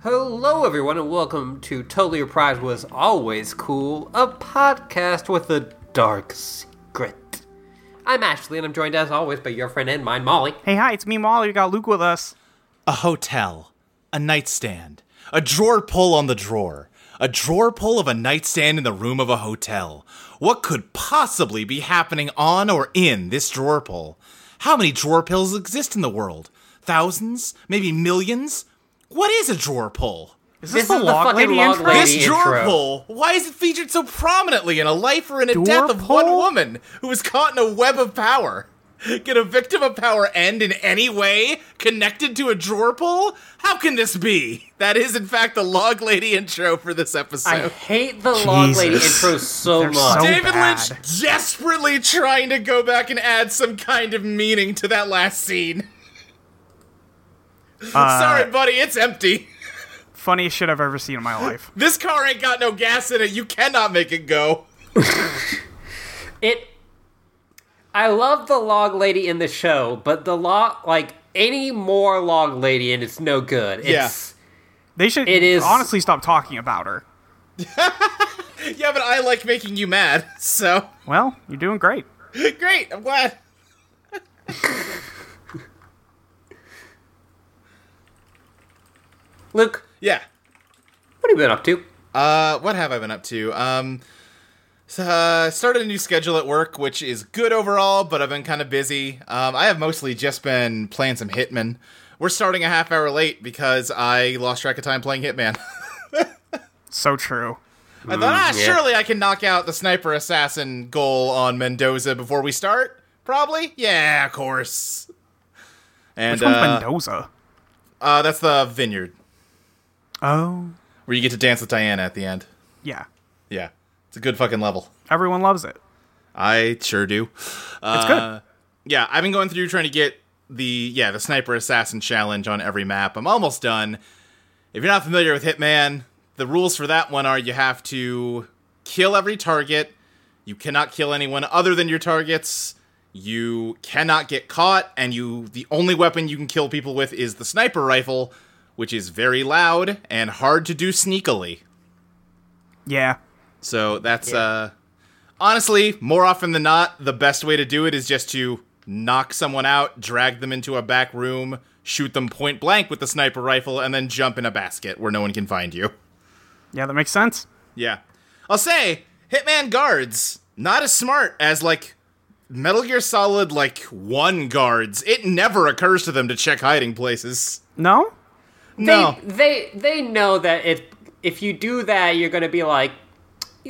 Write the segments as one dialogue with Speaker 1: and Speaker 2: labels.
Speaker 1: Hello, everyone, and welcome to Totally Reprised Was Always Cool, a podcast with a dark secret. I'm Ashley, and I'm joined as always by your friend and mine, Molly.
Speaker 2: Hey, hi, it's me, Molly. We got Luke with us.
Speaker 3: a hotel, a nightstand, a drawer pull on the drawer, a drawer pull of a nightstand in the room of a hotel. What could possibly be happening on or in this drawer pull? How many drawer pulls exist in the world? Thousands? Maybe millions? What is a drawer pull?
Speaker 2: Is
Speaker 1: This is the fucking log lady.
Speaker 3: This
Speaker 1: the
Speaker 3: drawer
Speaker 1: intro.
Speaker 3: pull, why is it featured so prominently in a life or in a death of one
Speaker 2: pull?
Speaker 3: woman who was caught in a web of power? Can a victim of power end in any way connected to a drawer pull? How can this be? That is, in fact, the log lady intro for this
Speaker 1: I
Speaker 3: episode.
Speaker 1: hate the long lady
Speaker 2: Jesus.
Speaker 1: intro so
Speaker 2: They're
Speaker 1: much.
Speaker 2: so-
Speaker 3: David
Speaker 2: bad.
Speaker 3: Lynch desperately trying to go back and add some kind of meaning to that last scene. Sorry, buddy, it's empty.
Speaker 2: Funniest shit I've ever seen in my life.
Speaker 3: This car ain't got no gas in it. You cannot make it go.
Speaker 1: It. I love the log lady in the show, but the log, like, any more log lady, and it's no good. It's,
Speaker 2: They should
Speaker 1: It is-
Speaker 2: honestly stop talking about her.
Speaker 3: Yeah, but I like making you mad, so.
Speaker 2: Well, you're doing great.
Speaker 3: Great, I'm glad.
Speaker 1: Luke,
Speaker 3: Yeah.
Speaker 1: what have you been up to?
Speaker 3: Uh, what have I been up to? Um, so, uh, started a new schedule at work, which is good overall, but I've been kind of busy. Um, I have mostly just been playing some Hitman. We're starting a half hour late because I lost track of time playing Hitman.
Speaker 2: So true.
Speaker 3: I thought, ah,
Speaker 1: yeah.
Speaker 3: surely I can knock out the sniper assassin goal on Mendoza before we start. Probably, yeah, of course. And
Speaker 2: Which one's
Speaker 3: uh,
Speaker 2: Mendoza?
Speaker 3: uh, that's the vineyard
Speaker 2: Oh,
Speaker 3: where you get to dance with Diana at the end.
Speaker 2: yeah.
Speaker 3: Yeah, it's a good fucking level.
Speaker 2: Everyone loves it.
Speaker 3: I sure do.
Speaker 2: It's
Speaker 3: Uh,
Speaker 2: good.
Speaker 3: Yeah, I've been going through trying to get the yeah the sniper assassin challenge on every map. I'm almost done. If you're not familiar with Hitman, the rules for that one are you have to kill every target. You cannot kill anyone other than your targets. You cannot get caught, and you the only weapon you can kill people with is the sniper rifle, which is very loud and hard to do sneakily.
Speaker 2: Yeah.
Speaker 3: So that's uh honestly, more often than not, the best way to do it is just to knock someone out, drag them into a back room, shoot them point blank with the sniper rifle, and then jump in a basket where no one can find you.
Speaker 2: Yeah, that makes sense.
Speaker 3: Yeah. I'll say, Hitman guards, not as smart as like Metal Gear Solid like one guards. It never occurs to them to check hiding places.
Speaker 2: No?
Speaker 3: no.
Speaker 1: They, they they know that if if you do that, you're going to be like,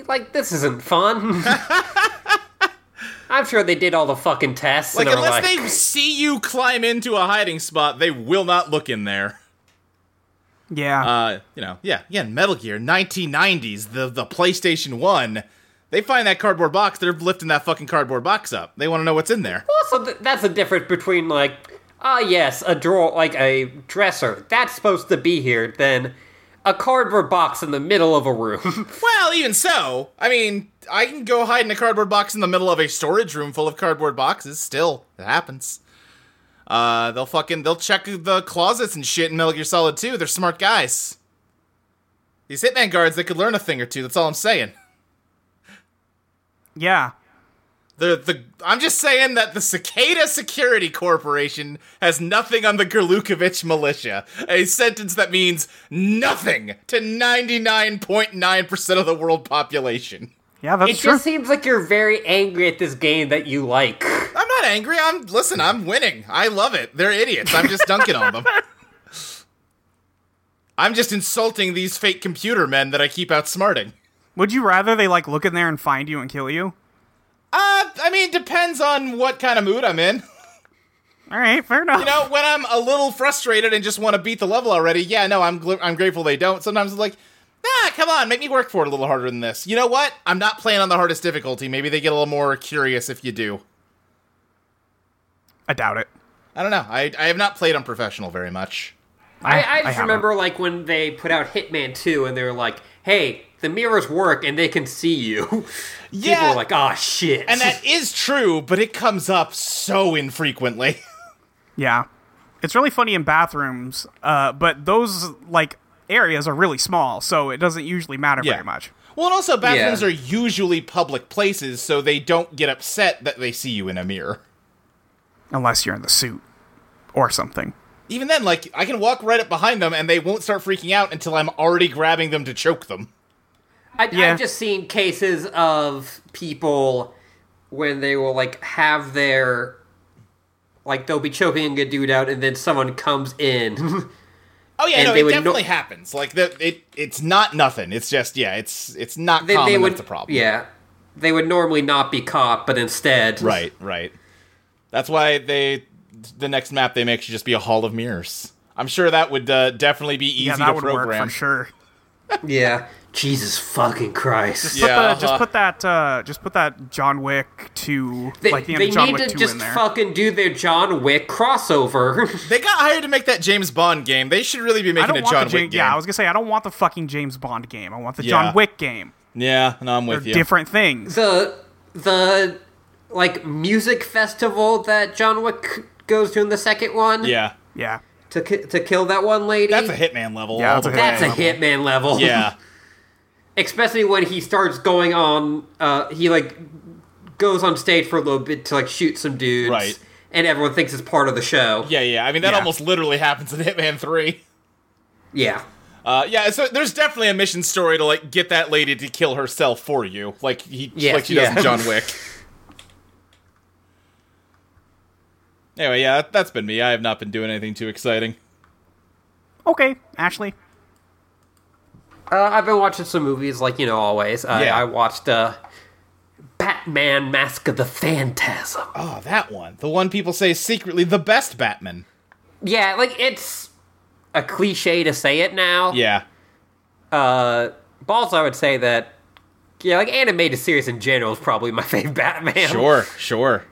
Speaker 1: like this isn't fun. I'm sure they did all the fucking tests.
Speaker 3: Like
Speaker 1: and are
Speaker 3: unless
Speaker 1: like,
Speaker 3: they see you climb into a hiding spot, they will not look in there.
Speaker 2: Yeah.
Speaker 3: uh, you know, yeah, yeah, Metal Gear, 1990s, the the PlayStation One. They find that cardboard box. They're lifting that fucking cardboard box up. They want to know what's in there.
Speaker 1: Also, th- that's the difference between like, ah, yes, a drawer, like a dresser that's supposed to be here, than a cardboard box in the middle of a room.
Speaker 3: Well, even so, I mean, I can go hide in a cardboard box in the middle of a storage room full of cardboard boxes. Still, it happens. Uh, they'll fucking they'll check the closets and shit in Metal Gear Solid 2. They're smart guys. These hitman guards, they could learn a thing or two. That's all I'm saying.
Speaker 2: yeah.
Speaker 3: The the I'm just saying that the Cicada Security Corporation has nothing on the Gerlukovich militia. A sentence that means nothing to 99.9% of the world population.
Speaker 2: Yeah,
Speaker 1: it
Speaker 2: that's true.
Speaker 1: just seems like you're very angry at this game that you like.
Speaker 3: I'm not angry. I'm listen, I'm winning. I love it. They're idiots. I'm just dunking on them. I'm just insulting these fake computer men that I keep outsmarting.
Speaker 2: Would you rather they like look in there and find you and kill you?
Speaker 3: Uh, I mean, depends on what kind of mood I'm in.
Speaker 2: All right, fair enough.
Speaker 3: You know, when I'm a little frustrated and just want to beat the level already, yeah, no, I'm gl- I'm grateful they don't. Sometimes it's like, ah, come on, make me work for it a little harder than this. You know what? I'm not playing on the hardest difficulty. Maybe they get a little more curious if you do.
Speaker 2: I doubt it.
Speaker 3: I don't know. I I have not played on professional very much.
Speaker 1: I, I just
Speaker 2: haven't.
Speaker 1: remember like when they put out Hitman 2 and they were like, hey, the mirrors work and they can see you. People
Speaker 3: Yeah.
Speaker 1: were like, ah, shit.
Speaker 3: And that is true, but it comes up so infrequently.
Speaker 2: Yeah. It's really funny in bathrooms, uh, but those like areas are really small, so it doesn't usually matter
Speaker 3: Yeah.
Speaker 2: very much.
Speaker 3: Well, and also bathrooms
Speaker 1: Yeah.
Speaker 3: are usually public places, so they don't get upset that they see you in a mirror.
Speaker 2: Unless you're in the suit or something.
Speaker 3: Even then, like I can walk right up behind them and they won't start freaking out until I'm already grabbing them to choke them.
Speaker 1: I,
Speaker 2: Yeah.
Speaker 1: I've just seen cases of people when they will like have their like they'll be choking a dude out and then someone comes in.
Speaker 3: Oh yeah,
Speaker 1: And
Speaker 3: no,
Speaker 1: they
Speaker 3: it
Speaker 1: would no-
Speaker 3: definitely happens. Like the, it, it's not nothing. It's just yeah, it's it's not
Speaker 1: then
Speaker 3: common.
Speaker 1: they would
Speaker 3: that's a problem.
Speaker 1: Yeah. They would normally not be caught, but instead
Speaker 3: Right, right. That's why they the next map they make should just be a hall of mirrors. I'm sure that would uh, definitely be easy
Speaker 2: yeah, that
Speaker 3: to
Speaker 2: would
Speaker 3: program.
Speaker 2: work for sure.
Speaker 1: Yeah. Jesus fucking Christ.
Speaker 2: Put
Speaker 3: Yeah,
Speaker 2: the- just
Speaker 3: uh-huh.
Speaker 2: put that uh, just put that John Wick two
Speaker 1: They,
Speaker 2: like the end
Speaker 1: they
Speaker 2: of John
Speaker 1: need to
Speaker 2: Wick two
Speaker 1: just
Speaker 2: in there.
Speaker 1: fucking do their John Wick crossover.
Speaker 3: They got hired to make that James Bond game. They should really be
Speaker 2: I
Speaker 3: making
Speaker 2: don't
Speaker 3: a
Speaker 2: want
Speaker 3: John
Speaker 2: the
Speaker 3: Wick
Speaker 2: Ja-
Speaker 3: game.
Speaker 2: yeah, I was gonna say I don't want the fucking James Bond game. I want the
Speaker 3: Yeah.
Speaker 2: John Wick game.
Speaker 3: Yeah, no, I'm
Speaker 2: They're
Speaker 3: with you.
Speaker 2: different things.
Speaker 1: the the like music festival that John Wick goes to in the second one.
Speaker 3: Yeah,
Speaker 2: Yeah.
Speaker 1: To ki- to kill that one lady.
Speaker 3: that's a Hitman level.
Speaker 2: Yeah,
Speaker 3: all
Speaker 2: that's
Speaker 3: the
Speaker 2: a
Speaker 3: way.
Speaker 1: That's a hitman level.
Speaker 3: Yeah,
Speaker 1: Especially when he starts going on uh he like goes on stage for a little bit to like shoot some dudes.
Speaker 3: Right.
Speaker 1: And everyone thinks it's part of the show.
Speaker 3: yeah, yeah. I mean, that
Speaker 2: Yeah.
Speaker 3: almost literally happens in Hitman Three.
Speaker 1: Yeah.
Speaker 3: Uh, yeah, so there's definitely a mission story to like get that lady to kill herself for you, like he,
Speaker 1: Yeah,
Speaker 3: like she
Speaker 1: yeah.
Speaker 3: does in John Wick. anyway, yeah, that- that's been me. I have not been doing anything too exciting.
Speaker 2: Okay, Ashley.
Speaker 1: Uh, I've been watching some movies like, you know, always. I,
Speaker 3: Yeah.
Speaker 1: I watched uh Batman Mask of the Phantasm.
Speaker 3: Oh, that one, the one people say is secretly the best Batman.
Speaker 1: Yeah, like it's a cliche to say it now.
Speaker 3: Yeah,
Speaker 1: Uh, but also, I would say that yeah, like animated series in general is probably my favorite Batman.
Speaker 3: sure, sure.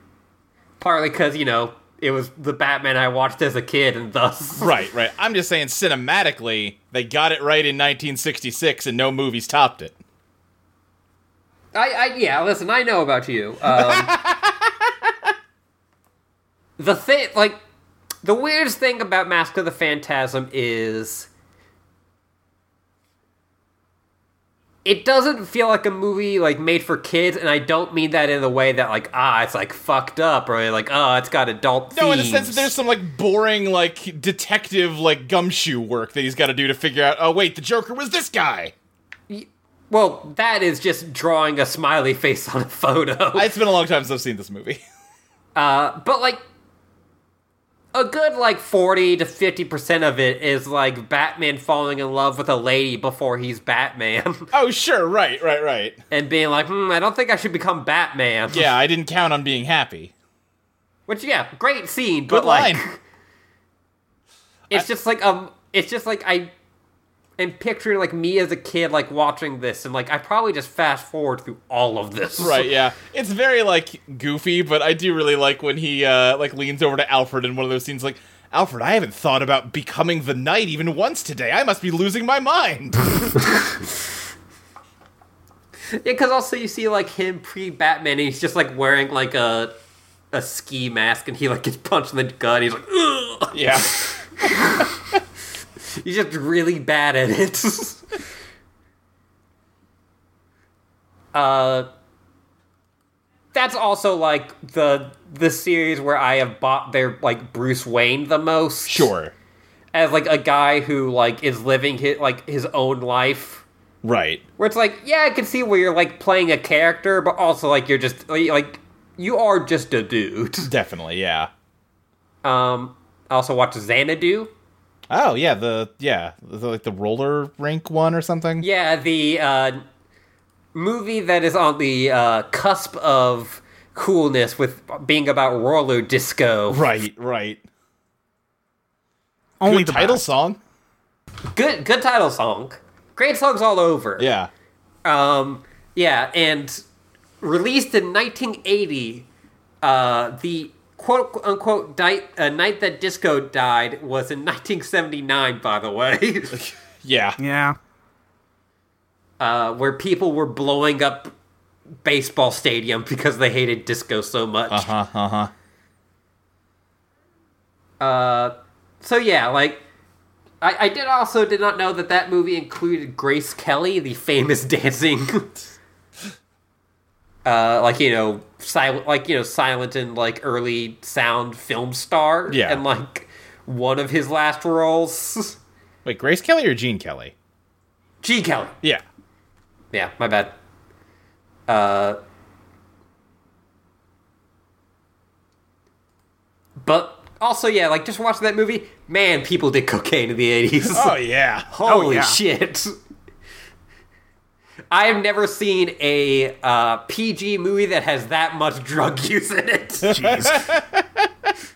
Speaker 1: partly because you know it was the Batman I watched as a kid, and thus
Speaker 3: Right, right. I'm just saying, cinematically, they got it right in 1966, and no movies topped it.
Speaker 1: I, I yeah. Listen, I know about you. Um, the thing, like, the weirdest thing about Mask of the Phantasm is it doesn't feel like a movie like made for kids, and I don't mean that in the way that like ah, it's like fucked up or like ah, it's got adult.
Speaker 3: No, in the sense that
Speaker 1: themes.
Speaker 3: there's some like boring, like detective, like gumshoe work that he's got to do to figure out. Oh wait, the Joker was this guy.
Speaker 1: Well, that is just drawing a smiley face on a photo.
Speaker 3: It's been a long time since I've seen this movie.
Speaker 1: but like a good like 40 to 50% of it is like Batman falling in love with a lady before he's Batman
Speaker 3: oh sure, right, right, right.
Speaker 1: and being like, "Hmm, I don't think I should become Batman."
Speaker 3: Yeah, I didn't count on being happy.
Speaker 1: Which yeah, great scene,
Speaker 3: Good
Speaker 1: but like
Speaker 3: line.
Speaker 1: it's just like um it's just like I am picturing like me as a kid like watching this and like I probably just fast forward through all of this.
Speaker 3: Right, yeah. It's very like goofy, but I do really like when he uh like leans over to Alfred in one of those scenes like Alfred, I haven't thought about becoming the knight even once today. I must be losing my mind.
Speaker 1: Yeah, because also you see like him pre Batman, and he's just like wearing like a a ski mask, and he like gets punched in the gut. And he's like, Ugh!
Speaker 3: yeah.
Speaker 1: he's just really bad at it. uh, that's also like the the series where I have bought their like Bruce Wayne the most.
Speaker 3: Sure.
Speaker 1: as like a guy who like is living his like his own life.
Speaker 3: Right.
Speaker 1: where it's like, yeah, I can see where you're like playing a character, but also like you're just like you are just a dude.
Speaker 3: Definitely, yeah.
Speaker 1: Um, I also watched Xanadu.
Speaker 3: I Oh yeah, the yeah, the, like the roller rink one or something.
Speaker 1: Yeah, the uh, movie that is on the uh, cusp of coolness with being about roller disco.
Speaker 3: Right, right.
Speaker 2: Only
Speaker 3: Good
Speaker 2: the
Speaker 3: title
Speaker 2: best.
Speaker 3: song.
Speaker 1: Good, good title song. Great songs all over.
Speaker 3: Yeah.
Speaker 1: Um, yeah, and released in 1980, uh, the quote unquote di- uh, night that disco died was in 1979, by the way,
Speaker 3: Yeah.
Speaker 2: Yeah.
Speaker 1: uh, where people were blowing up baseball stadium because they hated disco so much.
Speaker 3: Uh huh. Uh huh.
Speaker 1: So yeah, like. I, I did also did not know that that movie included Grace Kelly, the famous dancing, uh, like you know, silent, like you know, silent and like early sound film star,
Speaker 3: Yeah.
Speaker 1: and like one of his last roles,
Speaker 3: Wait, Grace Kelly or Gene Kelly?
Speaker 1: Gene Kelly.
Speaker 3: Yeah.
Speaker 1: Yeah, my bad. Uh, but also, yeah, like just watching that movie, man, people did cocaine in the eighties.
Speaker 3: Oh yeah.
Speaker 1: Holy
Speaker 2: yeah.
Speaker 1: shit. I have never seen a uh, PG movie that has that much drug use in it.
Speaker 2: Jeez.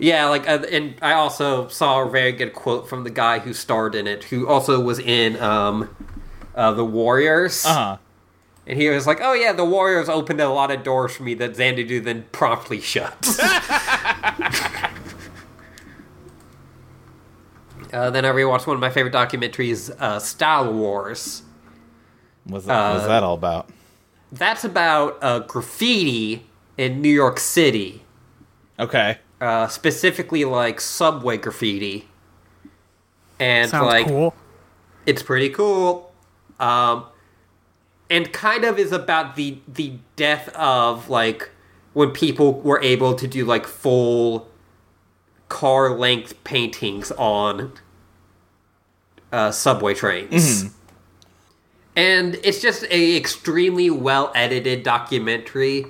Speaker 1: yeah, like, uh, and I also saw a very good quote from the guy who starred in it, who also was in um, uh, The Warriors.
Speaker 3: Uh huh.
Speaker 1: And he was like, oh, yeah, The Warriors opened a lot of doors for me that Xanadu then promptly shut. uh, then I rewatched one of my favorite documentaries, uh, Star Wars.
Speaker 3: What's that, what's that all about?
Speaker 1: That's about uh, graffiti in New York City,
Speaker 3: Okay.
Speaker 1: uh, specifically like subway graffiti. And
Speaker 2: Sounds
Speaker 1: like,
Speaker 2: cool.
Speaker 1: it's pretty cool. Um, and kind of is about the the death of like when people were able to do like full car length paintings on uh, subway trains. And it's just a extremely well edited documentary,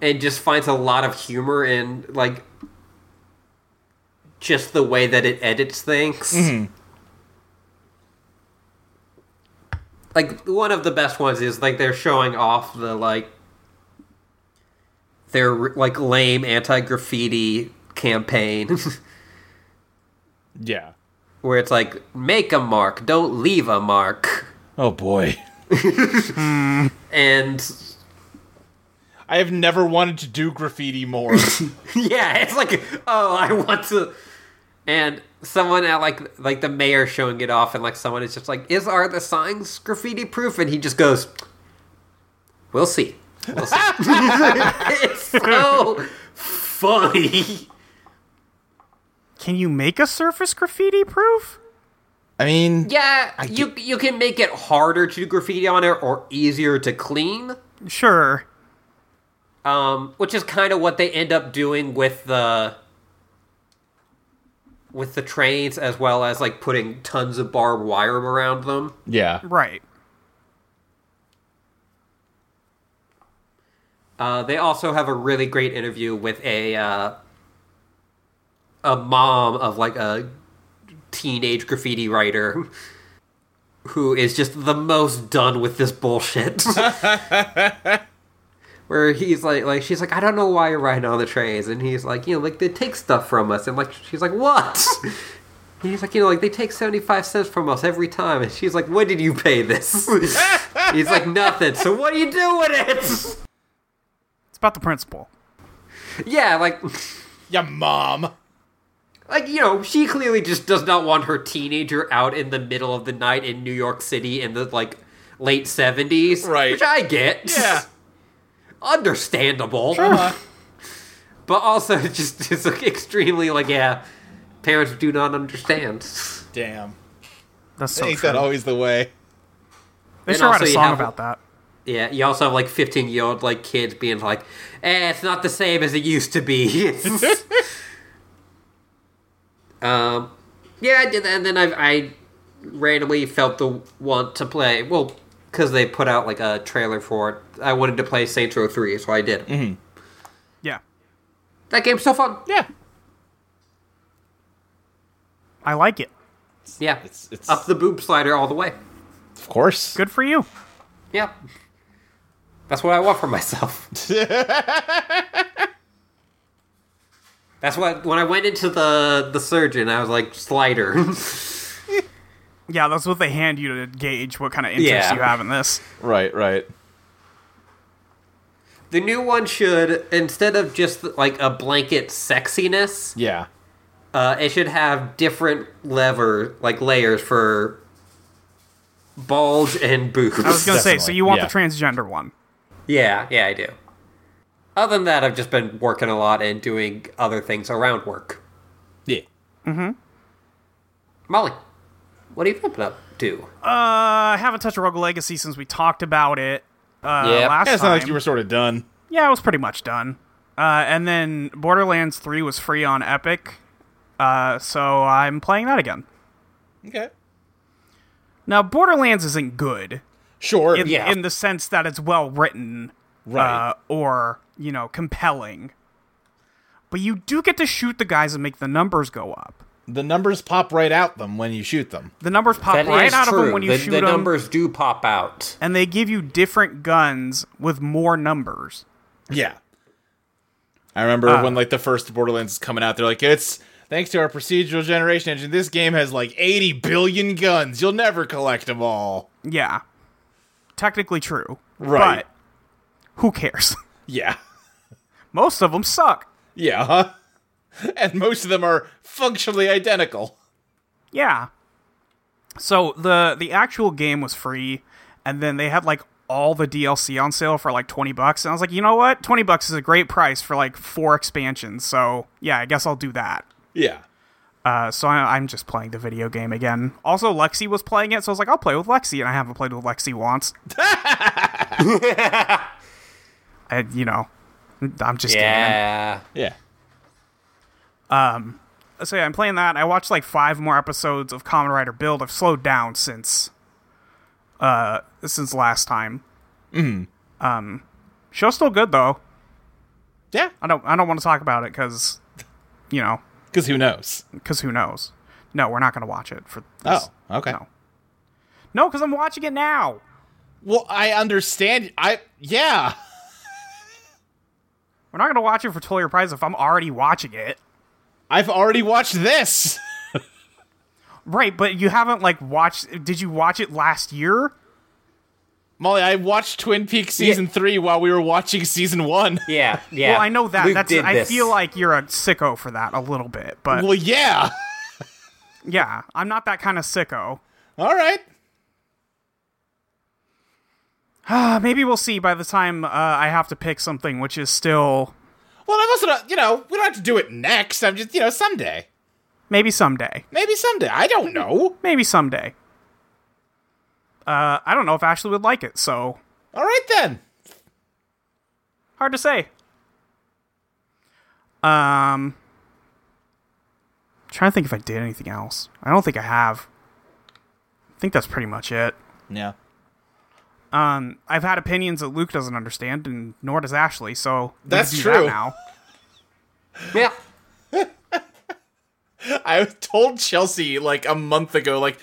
Speaker 1: and just finds a lot of humor in like just the way that it edits things. like one of the best ones is like they're showing off the like their like lame anti graffiti campaign
Speaker 3: Yeah.
Speaker 1: where it's like make a mark, don't leave a mark,
Speaker 3: Oh boy.
Speaker 1: and
Speaker 3: I have never wanted to do graffiti more.
Speaker 1: yeah, it's like oh, I want to, and someone at like like the mayor showing it off, and like someone is just like, is are the signs graffiti proof? And he just goes, we'll see. We'll see. it's so funny.
Speaker 2: Can you make a surface graffiti proof?
Speaker 3: I mean,
Speaker 1: Yeah, you you can make it harder to graffiti on it or easier to clean,
Speaker 2: Sure.
Speaker 1: um, which is kind of what they end up doing with the with the trains, as well as like putting tons of barbed wire around them.
Speaker 3: yeah.
Speaker 2: Right.
Speaker 1: Uh, they also have a really great interview with a uh, a mom of like a teenage graffiti writer who is just the most done with this bullshit. Where he's like, like she's like, I don't know why you're riding on the trains, and he's like, you know, like they take stuff from us, and like she's like, what? He's like, you know, like they take seventy five cents from us every time, and she's like, when did you pay this? he's like, nothing. So what do you do with it?
Speaker 2: It's about the principle.
Speaker 1: Yeah, like
Speaker 3: Your mom.
Speaker 1: like you know, she clearly just does not want her teenager out in the middle of the night in New York City in the like late seventies.
Speaker 3: Right.
Speaker 1: Which I get.
Speaker 3: Yeah.
Speaker 1: Understandable.
Speaker 3: Uh-huh.
Speaker 1: But also it's just it's like extremely like, yeah, parents do not understand.
Speaker 3: Damn.
Speaker 2: That's so
Speaker 3: Ain't
Speaker 2: true.
Speaker 3: that always the way?
Speaker 2: They
Speaker 1: And
Speaker 2: should write
Speaker 1: also
Speaker 2: a
Speaker 1: you
Speaker 2: song
Speaker 1: have-
Speaker 2: about that.
Speaker 1: Yeah, you also have like fifteen year old like kids being like, eh, it's not the same as it used to be. um, yeah, I did that, and then I, I randomly felt the want to play. Well, because they put out like
Speaker 3: Mm-hmm.
Speaker 1: a trailer for it, I wanted to play Saints Row Three, so I did.
Speaker 2: Yeah.
Speaker 1: That game's so fun.
Speaker 3: Yeah.
Speaker 2: I like it.
Speaker 1: Yeah.
Speaker 3: It's- it's-
Speaker 1: Up the boob slider all the way.
Speaker 3: Of course.
Speaker 2: Good for you.
Speaker 1: Yeah. That's what I want for myself. That's what when I went into the the surgeon, I was like slider.
Speaker 2: Yeah, that's what they hand you to gauge what kind of interest
Speaker 1: Yeah.
Speaker 2: you have in this.
Speaker 3: Right, right.
Speaker 1: the new one should instead of just like a blanket sexiness,
Speaker 3: Yeah.
Speaker 1: uh, it should have different lever like layers for bulge and boobs.
Speaker 2: I was gonna say, so
Speaker 3: Definitely,
Speaker 2: you want
Speaker 3: yeah.
Speaker 2: the transgender one?
Speaker 1: Yeah, yeah, I do. Other than that, I've just been working a lot and doing other things around work.
Speaker 3: Yeah.
Speaker 1: Molly, what have you been up to?
Speaker 2: Uh, I haven't touched Rogue Legacy since we talked about it uh,
Speaker 1: Yeah.
Speaker 2: last
Speaker 3: Yeah, it's not
Speaker 2: time.
Speaker 3: like you were sort of done.
Speaker 2: Yeah, I was pretty much done. Uh, and then Borderlands Three was free on Epic, uh, so I'm playing that again.
Speaker 3: Okay.
Speaker 2: Now, Borderlands isn't good
Speaker 3: Sure.
Speaker 2: in,
Speaker 1: Yeah.
Speaker 2: in the sense that it's well written
Speaker 3: Right.
Speaker 2: uh, or you know compelling, but you do get to shoot the guys and make the numbers go up.
Speaker 3: the numbers pop right out them when you shoot them.
Speaker 2: The numbers pop
Speaker 1: That is
Speaker 2: right out
Speaker 1: true.
Speaker 2: of them when you
Speaker 1: the,
Speaker 2: shoot
Speaker 1: the
Speaker 2: them,
Speaker 1: numbers do pop out.
Speaker 2: and they give you different guns with more numbers.
Speaker 3: Yeah. Ah. I remember when like the first Borderlands is coming out, they're like, it's thanks to our procedural generation engine, this game has like 80 billion guns. You'll never collect them all.
Speaker 2: Yeah, technically true,
Speaker 3: Right.
Speaker 2: But who cares?
Speaker 3: Yeah.
Speaker 2: Most of them suck.
Speaker 3: Yeah. Huh? And most of them are functionally identical.
Speaker 2: Yeah. So the the actual game was free, and then they had like all the DLC on sale for like twenty bucks, and I was like, you know what, twenty bucks is a great price for like four expansions. So yeah, I guess I'll do that.
Speaker 3: Yeah.
Speaker 2: Uh, so I, I'm just playing the video game again. Also, Lexi was playing it, so I was like, I'll play with Lexi, and I haven't played with Lexi once. I, you know, I'm just kidding.
Speaker 1: Yeah.
Speaker 3: Yeah.
Speaker 2: so yeah, I'm playing that. I watched like five more episodes of Common Rider Build. I've slowed down since uh since last time. Mm. Um show's still good though.
Speaker 3: Yeah.
Speaker 2: I don't I don't want to talk about it cuz you know,
Speaker 3: Because who knows?
Speaker 2: cuz who knows. No, we're not going to watch it for this.
Speaker 3: Oh, okay.
Speaker 2: No. No, cuz I'm watching it now.
Speaker 3: Well, I understand. I, yeah.
Speaker 2: We're not going to watch it for Toll Your Prize if I'm already watching it.
Speaker 3: I've already watched this.
Speaker 2: Right, but you haven't like watched did you watch it last year?
Speaker 3: Molly, I watched Twin Peaks season three while we were watching season one.
Speaker 1: Yeah. Yeah.
Speaker 2: Well, I know that.
Speaker 1: Luke
Speaker 2: That's
Speaker 1: did
Speaker 2: I
Speaker 1: this.
Speaker 2: feel like you're a sicko for that a little bit, but
Speaker 3: Well, yeah.
Speaker 2: Yeah, I'm not that kind of sicko.
Speaker 3: All right.
Speaker 2: Uh, maybe we'll see by the time uh, I have to pick something, which is still
Speaker 3: Well, I'm also not, you know, we don't have to do it next. I'm just, you know, someday.
Speaker 2: maybe someday.
Speaker 3: Maybe someday. I don't know.
Speaker 2: Maybe someday. Uh, I don't know if Ashley would like it, so
Speaker 3: All right then.
Speaker 2: hard to say. Um, trying to think if I did anything else. I don't think I have. I think that's pretty much it.
Speaker 3: Yeah.
Speaker 2: Um, I've had opinions that Luke doesn't understand, and nor does Ashley. So we
Speaker 3: That's
Speaker 2: do
Speaker 3: true.
Speaker 2: That now.
Speaker 1: yeah.
Speaker 3: I told Chelsea like a month ago, like,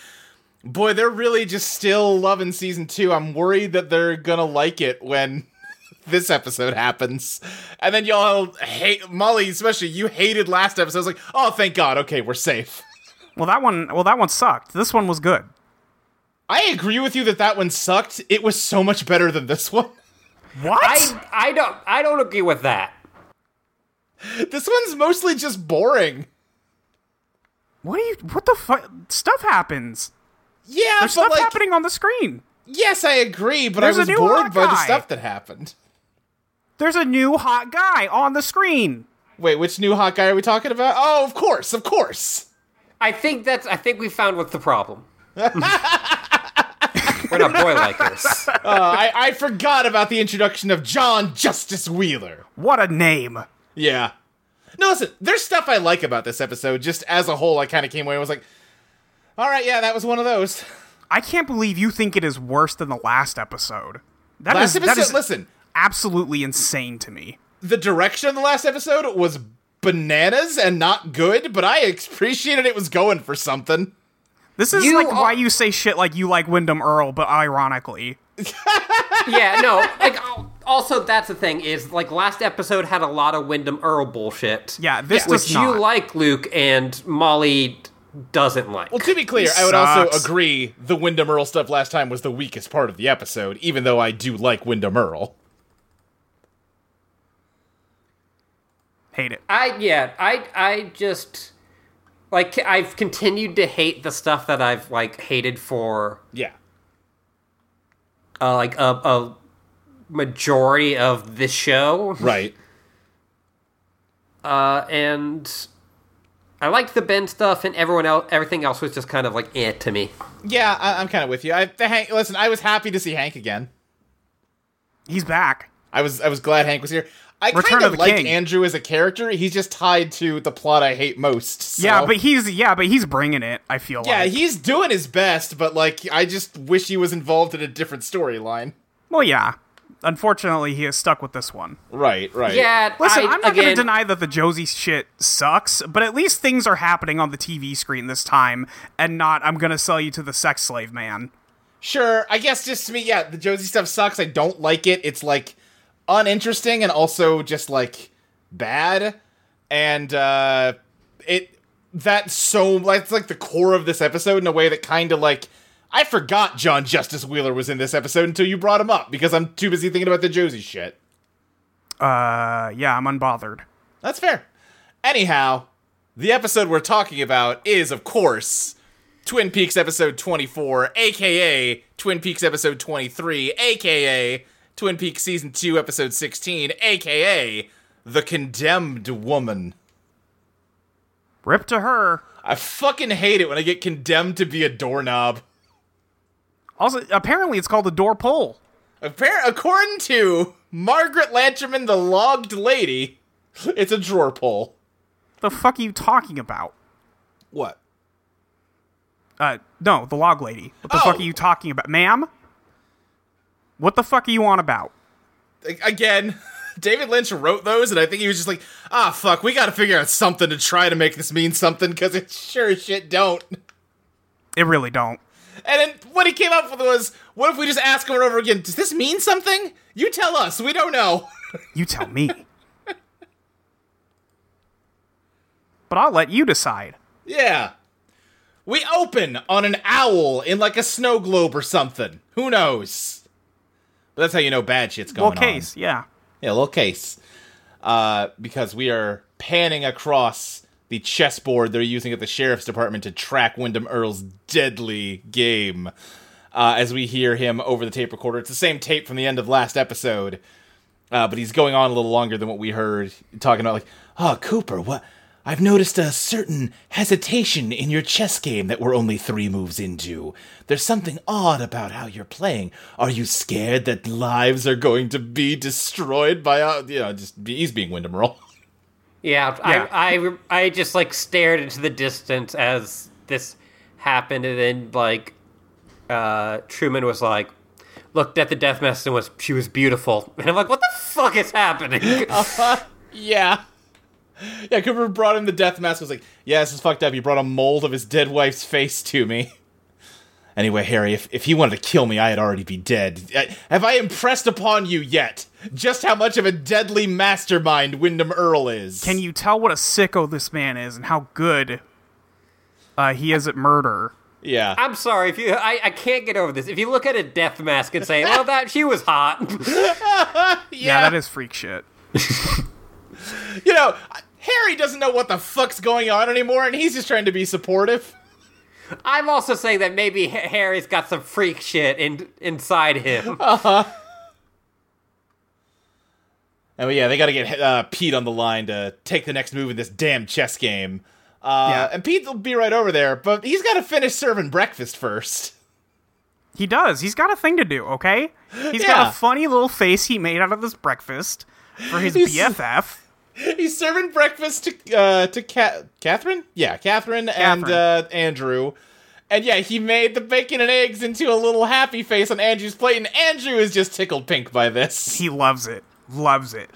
Speaker 3: boy, they're really just still loving season two. I'm worried that they're gonna like it when this episode happens. And then y'all hate Molly, especially you hated last episode. I was like, oh, thank God. Okay, we're safe.
Speaker 2: Well, that one. Well, that one sucked. This one was good.
Speaker 3: I agree with you that that one sucked. It was so much better than this one.
Speaker 2: What?
Speaker 1: I I don't I don't agree with that.
Speaker 3: This one's mostly just boring.
Speaker 2: what do you? What the fuck? Stuff happens.
Speaker 3: Yeah,
Speaker 2: There's
Speaker 3: but
Speaker 2: stuff
Speaker 3: like,
Speaker 2: happening on the screen.
Speaker 3: yes, I agree, but I
Speaker 2: There's a
Speaker 3: was
Speaker 2: new
Speaker 3: bored by the
Speaker 2: Hawkeye.
Speaker 3: stuff that happened.
Speaker 2: There's a new hot guy on the screen.
Speaker 3: Wait, which new hot guy are we talking about? Oh, of course, of course.
Speaker 1: I think that's I think we found what's the problem. We're not boy likers.
Speaker 3: Uh, I, I forgot about the introduction of John Justice Wheeler.
Speaker 2: What a name.
Speaker 3: Yeah. No, listen, there's stuff I like about this episode. Just as a whole, I kind of came away and was like, all right, yeah, that was one of those.
Speaker 2: I can't believe you think it is worse than the last episode. That
Speaker 3: Last
Speaker 2: is- that
Speaker 3: episode,
Speaker 2: is
Speaker 3: listen,
Speaker 2: absolutely insane to me.
Speaker 3: the direction of the last episode was bananas and not good, but I appreciated it was going for something.
Speaker 2: This is
Speaker 1: You
Speaker 2: like
Speaker 1: are-
Speaker 2: why you say shit like you like Wyndham Earl, but ironically.
Speaker 1: yeah, no. Like al- also, that's the thing is like last episode had a lot of Wyndham Earl bullshit.
Speaker 2: Yeah, this
Speaker 1: which
Speaker 2: does not.
Speaker 1: you like, Luke, and Molly doesn't like.
Speaker 3: Well, to be clear, I would also
Speaker 2: sucks.
Speaker 3: agree the Wyndham Earl stuff last time was the weakest part of the episode, even though I do like Wyndham Earl.
Speaker 2: Hate it.
Speaker 1: I yeah, I I just like I've continued to hate the stuff that I've like hated for
Speaker 3: Yeah.
Speaker 1: uh, like a, a majority of this show,
Speaker 3: Right.
Speaker 1: uh, and I liked the Ben stuff, and everyone else, everything else was just kind of like eh to me.
Speaker 3: Yeah, I- I'm kind of with you. I, the Hank, listen, I was happy to see Hank again.
Speaker 2: He's back.
Speaker 3: I was I was glad Hank was here. I
Speaker 2: Return
Speaker 3: kind
Speaker 2: of
Speaker 3: of
Speaker 2: the
Speaker 3: like
Speaker 2: King.
Speaker 3: Andrew as a character. He's just tied to the plot I hate most. so-
Speaker 2: Yeah, but he's yeah, but he's bringing it. I feel
Speaker 3: yeah,
Speaker 2: like.
Speaker 3: he's doing his best, but like I just wish he was involved in a different storyline.
Speaker 2: well, yeah. Unfortunately, he is stuck with this one.
Speaker 3: Right, right.
Speaker 1: Yeah,
Speaker 2: Listen,
Speaker 1: I,
Speaker 2: I, am not
Speaker 1: again,
Speaker 2: going to deny that the Josie shit sucks, but at least things are happening on the TV screen this time, and not I'm going to sell you to the sex slave man.
Speaker 3: Sure. I guess just to me, yeah, the Josie stuff sucks. I don't like it. It's like uninteresting and also just like bad. And uh it that's so that's like the core of this episode in a way that kind of like I forgot John Justice Wheeler was in this episode until you brought him up because I'm too busy thinking about the Josie shit.
Speaker 2: Uh, yeah, I'm unbothered.
Speaker 3: That's fair. Anyhow, the episode we're talking about is, of course, Twin Peaks episode 24, aka Twin Peaks episode 23, aka Twin Peaks season 2, episode 16, aka The Condemned Woman.
Speaker 2: Rip to her.
Speaker 3: I fucking hate it when I get condemned to be a doorknob.
Speaker 2: Also, apparently, it's called the door pole.
Speaker 3: Appar- according to Margaret Lancherman, the logged lady, it's a drawer pull.
Speaker 2: The fuck are you talking about?
Speaker 3: What?
Speaker 2: Uh, no, the log lady. What the
Speaker 3: Oh.
Speaker 2: fuck are you talking about, ma'am? What the fuck are you on about?
Speaker 3: again, David Lynch wrote those, and I think he was just like, ah, fuck, we gotta figure out something to try to make this mean something, because it sure as shit don't.
Speaker 2: It really don't.
Speaker 3: And then what he came up with was, what if we just ask him over again, does this mean something? You tell us, we don't know.
Speaker 2: You tell me. but I'll let you decide.
Speaker 3: Yeah. We open on an owl in like a snow globe or something. Who knows? But that's how you know bad shit's going
Speaker 2: Well,
Speaker 3: on.
Speaker 2: case, yeah.
Speaker 3: Yeah, a little case. Uh, because we are panning across the chessboard they're using at the sheriff's department to track Wyndham Earl's deadly game. Uh, as we hear him over the tape recorder, it's the same tape from the end of last episode, uh, but he's going on a little longer than what we heard, talking about like, "Oh, Cooper, what? I've noticed a certain hesitation in your chess game that we're only three moves into. There's something odd about how you're playing. Are you scared that lives are going to be destroyed by, uh, you know, just be, he's being Wyndham Earl."
Speaker 1: yeah,
Speaker 2: Yeah.
Speaker 1: I, I I just like stared into the distance as this happened, and then like uh, Truman was like looked at the death mess and was she was beautiful, and I'm like, what the fuck is happening?
Speaker 3: Yeah. Yeah, Cooper brought him the death mask. Was like, yeah, this is fucked up. He brought a mold of his dead wife's face to me. Anyway, Harry, if, if he wanted to kill me, I'd already be dead. I, have I impressed upon you yet just how much of a deadly mastermind Wyndham Earl is?
Speaker 2: Can you tell what a sicko this man is and how good uh, he is at murder?
Speaker 3: Yeah.
Speaker 1: I'm sorry if you. I, I can't get over this. If you look at a death mask and say, "Well, that she was hot,"
Speaker 2: Yeah, that is freak shit.
Speaker 3: You know, Harry doesn't know what the fuck's going on anymore, and he's just trying to be supportive.
Speaker 1: I'm also saying that maybe H- Harry's got some freak shit in, inside him.
Speaker 3: And yeah, they got to get uh, Pete on the line to take the next move in this damn chess game. Uh,
Speaker 2: Yeah.
Speaker 3: And Pete will be right over there, but he's got to finish serving breakfast first.
Speaker 2: He does. He's got a thing to do, okay? He's got
Speaker 3: Yeah.
Speaker 2: a funny little face he made out of this breakfast for his
Speaker 3: He's-
Speaker 2: BFF.
Speaker 3: He's serving breakfast to uh, to Ca- Catherine, yeah, Catherine, and
Speaker 2: Catherine.
Speaker 3: uh, Andrew. And yeah, he made the bacon and eggs into a little happy face on Andrew's plate, and Andrew is just tickled pink by this.
Speaker 2: He loves it. Loves it.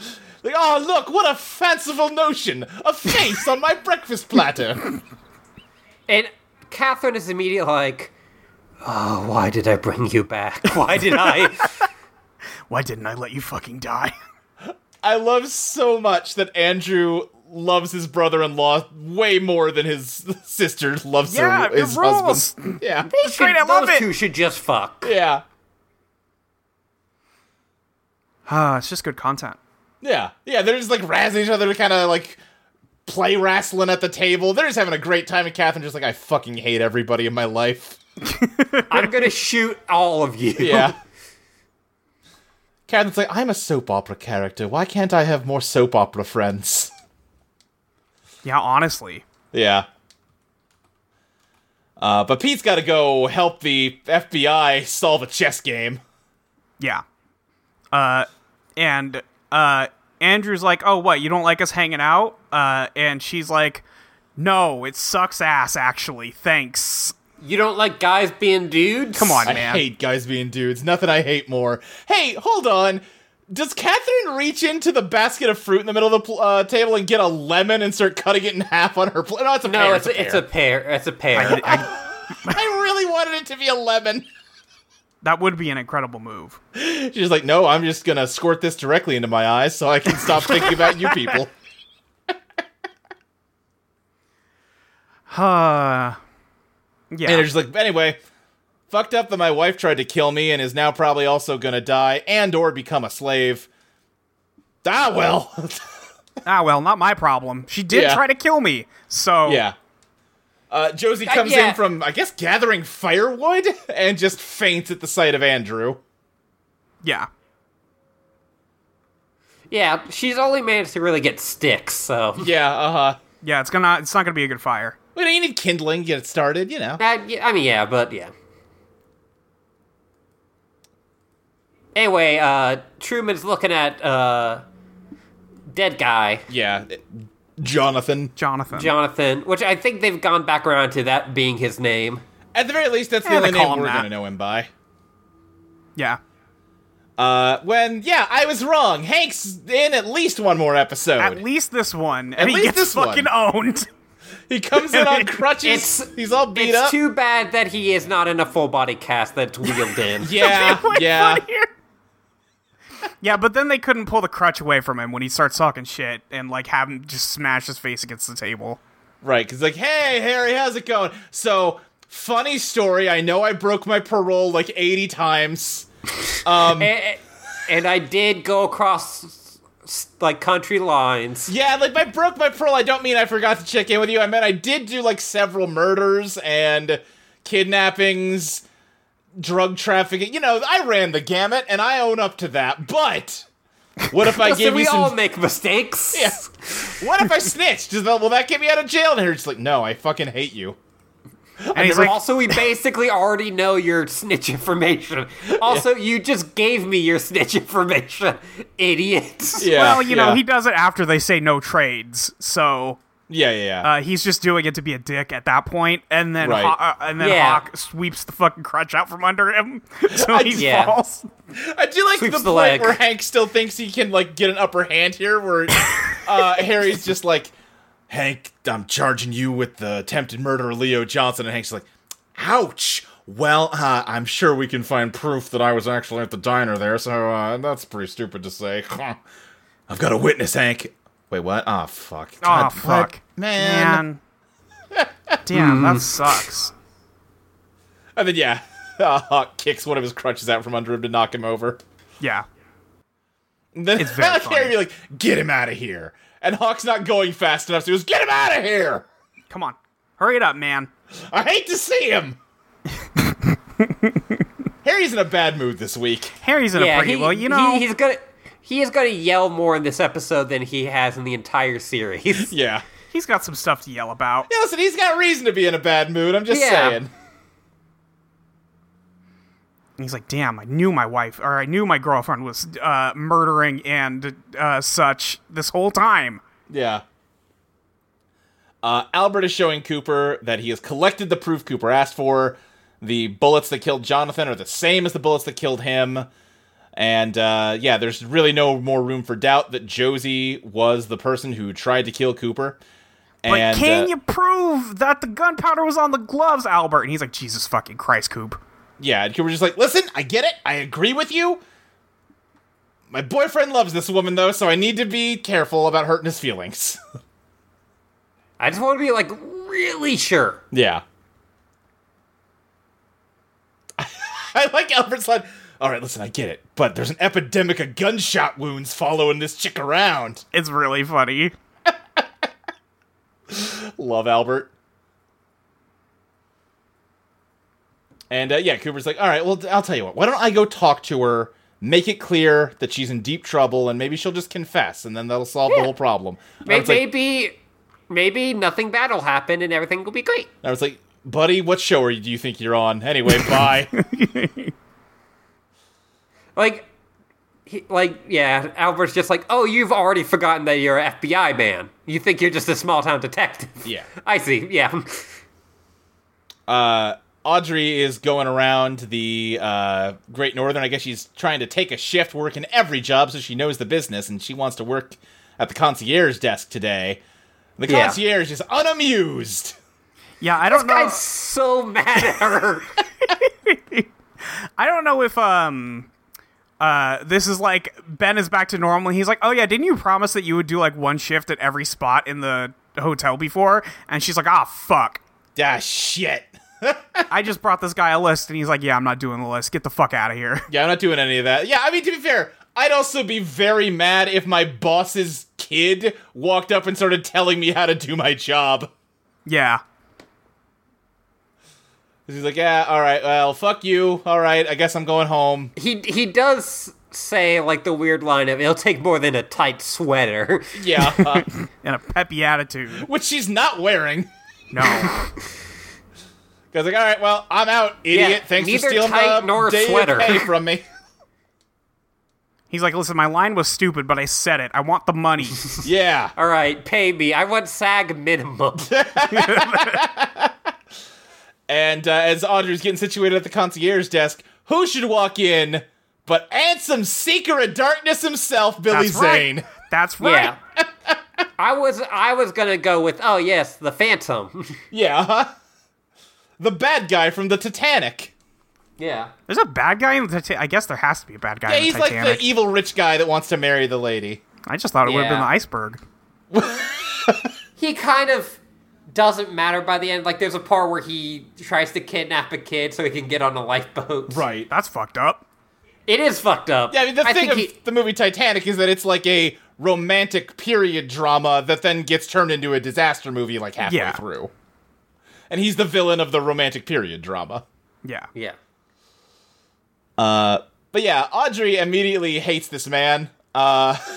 Speaker 3: Like, oh, look, what a fanciful notion! A face on my breakfast platter!
Speaker 1: And Catherine is immediately like, "Oh, why did I bring you back? Why did I?"
Speaker 2: Why didn't I let you fucking die?
Speaker 3: I love so much that Andrew loves his brother in law way more than his sister loves
Speaker 2: Yeah,
Speaker 3: her,
Speaker 2: it
Speaker 3: his
Speaker 2: rules.
Speaker 3: husband. Yeah.
Speaker 1: They should,
Speaker 2: great, I love
Speaker 1: those
Speaker 2: it.
Speaker 1: two should just fuck.
Speaker 3: Yeah.
Speaker 2: Ah, it's just good content.
Speaker 3: Yeah. Yeah. They're just like razzing each other to kind of like play wrestling at the table. They're just having a great time. And Catherine's just like, I fucking hate everybody in my life.
Speaker 1: I'm gonna shoot all of you.
Speaker 3: Yeah. Catherine's like, I'm a soap opera character. Why can't I have more soap opera friends?
Speaker 2: Yeah, honestly.
Speaker 3: Yeah. Uh, but Pete's got to go help the FBI solve a chess game.
Speaker 2: Yeah. Uh, and uh, Andrew's like, "Oh, what? You don't like us hanging out?" Uh, and she's like, "No, it sucks ass. Actually, thanks."
Speaker 1: You don't like guys being dudes?
Speaker 2: Come on,
Speaker 3: I
Speaker 2: man.
Speaker 3: hate guys being dudes. Nothing I hate more. Hey, hold on. Does Catherine reach into the basket of fruit in the middle of the pl- uh, table and get a lemon and start cutting it in half on her plate? No, it's a
Speaker 1: No,
Speaker 3: pear.
Speaker 1: it's a, it's a
Speaker 3: pear.
Speaker 1: pair. It's a pair.
Speaker 2: I-
Speaker 3: I really wanted it to be a lemon.
Speaker 2: that would be an incredible move.
Speaker 3: She's like, no, I'm just gonna squirt this directly into my eyes so I can stop thinking about you people.
Speaker 2: Uh,
Speaker 3: And
Speaker 2: yeah.
Speaker 3: they're just like, anyway, fucked up that my wife tried to kill me and is now probably also gonna die and or become a slave. Ah well.
Speaker 2: Ah, well, not my problem. She did
Speaker 3: Yeah.
Speaker 2: try to kill me. So
Speaker 3: yeah. Uh, Josie comes
Speaker 1: yeah.
Speaker 3: in from, I guess, gathering firewood and just faints at the sight of Andrew.
Speaker 2: yeah.
Speaker 1: yeah, she's only managed to really get sticks, so.
Speaker 3: Yeah, uh huh.
Speaker 2: Yeah, It's gonna. It's not gonna be a good fire.
Speaker 3: Well, you need kindling, get it started, you know.
Speaker 1: That, yeah, I mean, yeah, but yeah. Anyway, uh, Truman's looking at, uh, dead guy,
Speaker 3: Yeah. Jonathan.
Speaker 2: Jonathan.
Speaker 1: Jonathan, which I think they've gone back around to that being his name.
Speaker 3: At the very least, that's the
Speaker 2: Yeah, they
Speaker 3: only
Speaker 2: call
Speaker 3: name
Speaker 2: him
Speaker 3: we're
Speaker 2: that.
Speaker 3: gonna know him by.
Speaker 2: yeah.
Speaker 3: Uh, when yeah, I was wrong. Hank's in at least one more episode.
Speaker 2: At least this one. And
Speaker 3: At
Speaker 2: he
Speaker 3: least
Speaker 2: gets
Speaker 3: this one.
Speaker 2: fucking owned.
Speaker 3: he comes in on crutches.
Speaker 1: It's-
Speaker 3: He's all beat
Speaker 1: it's
Speaker 3: up.
Speaker 1: too bad that he is not in a full body cast that's wheeled in.
Speaker 3: yeah,
Speaker 2: Way
Speaker 3: yeah.
Speaker 2: funnier. yeah, but then they couldn't pull the crutch away from him when he starts talking shit and like have him just smash his face against the table.
Speaker 3: Right, because like, hey Harry, how's it going? So funny story. I know I broke my parole like eighty times.
Speaker 1: and, and I did go across s- s- like country lines.
Speaker 3: Yeah, like by broke my parole, I don't mean I forgot to check in with you. I meant I did do like several murders and kidnappings, drug trafficking. You know, I ran the gamut, and I own up to that. But what if I
Speaker 1: Listen,
Speaker 3: gave
Speaker 1: we
Speaker 3: you some?
Speaker 1: all make mistakes.
Speaker 3: Yeah. What if I snitched? Does that, will that get me out of jail? And Harry's like, no, I fucking hate you.
Speaker 2: And he's
Speaker 1: But
Speaker 2: like,
Speaker 1: also, we basically already know your snitch information. Also, you just gave me your snitch information, idiots.
Speaker 2: well, you know, he does it after they say no trades, so
Speaker 3: Yeah, yeah, yeah.
Speaker 2: uh, he's just doing it to be a dick at that point. And then,
Speaker 3: Right.
Speaker 2: Haw- uh, and then
Speaker 1: Yeah.
Speaker 2: Hawk sweeps the fucking crutch out from under him, so he
Speaker 1: Yeah.
Speaker 2: falls.
Speaker 3: I do like the
Speaker 1: Sweeps
Speaker 3: point
Speaker 1: the leg.
Speaker 3: where Hank still thinks he can like get an upper hand here, where uh, Harry's just like, "Hank, I'm charging you with the attempted murder of Leo Johnson," and Hank's like, "Ouch." Well, uh, I'm sure we can find proof that I was actually at the diner there, so uh, that's pretty stupid to say. I've got a witness, Hank. Wait, what? Ah, fuck.
Speaker 2: Oh
Speaker 3: God,
Speaker 2: fuck,
Speaker 3: what? man.
Speaker 2: Man. Damn, that sucks.
Speaker 3: And then yeah, Hawk kicks one of his crutches out from under him to knock him over.
Speaker 2: Yeah.
Speaker 3: And then
Speaker 2: It's very
Speaker 3: I like
Speaker 2: funny.
Speaker 3: Harry be like, "Get him out of here!" And Hawk's not going fast enough, so he goes, "Get him out of here!"
Speaker 2: Come on, hurry it up, man.
Speaker 3: I hate to see him. Harry's in a bad mood this week.
Speaker 2: Harry's in a
Speaker 1: yeah.
Speaker 2: pretty
Speaker 1: He,
Speaker 2: well, you know.
Speaker 1: he, he's gonna he is gonna yell more in this episode than he has in the entire series.
Speaker 3: Yeah.
Speaker 2: He's got some stuff to yell about.
Speaker 3: Yeah, listen, he's got reason to be in a bad mood. I'm just
Speaker 1: Yeah.
Speaker 3: saying.
Speaker 2: And he's like, "Damn, I knew my wife, or I knew my girlfriend was uh, murdering and uh, such this whole time."
Speaker 3: Yeah. Uh, Albert is showing Cooper that he has collected the proof Cooper asked for. The bullets that killed Jonathan are the same as the bullets that killed him. And uh, yeah, there's really no more room for doubt that Josie was the person who tried to kill Cooper.
Speaker 2: But
Speaker 3: And
Speaker 2: can
Speaker 3: uh,
Speaker 2: you prove that the gunpowder was on the gloves, Albert? And he's like, Jesus fucking Christ, Coop.
Speaker 3: yeah, and Cooper's just like, listen, I get it, I agree with you. My boyfriend loves this woman though, so I need to be careful about hurting his feelings.
Speaker 1: I just want to be like really sure.
Speaker 3: yeah. I like Albert's like, all right, listen, I get it, but there's an epidemic of gunshot wounds following this chick around.
Speaker 2: It's really funny.
Speaker 3: Love Albert. And uh, yeah, Cooper's like, all right, well, I'll tell you what. Why don't I go talk to her, make it clear that she's in deep trouble, and maybe she'll just confess, and then that'll solve the whole problem. And I
Speaker 1: Maybe,
Speaker 3: was like,
Speaker 1: maybe, maybe nothing bad will happen and everything will be great.
Speaker 3: I was like, buddy, what show are you, do you think you're on? Anyway, bye.
Speaker 1: Like, he, like yeah, Albert's just like, oh, you've already forgotten that you're an FBI man. You think you're just a small town detective.
Speaker 3: Yeah.
Speaker 1: I see. Yeah.
Speaker 3: uh, Audrey is going around the uh, Great Northern. I guess she's trying to take a shift working every job, so she knows the business, and she wants to work at the concierge desk today. The
Speaker 1: Yeah.
Speaker 3: concierge is unamused.
Speaker 2: Yeah, I don't know.
Speaker 1: I'm so mad at her.
Speaker 2: I don't know if um uh this is like Ben is back to normal. and He's like, "Oh yeah, didn't you promise that you would do like one shift at every spot in the hotel before?" And she's like, "Ah, fuck.
Speaker 3: Ah, shit.
Speaker 2: I just brought this guy a list." And he's like, "Yeah, I'm not doing the list. Get the fuck out of here."
Speaker 3: Yeah, I'm not doing any of that. Yeah, I mean, to be fair, I'd also be very mad if my boss's kid walked up and started telling me how to do my job.
Speaker 2: yeah.
Speaker 3: 'Cause He's like, yeah, all right, well, fuck you. All right, I guess I'm going home.
Speaker 1: he he does say like the weird line of it'll take more than a tight sweater.
Speaker 3: Yeah. uh,
Speaker 2: In a peppy attitude.
Speaker 3: which she's not wearing.
Speaker 2: No.
Speaker 3: Because, like, all right, well, I'm out, idiot.
Speaker 1: Yeah,
Speaker 3: Thanks for
Speaker 1: neither
Speaker 3: stealing
Speaker 1: tight
Speaker 3: my
Speaker 1: nor
Speaker 3: day of
Speaker 1: sweater.
Speaker 3: pay from me.
Speaker 2: he's like, "Listen, my line was stupid, but I said it. I want the money."
Speaker 3: yeah.
Speaker 1: All right, pay me. I want SAG minimum.
Speaker 3: And uh, as Audrey's getting situated at the concierge desk, who should walk in but Ansem Seeker of Darkness himself, Billy
Speaker 2: That's
Speaker 3: Zane?
Speaker 2: right. That's right.
Speaker 1: yeah. I was I was gonna go with oh yes the Phantom.
Speaker 3: Yeah. uh-huh. The bad guy from the Titanic.
Speaker 1: yeah.
Speaker 2: There's a bad guy in the Titanic. I guess there has to be a bad guy
Speaker 3: Yeah,
Speaker 2: in the
Speaker 3: he's like
Speaker 2: Titanic.
Speaker 3: the e- evil rich guy that wants to marry the lady.
Speaker 2: I just thought it would have been
Speaker 1: Yeah.
Speaker 2: the iceberg.
Speaker 1: He kind of doesn't matter by the end. Like there's a part where he tries to kidnap a kid so he can get on a lifeboat.
Speaker 3: Right.
Speaker 2: That's fucked up.
Speaker 1: It is fucked up.
Speaker 3: Yeah, I mean, the thing
Speaker 1: think
Speaker 3: of
Speaker 1: he-
Speaker 3: the movie Titanic is that it's like a romantic period drama that then gets turned into a disaster movie like halfway
Speaker 2: Yeah.
Speaker 3: through. And he's the villain of the romantic period drama.
Speaker 2: Yeah.
Speaker 1: yeah.
Speaker 3: Uh, but yeah, Audrey immediately hates this man. Uh,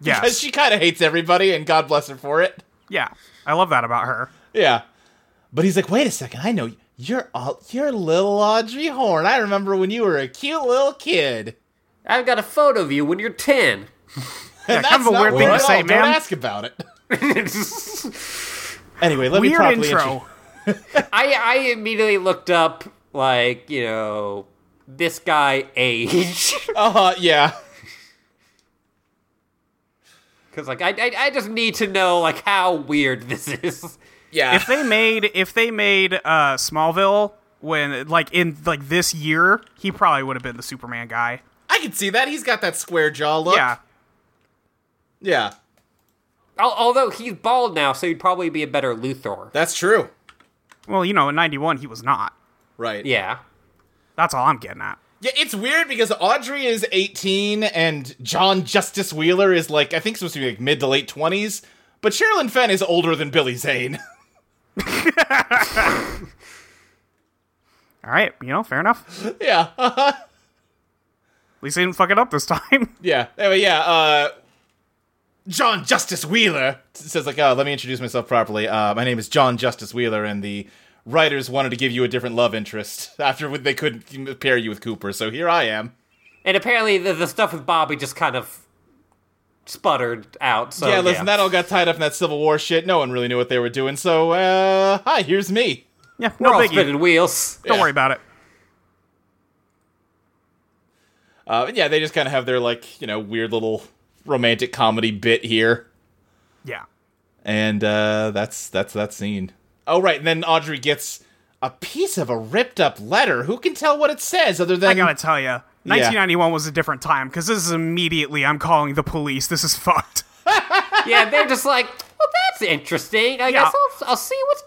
Speaker 2: Yes.
Speaker 3: because she kind of hates everybody, and God bless her for it.
Speaker 2: Yeah, I love that about her.
Speaker 3: Yeah. But he's like, wait a second, I know you. you're all you're little Audrey Horn. I remember when you were a cute little kid.
Speaker 1: I've got a photo of you when you're ten.
Speaker 3: And
Speaker 2: kind of a weird thing
Speaker 3: not weird
Speaker 2: to
Speaker 3: at
Speaker 2: say,
Speaker 3: all.
Speaker 2: ma'am.
Speaker 3: Don't ask about it. Anyway, let me
Speaker 2: Weird
Speaker 3: properly
Speaker 2: intro.
Speaker 1: I I immediately looked up like you know this guy age
Speaker 3: Uh huh. Yeah.
Speaker 1: because like I, I I just need to know like how weird this is.
Speaker 3: Yeah.
Speaker 2: if they made if they made uh, Smallville when like in like this year, he probably would have been the Superman guy.
Speaker 3: I can see that he's got that square jaw look.
Speaker 2: Yeah,
Speaker 3: Yeah.
Speaker 1: Al- Although he's bald now, so he'd probably be a better Luthor.
Speaker 3: That's true.
Speaker 2: well, you know, in '91 he was not.
Speaker 3: Right.
Speaker 1: Yeah.
Speaker 2: That's all I'm getting at.
Speaker 3: Yeah, it's weird because Audrey is 18 and John Justice Wheeler is like, I think supposed to be like mid to late 20s, but Sherilyn Fenn is older than Billy Zane.
Speaker 2: All right, you know, fair enough. At
Speaker 3: yeah. uh-huh.
Speaker 2: least they didn't fuck it up this time.
Speaker 3: Yeah. Anyway, yeah, uh, John Justice Wheeler says like, oh, let me introduce myself properly. Uh, my name is John Justice Wheeler and the writers wanted to give you a different love interest after they couldn't pair you with Cooper, so here I am.
Speaker 1: And apparently the, the stuff with Bobby just kind of sputtered out. So
Speaker 3: yeah, listen, that all got tied up in that Civil War shit. No one really knew what they were doing, so, uh, hi, here's me.
Speaker 2: Yeah,
Speaker 1: We're
Speaker 2: no
Speaker 1: all
Speaker 2: biggie.
Speaker 1: spinning wheels.
Speaker 2: Don't
Speaker 3: Yeah.
Speaker 2: worry about it.
Speaker 3: Uh, but yeah, they just kind of have their like you know weird little romantic comedy bit here,
Speaker 2: Yeah.
Speaker 3: and uh, that's that's that scene. Oh right, and then Audrey gets a piece of a ripped up letter. Who can tell what it says other than
Speaker 2: I gotta tell you, 1991 was a different time because this is immediately I'm calling the police. This is fucked.
Speaker 1: yeah, they're just like, well, that's interesting. I
Speaker 2: Yeah.
Speaker 1: guess I'll, I'll see what's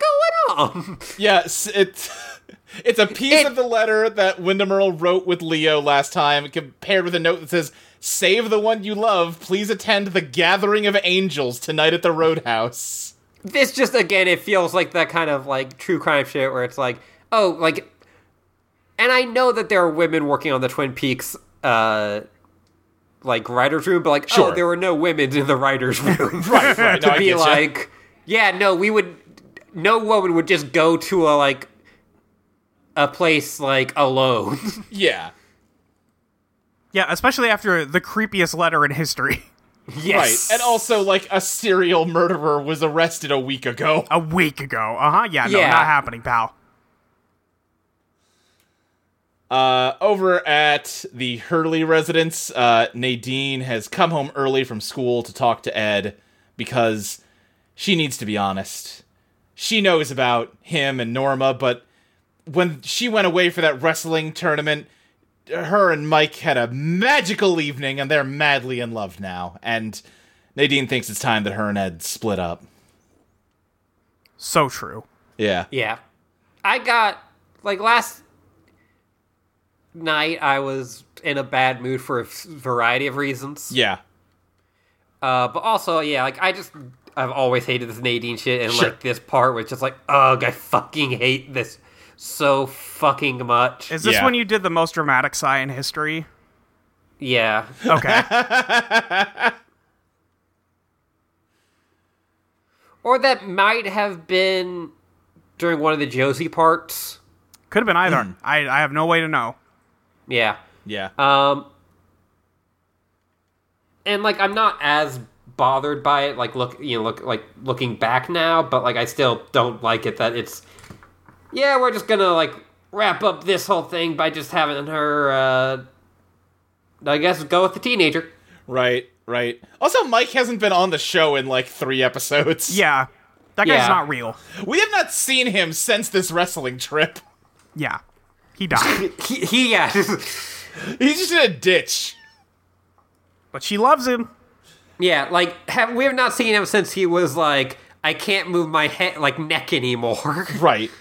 Speaker 1: going on.
Speaker 3: Yes, it's it's a piece
Speaker 1: It-
Speaker 3: of the letter that Wyndham Earl wrote with Leo last time, compared with a note that says, "Save the one you love. Please attend the gathering of angels tonight at the Roadhouse."
Speaker 1: this just again it feels like that kind of like true crime shit where it's like oh like and i know that there are women working on the twin peaks uh like writers room but like oh
Speaker 3: Sure.
Speaker 1: there were no women in the writers room right,
Speaker 3: right, no,
Speaker 1: to
Speaker 3: I
Speaker 1: be
Speaker 3: getcha.
Speaker 1: like yeah no we would no woman would just go to a like a place like alone
Speaker 3: Yeah,
Speaker 2: Yeah, especially after the creepiest letter in history
Speaker 1: yes
Speaker 3: right. And also, like a serial murderer was arrested a week ago.
Speaker 2: a week ago. Uh huh. Yeah, no,
Speaker 1: Yeah.
Speaker 2: not happening, pal.
Speaker 3: Uh, over at the Hurley residence, uh, Nadine has come home early from school to talk to Ed because she needs to be honest. She knows about him and Norma, but when she went away for that wrestling tournament, her and Mike had a magical evening and they're madly in love now. And Nadine thinks it's time that her and Ed split up.
Speaker 2: So true.
Speaker 3: Yeah.
Speaker 1: Yeah. I got like last night I was in a bad mood for a s- variety of reasons.
Speaker 3: Yeah.
Speaker 1: Uh but also yeah, like I just I've always hated this Nadine shit and
Speaker 3: Sure.
Speaker 1: like this part was just like ugh, I fucking hate this so fucking much.
Speaker 2: Is this
Speaker 3: Yeah.
Speaker 2: when you did the most dramatic sigh in history?
Speaker 1: yeah.
Speaker 2: Okay.
Speaker 1: Or that might have been during one of the Josie parts.
Speaker 2: Could have been either.
Speaker 1: Hmm.
Speaker 2: I, I have no way to know.
Speaker 1: Yeah.
Speaker 3: Yeah.
Speaker 1: Um, and like I'm not as bothered by it. Like look, you know, look like looking back now, but like I still don't like it that it's. Yeah, we're just gonna like wrap up this whole thing by just having her. uh I guess go with the teenager.
Speaker 3: right. Right. Also, Mike hasn't been on the show in like three episodes.
Speaker 2: Yeah. That guy's
Speaker 1: Yeah.
Speaker 2: not real.
Speaker 3: We have not seen him since this wrestling trip.
Speaker 2: Yeah. He died.
Speaker 1: He, he yeah.
Speaker 3: He's just in a ditch.
Speaker 2: but she loves him.
Speaker 1: yeah, like have, we have not seen him since he was like I can't move my head like neck anymore.
Speaker 3: Right.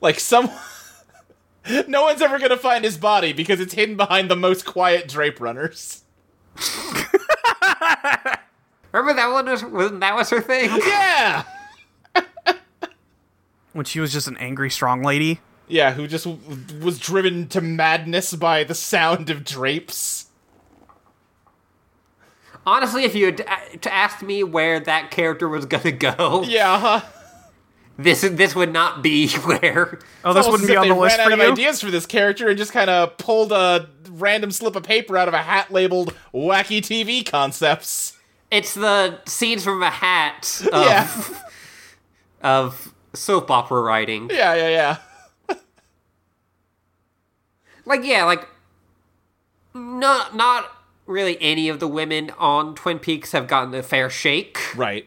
Speaker 3: Like some No one's ever gonna find his body because it's hidden behind the most quiet drape runners.
Speaker 1: Remember that one? Was, wasn't that was her thing?
Speaker 3: Yeah.
Speaker 2: When she was just an angry, strong lady.
Speaker 3: Yeah, who just w- was driven to madness by the sound of drapes.
Speaker 1: Honestly, if you had a- to asked me where that character was gonna go,
Speaker 3: Yeah. uh-huh. huh?
Speaker 1: this this would not be where.
Speaker 2: Oh, this
Speaker 3: Almost
Speaker 2: wouldn't
Speaker 3: as
Speaker 2: be
Speaker 3: if
Speaker 2: on the
Speaker 3: they
Speaker 2: list
Speaker 3: ran
Speaker 2: for
Speaker 3: out
Speaker 2: you.
Speaker 3: of ideas for this character and just kind of pulled a random slip of paper out of a hat labeled "wacky TV concepts."
Speaker 1: It's the scenes from a hat of,
Speaker 3: Yeah,
Speaker 1: of soap opera writing.
Speaker 3: yeah, yeah, yeah.
Speaker 1: Like yeah, like not not really any of the women on Twin Peaks have gotten a fair shake.
Speaker 3: Right.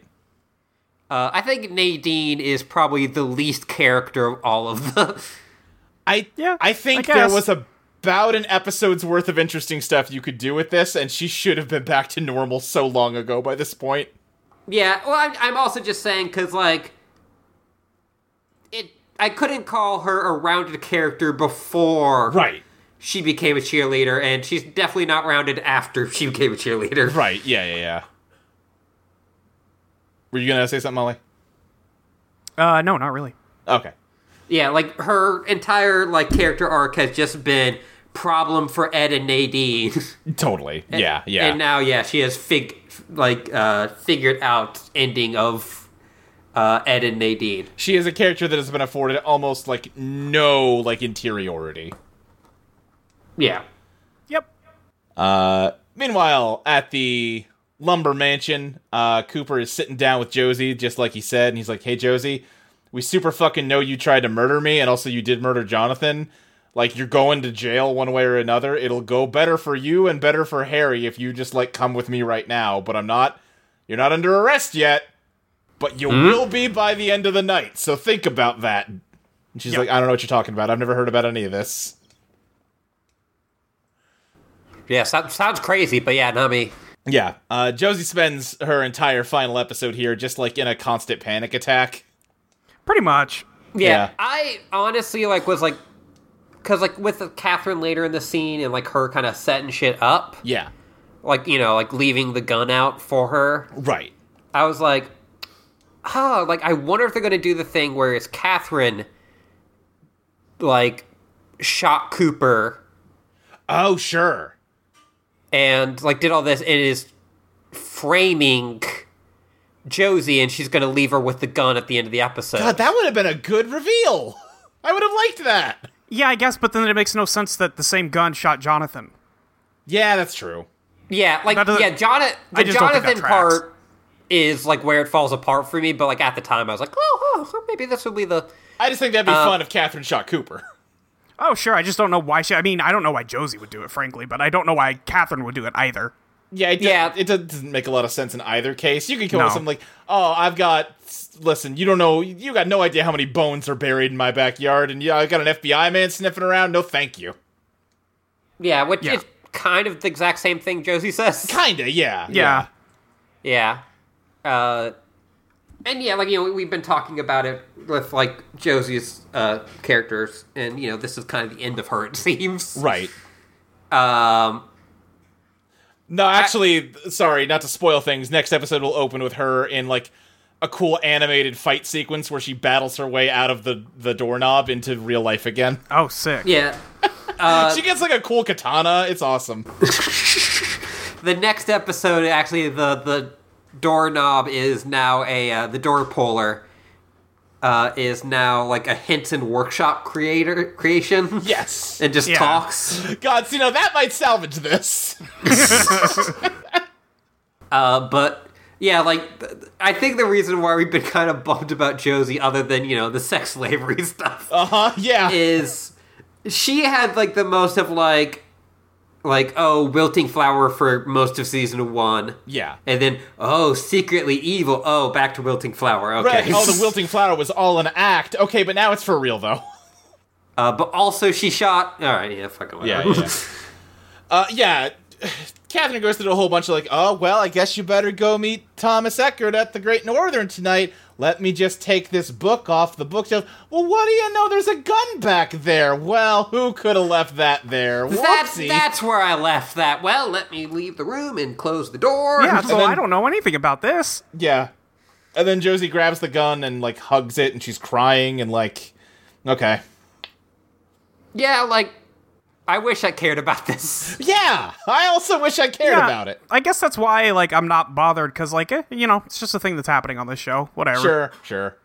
Speaker 1: Uh, I think Nadine is probably the least character of all of the.
Speaker 3: I
Speaker 2: Yeah,
Speaker 3: I think
Speaker 2: I
Speaker 3: there
Speaker 2: guess.
Speaker 3: was about an episode's worth of interesting stuff you could do with this, and she should have been back to normal so long ago by this point.
Speaker 1: Yeah, well, I'm, I'm also just saying because like it, I couldn't call her a rounded character before
Speaker 3: Right.
Speaker 1: she became a cheerleader, and she's definitely not rounded after she became a cheerleader.
Speaker 3: Right. Yeah. Yeah. Yeah. Were you gonna say something, Molly?
Speaker 2: Uh, no, not really.
Speaker 3: Okay.
Speaker 1: Yeah, like her entire like character arc has just been problem for Ed and Nadine.
Speaker 3: Totally. yeah. Yeah.
Speaker 1: And now, yeah, she has fig like uh figured out ending of uh Ed and Nadine.
Speaker 3: she is a character that has been afforded almost like no like interiority.
Speaker 1: Yeah.
Speaker 2: Yep.
Speaker 3: Uh, meanwhile, at the lumber mansion, uh, Cooper is sitting down with Josie, just like he said, and he's like, "Hey, Josie, we super fucking know you tried to murder me, and also you did murder Jonathan. like you're going to jail one way or another. It'll go better for you and better for Harry if you just like come with me right now, but I'm not you're not under arrest yet, but you will be by the end of the night. So think about that. And she's like, I don't know what you're talking about. I've never heard about any of this.
Speaker 1: Yeah, so- sounds crazy, but yeah, not me.
Speaker 3: Yeah. Uh, Josie spends her entire final episode here just like in a constant panic attack.
Speaker 2: Pretty much.
Speaker 1: Yeah,
Speaker 3: Yeah.
Speaker 1: I honestly like was like, because like with Catherine later in the scene and like her kind of setting shit up,
Speaker 3: Yeah.
Speaker 1: like you know, like leaving the gun out for her.
Speaker 3: Right.
Speaker 1: I was like, oh, like I wonder if they're gonna do the thing where it's Catherine, like, shot Cooper
Speaker 3: Oh, sure.
Speaker 1: and like did all this and is framing Josie, and she's gonna leave her with the gun at the end of the episode.
Speaker 3: God, that would have been a good reveal. I would have liked that.
Speaker 2: Yeah, I guess, but then it makes no sense that the same gun shot Jonathan.
Speaker 3: Yeah, that's true.
Speaker 1: Yeah, like
Speaker 2: That doesn't-
Speaker 1: yeah, Jonathan. The
Speaker 2: I just don't think that
Speaker 1: Jonathan
Speaker 2: tracks.
Speaker 1: part is like where it falls apart for me. But like at the time, I was like, oh, oh maybe this will be the.
Speaker 3: I just think that'd be fun if Catherine shot Cooper.
Speaker 2: Oh, sure. I just don't know why she. I mean, I don't know why Josie would do it, frankly, but I don't know why Catherine would do it either.
Speaker 3: Yeah, it,
Speaker 1: Yeah.
Speaker 3: yeah. it doesn't- doesn't make a lot of sense in either case. You could come up
Speaker 2: No.
Speaker 3: with something like, "Oh, I've got listen, you don't know, you got no idea how many bones are buried in my backyard, and yeah, I got an FBI man sniffing around. No, thank you."
Speaker 1: Yeah, which
Speaker 2: Yeah.
Speaker 1: is kind of the exact same thing Josie says.
Speaker 3: Kinda, yeah,
Speaker 2: Yeah.
Speaker 1: Yeah. Uh, and yeah, like you know, we've been talking about it with like Josie's uh, characters, and you know, this is kind of the end of her. It seems.
Speaker 3: right.
Speaker 1: Um,
Speaker 3: No, actually, sorry, not to spoil things. Next episode will open with her in like a cool animated fight sequence where she battles her way out of the the doorknob into real life again.
Speaker 2: Oh, sick.
Speaker 1: yeah.
Speaker 3: she gets like a cool katana. It's awesome.
Speaker 1: The next episode, actually, the the doorknob is now a uh, the door puller uh, is now like a Hinton workshop creator creation.
Speaker 3: Yes.
Speaker 1: and just
Speaker 2: Yeah.
Speaker 1: talks.
Speaker 3: God, you know that might salvage this.
Speaker 1: Uh, but yeah, like th- I think the reason why we've been kind of bummed about Josie, other than you know the sex slavery stuff,
Speaker 3: Uh huh. Yeah.
Speaker 1: is she had like the most of like like oh wilting flower for most of season one.
Speaker 3: yeah.
Speaker 1: And then, oh, secretly evil. Oh, back to wilting flower. Okay.
Speaker 3: Right. Oh, the wilting flower was all an act. Okay, but now it's for real though.
Speaker 1: Uh, but also, she shot. All right, yeah, fucking whatever.
Speaker 3: uh, yeah. Catherine goes through a whole bunch of like, oh well, I guess you better go meet Thomas Eckert at the Great Northern tonight. Let me just take this book off the bookshelf. Well, what do you know? There's a gun back there. Well, who could have left that there?
Speaker 1: that's
Speaker 3: Whoopsie.
Speaker 1: that's where I left that. Well, let me leave the room and close the door.
Speaker 2: Yeah, so
Speaker 3: then-
Speaker 2: I don't know anything about this.
Speaker 3: Yeah. And then Josie grabs the gun and like hugs it, and she's crying and like, okay,
Speaker 1: Yeah, like I wish I cared about this.
Speaker 3: yeah. I also wish I cared
Speaker 2: Yeah,
Speaker 3: about it.
Speaker 2: I guess that's why, like, I'm not bothered because, like, eh, you know, it's just a thing that's happening on this show. Whatever.
Speaker 3: Sure, sure.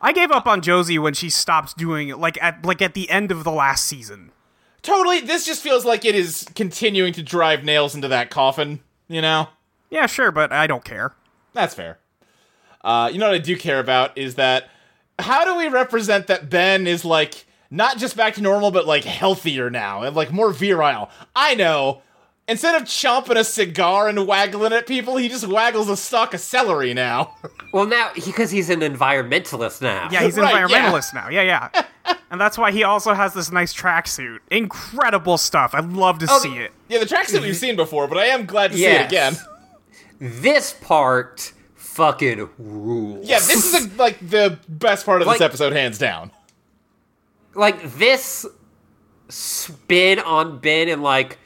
Speaker 2: I gave up on Josie when she stopped doing it, like at like at the end of the last season.
Speaker 3: Totally. This just feels like it is continuing to drive nails into that coffin. You know,
Speaker 2: Yeah, sure, but I don't care.
Speaker 3: that's fair. Uh, you know what I do care about is that how do we represent that Ben is like not just back to normal, but like healthier now and like more virile. I know. Instead of chomping a cigar and waggling at people, he just waggles a stalk of celery now.
Speaker 1: Well, now because he's an environmentalist now.
Speaker 2: Yeah, he's an
Speaker 3: Right, yeah.
Speaker 2: environmentalist now. Yeah, yeah. and that's why he also has this nice tracksuit. Incredible stuff. I'd love to
Speaker 3: Oh,
Speaker 2: see it.
Speaker 3: Yeah, the tracks that we've seen before, but I am glad to see
Speaker 1: Yes.
Speaker 3: it again.
Speaker 1: This part fucking rules.
Speaker 3: Yeah, this is a, like the best part of
Speaker 1: Like-
Speaker 3: this episode, hands down.
Speaker 1: like this spin on Ben and like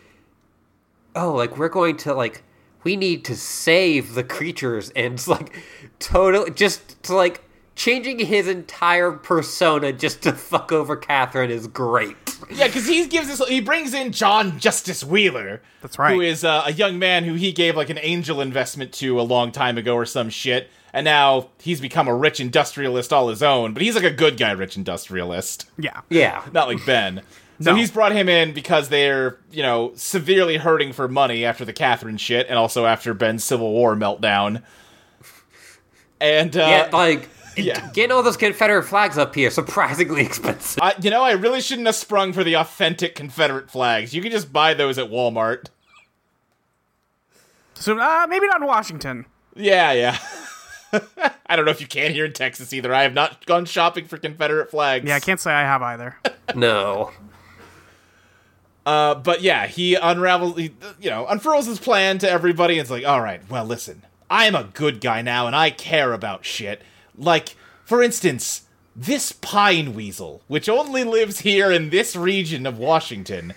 Speaker 1: oh, like we're going to like we need to save the creatures and it's like totally just to like changing his entire persona just to fuck over Catherine is great.
Speaker 3: Yeah, because he gives us he brings in John Justice Wheeler.
Speaker 2: That's right.
Speaker 3: Who is uh, a young man who he gave like an angel investment to a long time ago or some shit, and now he's become a rich industrialist all his own. But he's like a good guy, rich industrialist,
Speaker 2: Yeah.
Speaker 1: Yeah.
Speaker 3: not like Ben. So
Speaker 2: No.
Speaker 3: he's brought him in because they're you know severely hurting for money after the Catherine shit, and also after Ben's Civil War meltdown. And uh,
Speaker 1: yeah, like
Speaker 3: yeah.
Speaker 1: Getting all those Confederate flags up here surprisingly expensive.
Speaker 3: I, you know, I really shouldn't have sprung for the authentic Confederate flags. You can just buy those at Walmart.
Speaker 2: So uh, maybe not in Washington.
Speaker 3: Yeah, yeah. I don't know if you can here in Texas either. I have not gone shopping for Confederate flags.
Speaker 2: Yeah, I can't say I have either.
Speaker 1: No.
Speaker 3: Uh, but yeah, he unravels, he, you know, unfurls his plan to everybody. And it's like, all right, well, listen, I'm a good guy now, and I care about shit. Like, for instance, this pine weasel, which only lives here in this region of Washington,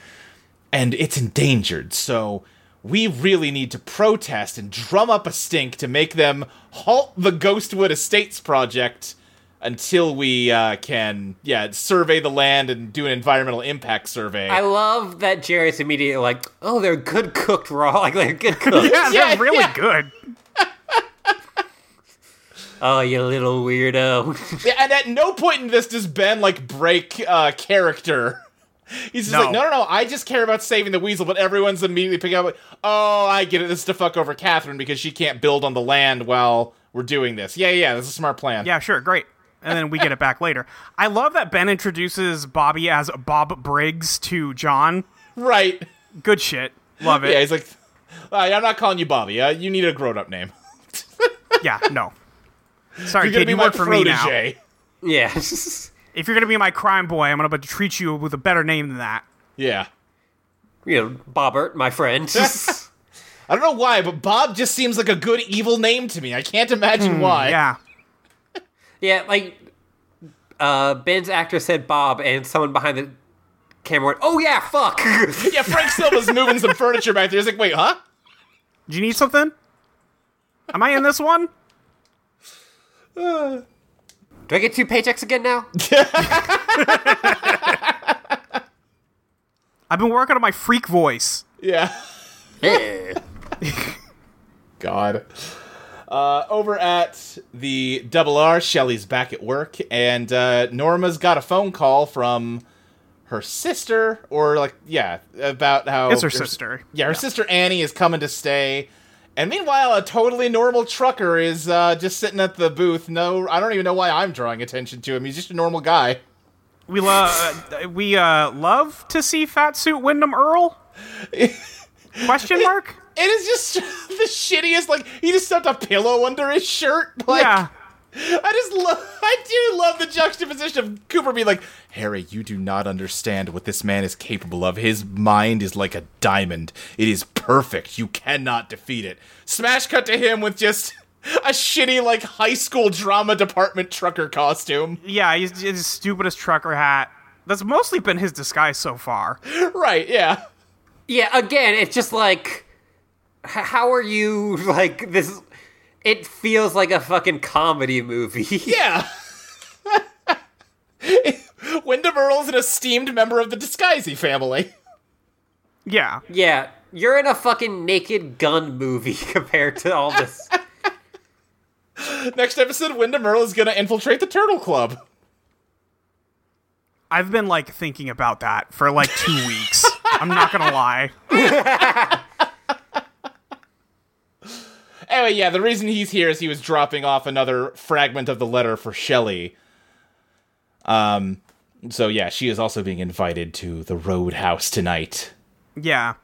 Speaker 3: and it's endangered. So we really need to protest and drum up a stink to make them halt the Ghostwood Estates project until we uh, can, yeah, survey the land and do an environmental impact survey.
Speaker 1: I love that Jerry's immediately like, oh, they're good cooked raw. Like, they're good cooked.
Speaker 2: yeah,
Speaker 3: Yeah,
Speaker 2: they're really
Speaker 3: yeah.
Speaker 2: good.
Speaker 1: Oh, you little weirdo.
Speaker 3: Yeah, and at no point in this does Ben like break uh, character. He's just
Speaker 2: No.
Speaker 3: like, no, no, no. I just care about saving the weasel. But everyone's immediately picking up. Like, oh, I get it. This is to fuck over Catherine because she can't build on the land while we're doing this. Yeah, yeah, this is a smart plan.
Speaker 2: Yeah, sure, great. And then we get it back later. I love that Ben introduces Bobby as Bob Briggs to John.
Speaker 3: right.
Speaker 2: Good shit. Love
Speaker 3: Yeah,
Speaker 2: it.
Speaker 3: he's like, "All right, I'm not calling you Bobby. Uh, you need a grown-up name.
Speaker 2: Yeah, no. Sorry,
Speaker 3: You're gonna
Speaker 2: kid,
Speaker 3: be
Speaker 2: you
Speaker 3: my
Speaker 2: work for me now.
Speaker 3: protege.
Speaker 1: yeah.
Speaker 2: If you're gonna be my crime boy, I'm gonna but treat you with a better name than that.
Speaker 3: Yeah.
Speaker 1: you know, Bobbert, my friend.
Speaker 3: I don't know why, but Bob just seems like a good evil name to me. I can't imagine why.
Speaker 2: Hmm, Yeah.
Speaker 1: yeah, like, uh, Ben's actor said Bob, and someone behind the camera went, oh, yeah, fuck.
Speaker 3: Yeah, Frank Silva's moving some furniture back there. He's like, wait, huh?
Speaker 2: Do you need something? Am I in this one?
Speaker 1: Do I get two paychecks again now?
Speaker 2: I've been working on my freak voice.
Speaker 3: Yeah.
Speaker 1: Eh.
Speaker 3: God. Uh, over at the Double R, Shelly's back at work, and uh, Norma's got a phone call from her sister, or like, yeah, about how
Speaker 2: It's her
Speaker 3: Oh, there's-
Speaker 2: sister.
Speaker 3: Yeah, her sister Annie is coming to stay. And meanwhile, a totally normal trucker is uh, just sitting at the booth. No, I don't even know why I'm drawing attention to him. He's just a normal guy.
Speaker 2: We love we uh, love to see Fatsuit Wyndham Earl. Question mark?
Speaker 3: It is just the shittiest. Like he just stuffed a pillow under his shirt. Like,
Speaker 2: yeah.
Speaker 3: I just love. I do love the juxtaposition of Cooper being like, Harry, you do not understand what this man is capable of. His mind is like a diamond. It is perfect. You cannot defeat it. Smash cut to him with just a shitty like high school drama department trucker costume.
Speaker 2: Yeah, he's, he's the stupidest trucker hat. That's mostly been his disguise so far.
Speaker 3: Right? Yeah.
Speaker 1: Yeah, again, it's just like, h- how are you, like, this. It feels like a fucking comedy movie.
Speaker 3: Yeah. Wyndham Earl is an esteemed member of the Disguisey family.
Speaker 2: Yeah.
Speaker 1: Yeah, you're in a fucking naked gun movie compared to all this.
Speaker 3: Next episode, Wyndham Earl is gonna infiltrate the Turtle Club.
Speaker 2: I've been like thinking about that for like two weeks. I'm not gonna lie.
Speaker 3: Anyway, yeah, the reason he's here is he was dropping off another fragment of the letter for Shelley. Um, so yeah, she is also being invited to the Roadhouse tonight.
Speaker 2: Yeah.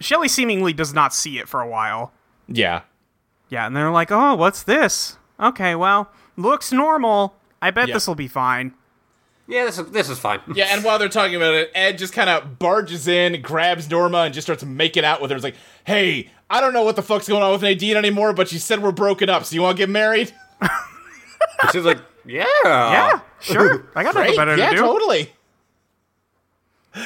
Speaker 2: Shelly seemingly does not see it for a while.
Speaker 3: Yeah.
Speaker 2: Yeah, and they're like, oh, what's this? Okay, well, looks normal. I bet
Speaker 3: Yeah.
Speaker 2: this will be fine.
Speaker 1: Yeah, this is, this is fine.
Speaker 3: Yeah, and while they're talking about it, Ed just kind of barges in, grabs Norma, and just starts making out with her. It's like, hey, I don't know what the fuck's going on with Nadine anymore, but she said we're broken up, so you want to get married?
Speaker 1: She's like, yeah.
Speaker 2: yeah, sure. I got nothing
Speaker 3: Right?
Speaker 2: better
Speaker 3: Oh. yeah,
Speaker 2: to do.
Speaker 3: totally.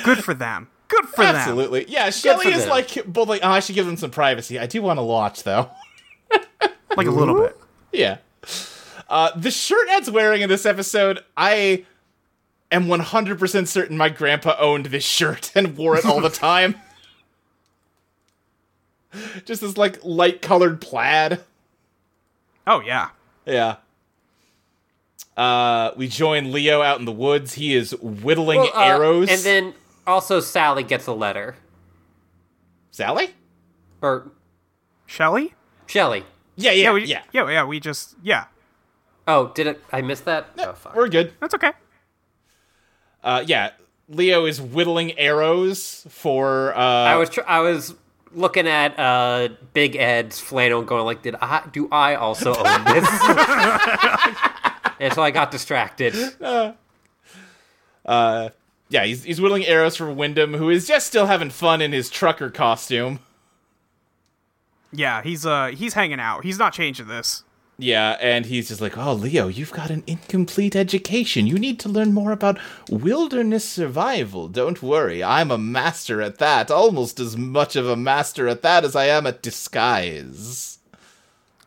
Speaker 2: Good for them. Good for them.
Speaker 3: Absolutely. Yeah, Shelly
Speaker 1: for
Speaker 3: is
Speaker 1: them.
Speaker 3: like, both like, oh, I should give them some privacy. I do want to watch, though.
Speaker 2: Like a little bit.
Speaker 3: Yeah. Uh, the shirt Ed's wearing in this episode, I am 100% certain my grandpa owned this shirt and wore it all the time. Just this, like, light colored plaid.
Speaker 2: Oh, yeah.
Speaker 3: Yeah. Uh, we join Leo out in the woods. He is whittling
Speaker 1: Well, uh,
Speaker 3: arrows.
Speaker 1: And then also Sally gets a letter.
Speaker 3: Sally?
Speaker 1: Or
Speaker 2: Shelly?
Speaker 1: Shelly.
Speaker 3: Yeah, yeah,
Speaker 2: we,
Speaker 3: yeah.
Speaker 2: yeah, yeah, we just, yeah.
Speaker 1: Oh, did it? I missed that. oh fuck.
Speaker 3: We're good.
Speaker 2: That's okay.
Speaker 3: Uh, yeah, Leo is whittling arrows for.
Speaker 1: I
Speaker 3: Uh,
Speaker 1: was tr- I was looking at uh, Big Ed's flannel, going like, "Did I? Do I also own this?" and so I got distracted.
Speaker 3: yeah, he's, he's whittling arrows for Wyndham, who is just still having fun in his trucker costume.
Speaker 2: Yeah, he's uh he's hanging out. He's not changing this.
Speaker 3: Yeah, and he's just like, "Oh, Leo, you've got an incomplete education. You need to learn more about wilderness survival. Don't worry, I'm a master at that. Almost as much of a master at that as I am at disguise."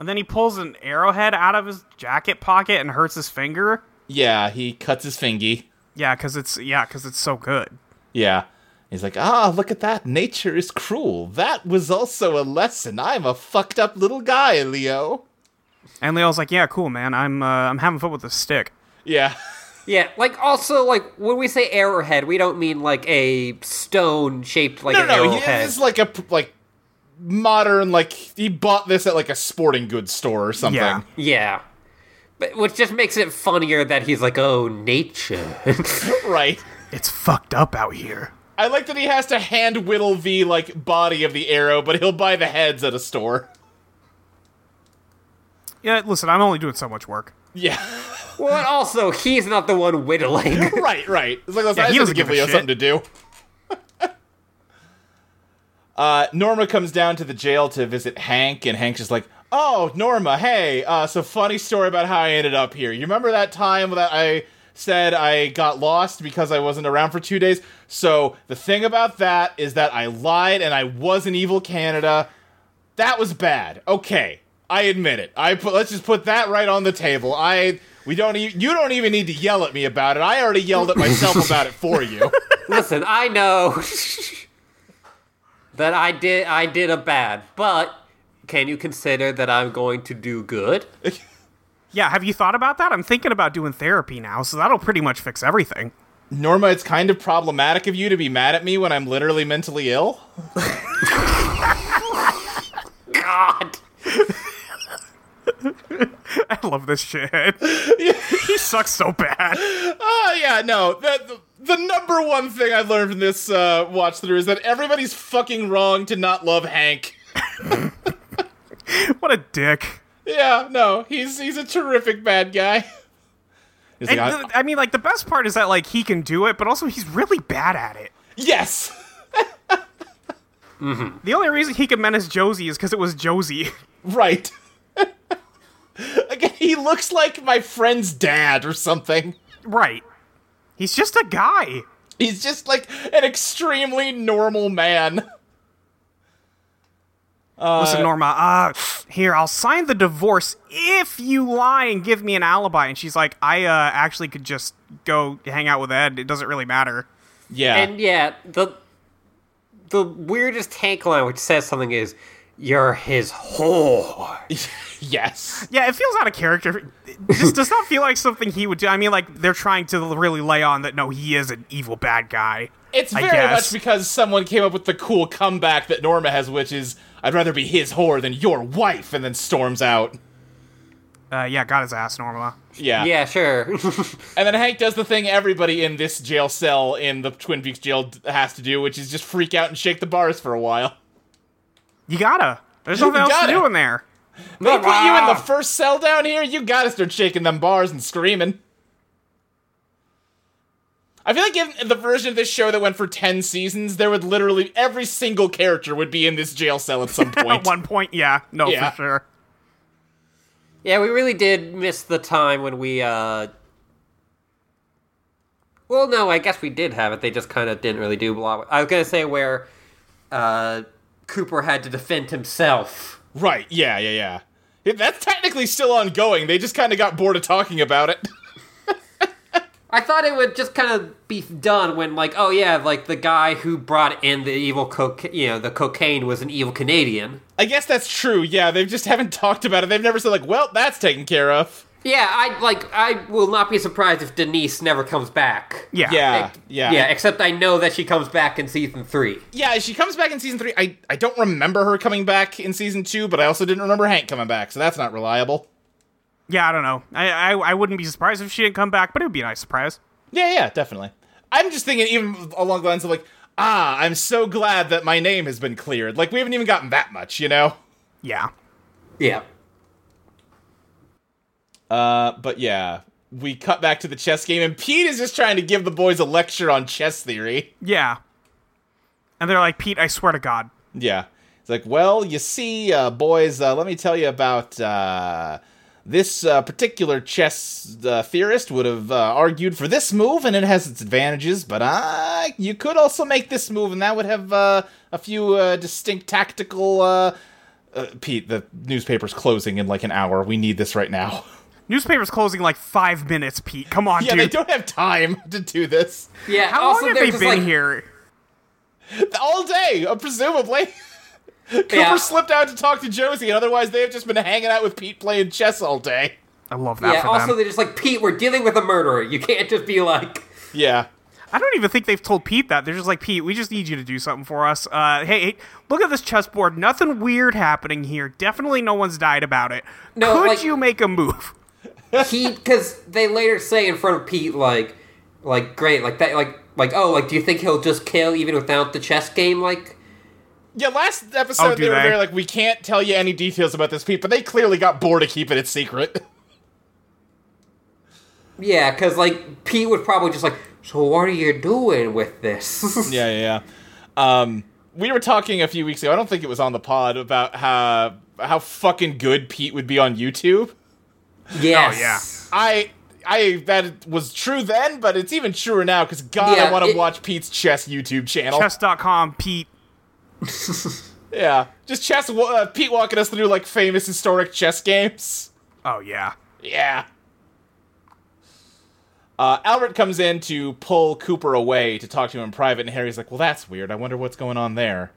Speaker 2: And then he pulls an arrowhead out of his jacket pocket and hurts his finger.
Speaker 3: Yeah, he cuts his fingy.
Speaker 2: Yeah, cuz it's yeah, cuz it's so good.
Speaker 3: Yeah. He's like, "Ah, look at that. Nature is cruel. That was also a lesson. I'm a fucked up little guy, Leo."
Speaker 2: And Leo's like, "Yeah, cool, man. I'm uh, I'm having fun with this stick."
Speaker 3: Yeah.
Speaker 1: Yeah, like also like when we say arrowhead, we don't mean like a stone shaped like
Speaker 3: No,
Speaker 1: an
Speaker 3: no, he
Speaker 1: arrowhead.
Speaker 3: is like a p- like modern like he bought this at like a sporting goods store or something.
Speaker 2: Yeah.
Speaker 1: yeah, but which just makes it funnier that he's like, "Oh, nature."
Speaker 3: Right.
Speaker 2: It's fucked up out here.
Speaker 3: I like that he has to hand whittle the like body of the arrow, but he'll buy the heads at a store.
Speaker 2: Yeah, listen, I'm only doing so much work.
Speaker 3: Yeah.
Speaker 1: well, and also he's not the one whittling.
Speaker 3: right, right. It's like let's
Speaker 2: Yeah,
Speaker 3: I
Speaker 2: he
Speaker 3: just
Speaker 2: doesn't
Speaker 3: give
Speaker 2: give a
Speaker 3: Leo
Speaker 2: shit.
Speaker 3: something to do. uh, Norma comes down to the jail to visit Hank, and Hank's just like, "Oh, Norma, hey, uh, so funny story about how I ended up here. You remember that time that I said I got lost because I wasn't around for two days? So the thing about that is that I lied and I was in evil Canada. That was bad. Okay, I admit it. I put, let's just put that right on the table. I we don't e- you don't even need to yell at me about it. I already yelled at myself about it for you.
Speaker 1: Listen, I know that I did I did a bad, but can you consider that I'm going to do good?
Speaker 2: Yeah, have you thought about that? I'm thinking about doing therapy now, so that'll pretty much fix everything.
Speaker 3: Norma, it's kind of problematic of you to be mad at me when I'm literally mentally ill.
Speaker 1: God.
Speaker 2: I love this shit. he sucks so bad.
Speaker 3: Oh yeah, no. That the, the number one thing I learned from this uh, watch through is that everybody's fucking wrong to not love Hank.
Speaker 2: What a dick.
Speaker 3: Yeah, no, he's he's a terrific bad guy. He's like,
Speaker 2: And
Speaker 3: "I-
Speaker 2: th- I mean, like the best part is that like he can do it, but also he's really bad at it.
Speaker 3: yes.
Speaker 2: The only reason he could menace Josie is because it was Josie.
Speaker 3: Right. Again, he looks like my friend's dad or something.
Speaker 2: right. He's just a guy.
Speaker 3: He's just like an extremely normal man.
Speaker 2: Listen, Norma, uh, here, I'll sign the divorce if you lie and give me an alibi. And she's like, I, uh, actually could just go hang out with Ed. It doesn't really matter.
Speaker 3: Yeah.
Speaker 1: And yeah, the the weirdest tank line which says something is you're his whore.
Speaker 3: yes.
Speaker 2: Yeah, it feels out of character. It just does not feel like something he would do. I mean, like, they're trying to really lay on that, no, he is an evil bad guy.
Speaker 3: It's
Speaker 2: I
Speaker 3: very much
Speaker 2: guess.
Speaker 3: because someone came up with the cool comeback that Norma has, which is I'd rather be his whore than your wife, and then storms out.
Speaker 2: Uh, yeah, got his ass, Norma.
Speaker 3: Yeah.
Speaker 1: Yeah, sure.
Speaker 3: And then Hank does the thing everybody in this jail cell in the Twin Peaks jail d- has to do, which is just freak out and shake the bars for a while.
Speaker 2: You gotta. There's nothing else to
Speaker 3: gotta.
Speaker 2: do in there.
Speaker 3: They put you in the first cell down here, you gotta start shaking them bars and screaming. I feel like in- in the version of this show that went for 10 seasons, there would literally every single character would be in this jail cell at some
Speaker 2: At
Speaker 3: point.
Speaker 2: one point, yeah. No,
Speaker 3: Yeah.
Speaker 2: for sure.
Speaker 1: Yeah, we really did miss the time when we uh Well, no, I guess we did have it. They just kind of didn't really do a lot. I was going to say where uh Cooper had to defend himself.
Speaker 3: Right, yeah, yeah, yeah. Yeah, That's technically still ongoing. They just kind of got bored of talking about it.
Speaker 1: I thought it would just kind of be done when like, oh yeah, like the guy who brought in the evil coca- you know, the cocaine was an evil Canadian.
Speaker 3: I guess that's true. Yeah, they just haven't talked about it. They've never said like, "Well, that's taken care of."
Speaker 1: Yeah, I like I will not be surprised if Denise never comes back.
Speaker 2: Yeah.
Speaker 3: Yeah, yeah,
Speaker 1: Yeah, except I know that she comes back in season 3.
Speaker 3: Yeah, she comes back in season three. I, I don't remember her coming back in season two, but I also didn't remember Hank coming back, so that's not reliable.
Speaker 2: Yeah, I don't know. I, I I wouldn't be surprised if she didn't come back, but it would be a nice surprise.
Speaker 3: Yeah, yeah, definitely. I'm just thinking even along the lines of like, ah, I'm so glad that my name has been cleared. Like we haven't even gotten that much, you know.
Speaker 2: Yeah.
Speaker 1: Yeah.
Speaker 3: Uh, but yeah, we cut back to the chess game, and Pete is just trying to give the boys a lecture on chess theory.
Speaker 2: Yeah. And they're like, Pete, I swear to God.
Speaker 3: Yeah, it's like, well, you see, uh, boys, uh, let me tell you about uh, this uh, particular chess uh, theorist would have uh, argued for this move, and it has its advantages. But uh, you could also make this move, and that would have uh, a few uh, distinct tactical. Uh, uh, Pete, the newspaper's closing in like an hour. We need this right now.
Speaker 2: Newspaper's closing in, like five minutes, Pete. Come on,
Speaker 3: Yeah,
Speaker 2: dude.
Speaker 3: they don't have time to do this.
Speaker 1: Yeah.
Speaker 2: How
Speaker 1: also,
Speaker 2: long have
Speaker 1: they're
Speaker 2: they
Speaker 1: just
Speaker 2: been
Speaker 1: like,
Speaker 2: here?
Speaker 3: all day, uh, presumably. Cooper
Speaker 1: Yeah.
Speaker 3: slipped out to talk to Josie, and otherwise they have just been hanging out with Pete playing chess all day.
Speaker 2: I love that
Speaker 1: Yeah.
Speaker 2: for
Speaker 1: Also,
Speaker 2: them.
Speaker 1: they're just like Pete. We're dealing with a murderer. You can't just be like,
Speaker 3: Yeah.
Speaker 2: I don't even think they've told Pete that. They're just like, Pete, we just need you to do something for us. Uh, hey, hey, look at this chessboard. Nothing weird happening here. Definitely no one's died about it.
Speaker 1: No,
Speaker 2: Could
Speaker 1: like-
Speaker 2: you make a move?
Speaker 1: he because they later say in front of Pete like like great like that like like oh like do you think he'll just kill even without the chess game like
Speaker 3: Yeah, last
Speaker 2: Oh,
Speaker 3: episode
Speaker 2: do
Speaker 3: they were
Speaker 2: they?
Speaker 3: very like, we can't tell you any details about this, Pete, but they clearly got bored of keeping it secret.
Speaker 1: yeah because like Pete would probably just like so what are you doing with this
Speaker 3: yeah, yeah, yeah. Um, we were talking a few weeks ago, I don't think it was on the pod, about how, how fucking good Pete would be on YouTube.
Speaker 2: Oh,
Speaker 1: yes
Speaker 3: I. I that was true then, but it's even truer now because God, I
Speaker 1: Yeah,
Speaker 3: want to
Speaker 1: it-
Speaker 3: watch Pete's chess YouTube
Speaker 1: Oh.
Speaker 3: channel.
Speaker 2: Chess.com, Pete.
Speaker 3: Yeah, just chess. Uh, Pete walking us through like famous historic chess games.
Speaker 2: Oh, yeah.
Speaker 3: Yeah. Uh, Albert comes in to pull Cooper away to talk to him in private, and Harry's like, "Well, that's weird. I wonder what's going on there."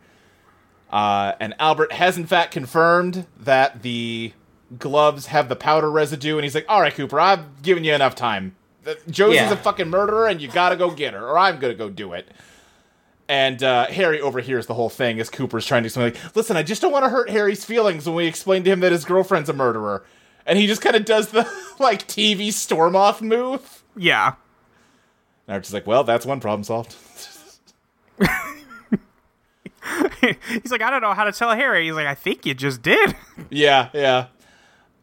Speaker 3: Uh, and Albert has in fact confirmed that the gloves have the powder residue, and he's like, "All right, Cooper, I've given you enough time. That- Josie's
Speaker 1: Yeah.
Speaker 3: a fucking murderer, and you gotta go get her, or I'm gonna go do it." And uh, Harry overhears the whole thing as Cooper's trying to explain, like, listen, I just don't want to hurt Harry's feelings when we explain to him that his girlfriend's a murderer. And he just kind of does the, like, TV storm off move.
Speaker 2: Yeah.
Speaker 3: And I'm just like, well, that's one problem solved.
Speaker 2: He's like, I don't know how to tell Harry. He's like, I think you just did.
Speaker 3: yeah, yeah.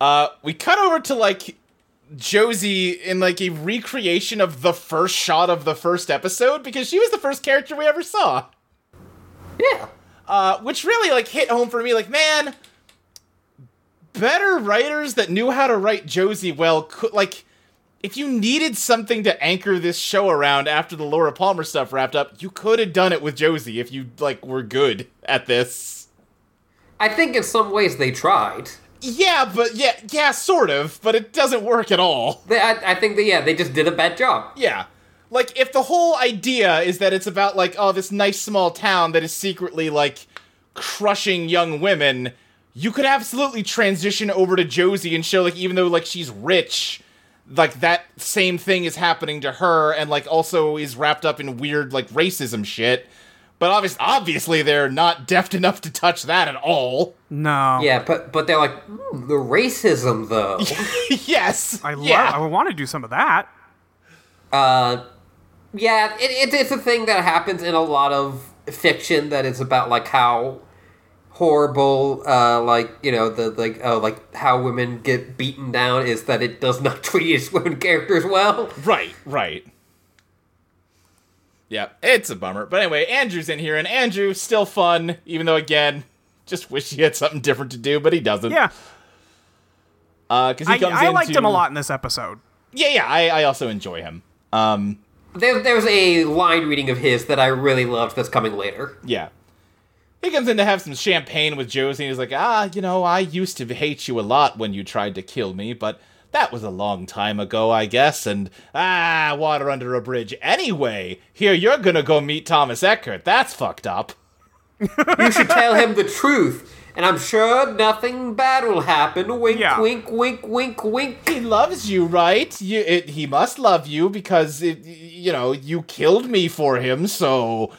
Speaker 3: Uh, we cut over to, like, Josie in, like, a recreation of the first shot of the first episode because she was the first character we ever saw.
Speaker 1: yeah
Speaker 3: Uh, which really like hit home for me like man better writers that knew how to write josie well could like if you needed something to anchor this show around after the laura palmer stuff wrapped up you could have done it with josie if you like were good at this
Speaker 1: I think in some ways they tried
Speaker 3: yeah but yeah yeah sort of but it doesn't work at all
Speaker 1: they, I, I think that yeah they just did a bad job
Speaker 3: Yeah. Like if the whole idea is that it's about like oh this nice small town that is secretly like crushing young women, you could absolutely transition over to Josie and show like even though like she's rich, like that same thing is happening to her and like also is wrapped up in weird like racism shit. But obviously, obviously they're not deft enough to touch that at all.
Speaker 2: No.
Speaker 1: yeah but but they're like "Hmm, the racism though
Speaker 3: yes.
Speaker 2: I love.
Speaker 3: yeah.
Speaker 2: I want to do some of that.
Speaker 1: Yeah, it, it, it's a thing that happens in a lot of fiction that it's about like how horrible, uh, like you know the like oh like how women get beaten down is that it does not treat its women characters well.
Speaker 3: Right, right. Yeah, it's a bummer. But anyway, Andrew's in here, and Andrew still fun, even though again, just wish he had something different to do, but he doesn't.
Speaker 2: Yeah.
Speaker 3: because he
Speaker 2: I,
Speaker 3: comes
Speaker 2: I
Speaker 3: in
Speaker 2: liked
Speaker 3: to-
Speaker 2: him a lot in this episode.
Speaker 3: Yeah, yeah. I, I also enjoy him. Um,
Speaker 1: There, there's a line reading of his that I really loved that's coming later.
Speaker 3: yeah. He comes in to have some champagne with Josie, and he's like, "Ah, you know, I used to hate you a lot when you tried to kill me, but that was a long time ago, I guess. And ah, water under a bridge. Anyway, here you're gonna go meet Thomas Eckert. That's fucked up."
Speaker 1: You should tell him the truth, and I'm sure nothing bad will happen. Wink,
Speaker 2: Yeah.
Speaker 1: wink, wink, wink, wink.
Speaker 3: He loves you, right? You, it, he must love you because it, you know you killed me for him. So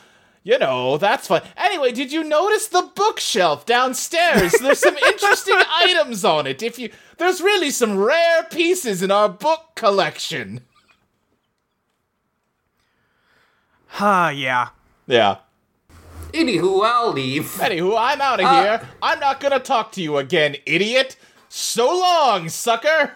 Speaker 3: You know, that's fun. Anyway, did you notice the bookshelf downstairs? There's some interesting items on it. If you There's really some rare pieces in our book collection.
Speaker 2: Huh, yeah.
Speaker 3: Yeah.
Speaker 1: Anywho, I'll leave.
Speaker 3: Anywho, I'm out of here. I'm not gonna talk to you again, idiot. So long, sucker.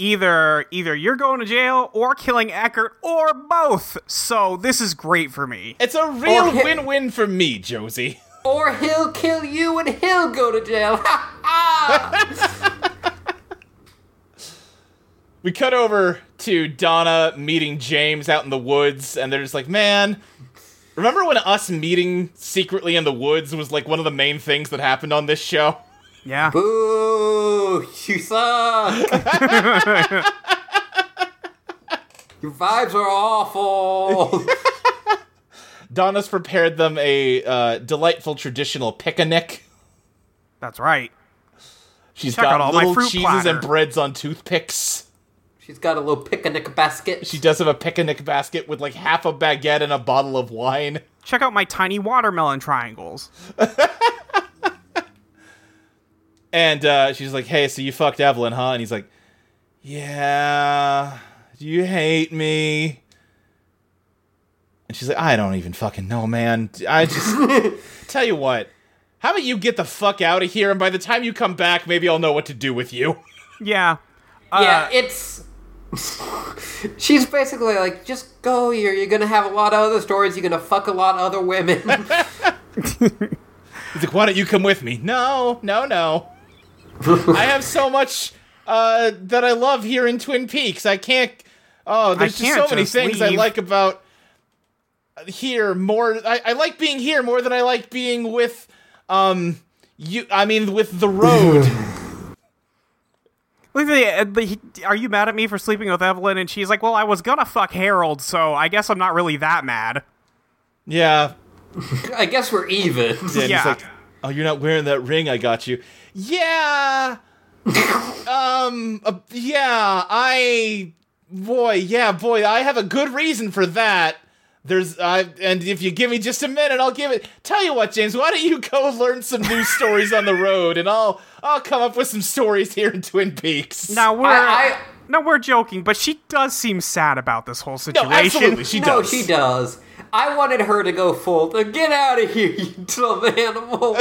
Speaker 2: Either either you're going to jail or killing Eckert or both. So this is great for me.
Speaker 3: It's a real
Speaker 1: Or hit-
Speaker 3: win-win for me, Josie.
Speaker 1: Or he'll kill you and he'll go to jail. Ha ha!
Speaker 3: We cut over to Donna meeting James out in the woods, and they're just like, man. Remember when us meeting secretly in the woods was like one of the main things that happened on this show?
Speaker 2: Yeah.
Speaker 1: Boo! You suck! Your vibes are awful!
Speaker 3: Donna's prepared them a uh, delightful traditional picnic.
Speaker 2: That's right.
Speaker 3: She's
Speaker 2: Check out
Speaker 3: got
Speaker 2: all my
Speaker 3: little
Speaker 2: fruit
Speaker 3: cheeses
Speaker 2: platter.
Speaker 3: and breads on toothpicks.
Speaker 1: She's got a little picnic basket.
Speaker 3: She does have a picnic basket with like half a baguette and a bottle of wine.
Speaker 2: Check out my tiny watermelon triangles.
Speaker 3: And uh, she's like, "Hey, so you fucked Evelyn, huh?" And he's like, "Yeah, do you hate me?" And she's like, "I don't even fucking know, man. I just tell you what. How about you get the fuck out of here? And by the time you come back, maybe I'll know what to do with you."
Speaker 2: Yeah.
Speaker 3: uh,
Speaker 1: yeah, it's. She's basically like, just go here. You're gonna have a lot of other stories. You're gonna fuck a lot of other women.
Speaker 3: He's like, "Why don't you come with me?" No, no, no. I have so much uh, that I love here in Twin Peaks. I can't. Oh, there's
Speaker 2: can't
Speaker 3: just so many
Speaker 2: just
Speaker 3: things I
Speaker 2: leave.
Speaker 3: like about here more. I, I like being here more than I like being with um you. I mean, with the road.
Speaker 2: Look at the- uh, the- Are you mad at me for sleeping with Evelyn? And she's like, "Well, I was gonna fuck Harold, so I guess I'm not really that mad."
Speaker 3: yeah.
Speaker 1: I guess we're even.
Speaker 3: And he's
Speaker 2: Yeah.
Speaker 3: like, "Oh, you're not wearing that ring I got you." Yeah. um. uh, yeah. I. Boy. Yeah. Boy. I have a good reason for that. There's. I. And if you give me just a minute, I'll give it. Tell you what, James. Why don't you go learn some new stories on the road, and I'll. I'll come up with some stories here in Twin Peaks.
Speaker 2: Now we're
Speaker 1: I- I-
Speaker 2: no, we're joking, but she does seem sad about this whole
Speaker 3: No,
Speaker 2: situation.
Speaker 3: absolutely, she
Speaker 1: no,
Speaker 3: does.
Speaker 1: she does. I wanted her to go full. To get out of here, you dumb animal.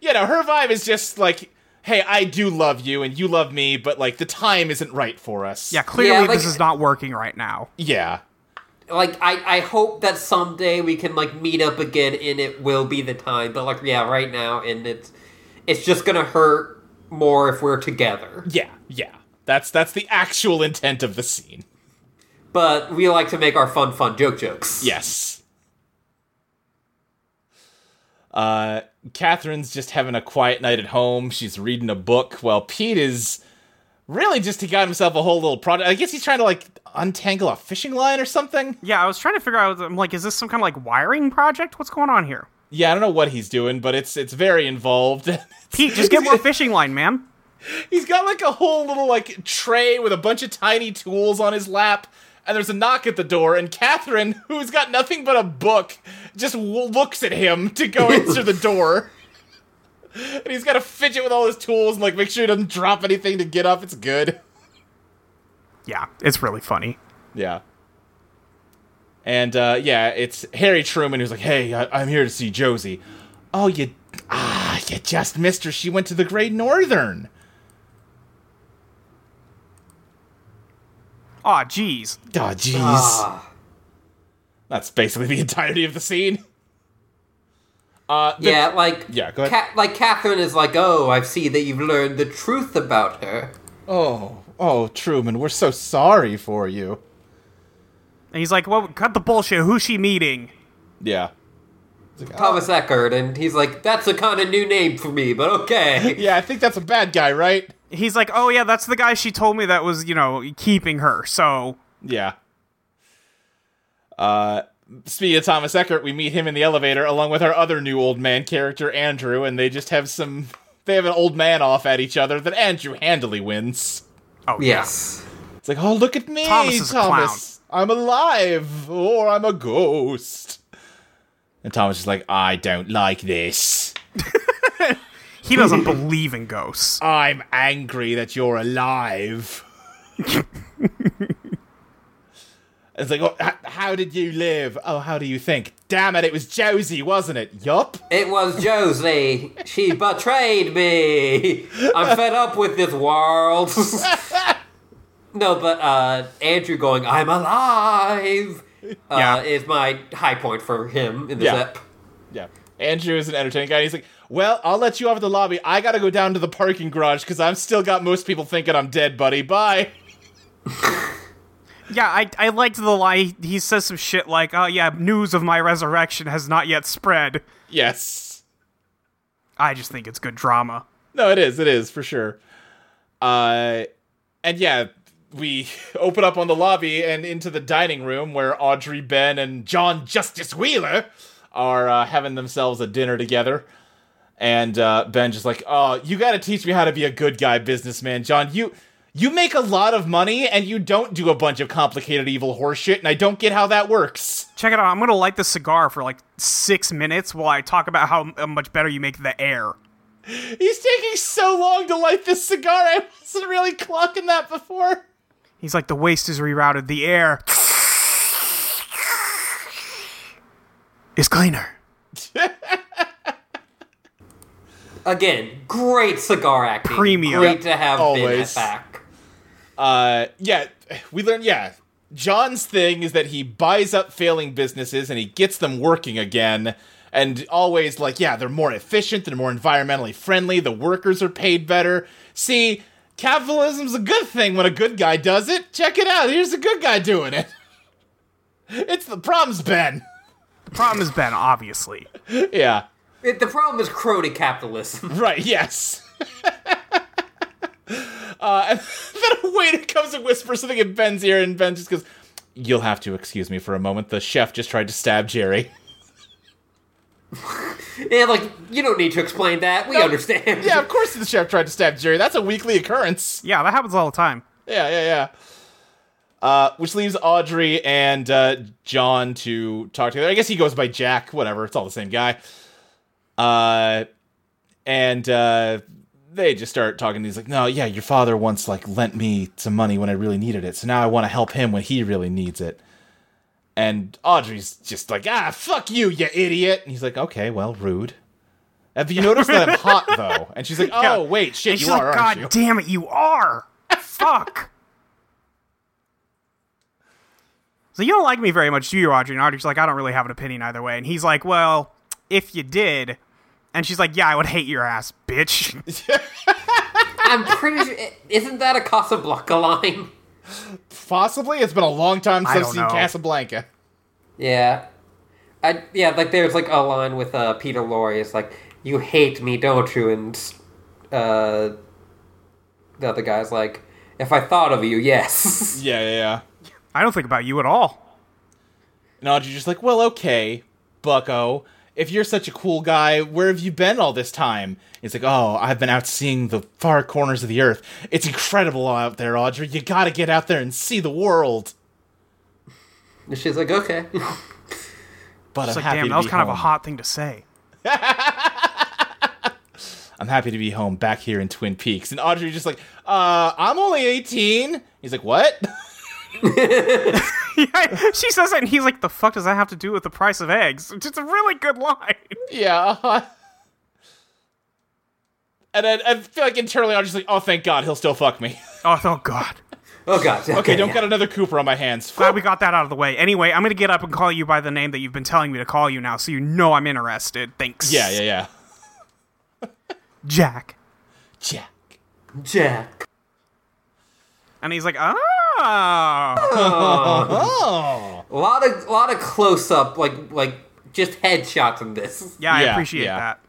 Speaker 3: you know, her vibe is just like, hey, I do love you, and you love me, but like the time isn't right for us.
Speaker 2: Yeah, clearly
Speaker 1: like-
Speaker 2: this is not working right now.
Speaker 3: Yeah.
Speaker 1: like I, I hope that someday we can like meet up again and it will be the time but like yeah right now and it's it's just gonna hurt more if we're together
Speaker 3: Yeah, yeah. That's that's the actual intent of the scene.
Speaker 1: but we like to make our fun fun joke jokes
Speaker 3: Yes. Uh, Catherine's just having a quiet night at home. She's reading a book while Pete is really just he got himself a whole little project. I guess he's trying to like untangle a fishing line or something.
Speaker 2: Yeah, I was trying to figure out. I'm like, is this some kind of like wiring project? What's going on here?
Speaker 3: Yeah, I don't know what he's doing, but it's it's very involved.
Speaker 2: Pete, just get more fishing line, man.
Speaker 3: he's got like a whole little like tray with a bunch of tiny tools on his lap and there's a knock at the door and catherine who's got nothing but a book just w- looks at him to go answer the door and he's got to fidget with all his tools and like make sure he doesn't drop anything to get up it's good
Speaker 2: Yeah, it's really funny.
Speaker 3: yeah and uh, yeah it's harry truman who's like hey I- i'm here to see josie oh you ah you just missed her she went to the great northern
Speaker 2: Aw, jeez.
Speaker 3: oh jeez
Speaker 1: Ah,
Speaker 3: That's basically the entirety of the scene. Uh, the-
Speaker 1: yeah like
Speaker 3: Yeah, go ahead.
Speaker 1: Ca- like catherine is like oh i see that you've learned the truth about her
Speaker 3: Oh, oh, Truman, we're so sorry for you.
Speaker 2: And he's like, "Well, cut the bullshit. Who's she meeting?"
Speaker 3: Yeah. Oh.
Speaker 1: thomas eckert and he's like that's a kind of new name for me but okay
Speaker 3: Yeah, I think that's a bad guy, right?
Speaker 2: He's like, "Oh yeah, that's the guy she told me that was, you know, keeping her." So
Speaker 3: Yeah. Uh, speaking of Thomas Eckert, we meet him in the elevator along with our other new old man character, Andrew, and they just have some. They have an old man off at each other that Andrew handily wins.
Speaker 2: Oh yeah.
Speaker 1: yes
Speaker 3: It's like, oh, look at me,
Speaker 2: Thomas is a
Speaker 3: Thomas. I'm alive, or I'm a ghost. And Thomas is like, I don't like this.
Speaker 2: He doesn't believe in ghosts.
Speaker 3: I'm angry that you're alive. it's like, oh, h- how did you live? Oh, how do you think? Damn it, it was Josie, wasn't it? Yup.
Speaker 1: It was Josie. She betrayed me. I'm fed up with this world. no, but uh, Andrew going, I'm alive, uh,
Speaker 2: Yeah.
Speaker 1: is my high point for him in this
Speaker 3: Yeah.
Speaker 1: ep.
Speaker 3: Yeah. Andrew is an entertaining guy. He's like, well, I'll let you off at the lobby. I gotta go down to the parking garage because I've still got most people thinking I'm dead, buddy. Bye.
Speaker 2: Yeah, I, I liked the lie. He says some shit like, oh, yeah, news of my resurrection has not yet spread.
Speaker 3: Yes.
Speaker 2: I just think it's good drama.
Speaker 3: No, it is. It is for sure. Uh, and yeah, we open up on the lobby and into the dining room where Audrey, Ben, and John Justice Wheeler are uh, having themselves a dinner together. And uh, Ben just like, oh, you got to teach me how to be a good guy businessman, John. You you make a lot of money and you don't do a bunch of complicated evil horseshit, and I don't get how that works.
Speaker 2: Check it out. I'm going to light the cigar for like six minutes while I talk about how m- much better you make the air.
Speaker 3: He's taking so long to light this cigar. I wasn't really clocking that before.
Speaker 2: He's like, the waste is rerouted. The air is cleaner.
Speaker 1: Again, great cigar acting.
Speaker 2: Premium.
Speaker 1: Great to have
Speaker 3: Always.
Speaker 1: Ben back.
Speaker 3: uh yeah we learned yeah john's thing is that he buys up failing businesses and he gets them working again and always like yeah they're more efficient they're more environmentally friendly the workers are paid better see capitalism's a good thing when a good guy does it check it out here's a good guy doing it it's the problem's ben
Speaker 2: The problem is Ben, obviously.
Speaker 3: yeah
Speaker 1: It- the problem is crony capitalism.
Speaker 3: Right, yes. uh, and then a waiter comes and whispers something in Ben's ear, and Ben just goes, You'll have to excuse me for a moment. The chef just tried to stab Jerry.
Speaker 1: yeah, like, you don't need to explain that. We understand.
Speaker 3: yeah, of course the chef tried to stab Jerry. That's a weekly occurrence.
Speaker 2: Yeah, that happens all the time.
Speaker 3: Yeah, yeah, yeah. Uh, which leaves Audrey and uh, John to talk together. I guess he goes by Jack, whatever. It's all the same guy. Uh, and uh, they just start talking. He's like, "No, yeah, your father once like lent me some money when I really needed it, so now I want to help him when he really needs it." And Audrey's just like, "Ah, fuck you, you idiot!" And he's like, "Okay, well, rude." Have you noticed that I'm hot though? And she's like, "Oh,
Speaker 2: Yeah.
Speaker 3: wait, shit,
Speaker 2: And she's
Speaker 3: you are,
Speaker 2: like,
Speaker 3: aren't
Speaker 2: God
Speaker 3: you?"
Speaker 2: damn it, you are. Fuck. So you don't like me very much, do you, Audrey? And Audrey's like, I don't really have an opinion either way. And he's like, Well, if you did. And she's like, Yeah, I would hate your ass, bitch.
Speaker 1: I'm pretty sure. Isn't that a Casablanca line?
Speaker 3: Possibly. It's been a long time
Speaker 2: I
Speaker 3: since I've
Speaker 2: don't
Speaker 3: seen
Speaker 2: know.
Speaker 3: Casablanca.
Speaker 1: Yeah. I, yeah, like there's like a line with uh, Peter Lorre. It's like, you hate me, don't you? And uh, the other guy's like, if I thought of you, yes.
Speaker 3: Yeah, yeah, yeah.
Speaker 2: I don't think about you at all.
Speaker 3: And Audrey's just like, well, okay, bucko. If you're such a cool guy, where have you been all this time? He's like, oh, I've been out seeing the far corners of the earth. It's incredible out there, Audrey. You gotta get out there and see the world.
Speaker 1: and she's like, okay.
Speaker 3: But
Speaker 2: It's like,
Speaker 3: I'm happy
Speaker 2: damn,
Speaker 3: to
Speaker 2: that was
Speaker 3: be
Speaker 2: kind of a
Speaker 3: home.
Speaker 2: hot thing to say.
Speaker 3: I'm happy to be home back here in Twin Peaks. And Audrey's just like, uh, I'm only 18. He's like, what?
Speaker 2: Yeah, she says it, and he's like, "The fuck does that have to do with the price of eggs?" It's just a really good line.
Speaker 3: Yeah. uh-huh. And then I feel like internally I'm just like, oh, thank God, he'll still fuck me.
Speaker 2: Oh, oh God!
Speaker 1: Oh, God. Okay,
Speaker 3: Okay, don't
Speaker 1: yeah.
Speaker 3: got another Cooper on my hands.
Speaker 2: Glad we got that out of the way. Anyway, I'm gonna get up and call you by the name that you've been telling me to call you now, so you know I'm interested. Thanks.
Speaker 3: Yeah, yeah, yeah.
Speaker 2: Jack.
Speaker 3: Jack.
Speaker 1: Jack.
Speaker 2: And he's like, "Oh,
Speaker 3: Oh.
Speaker 1: A lot of, lot of close up, like, like just headshots in this.
Speaker 2: yeah, I
Speaker 3: Yeah,
Speaker 2: appreciate
Speaker 3: yeah.
Speaker 2: that."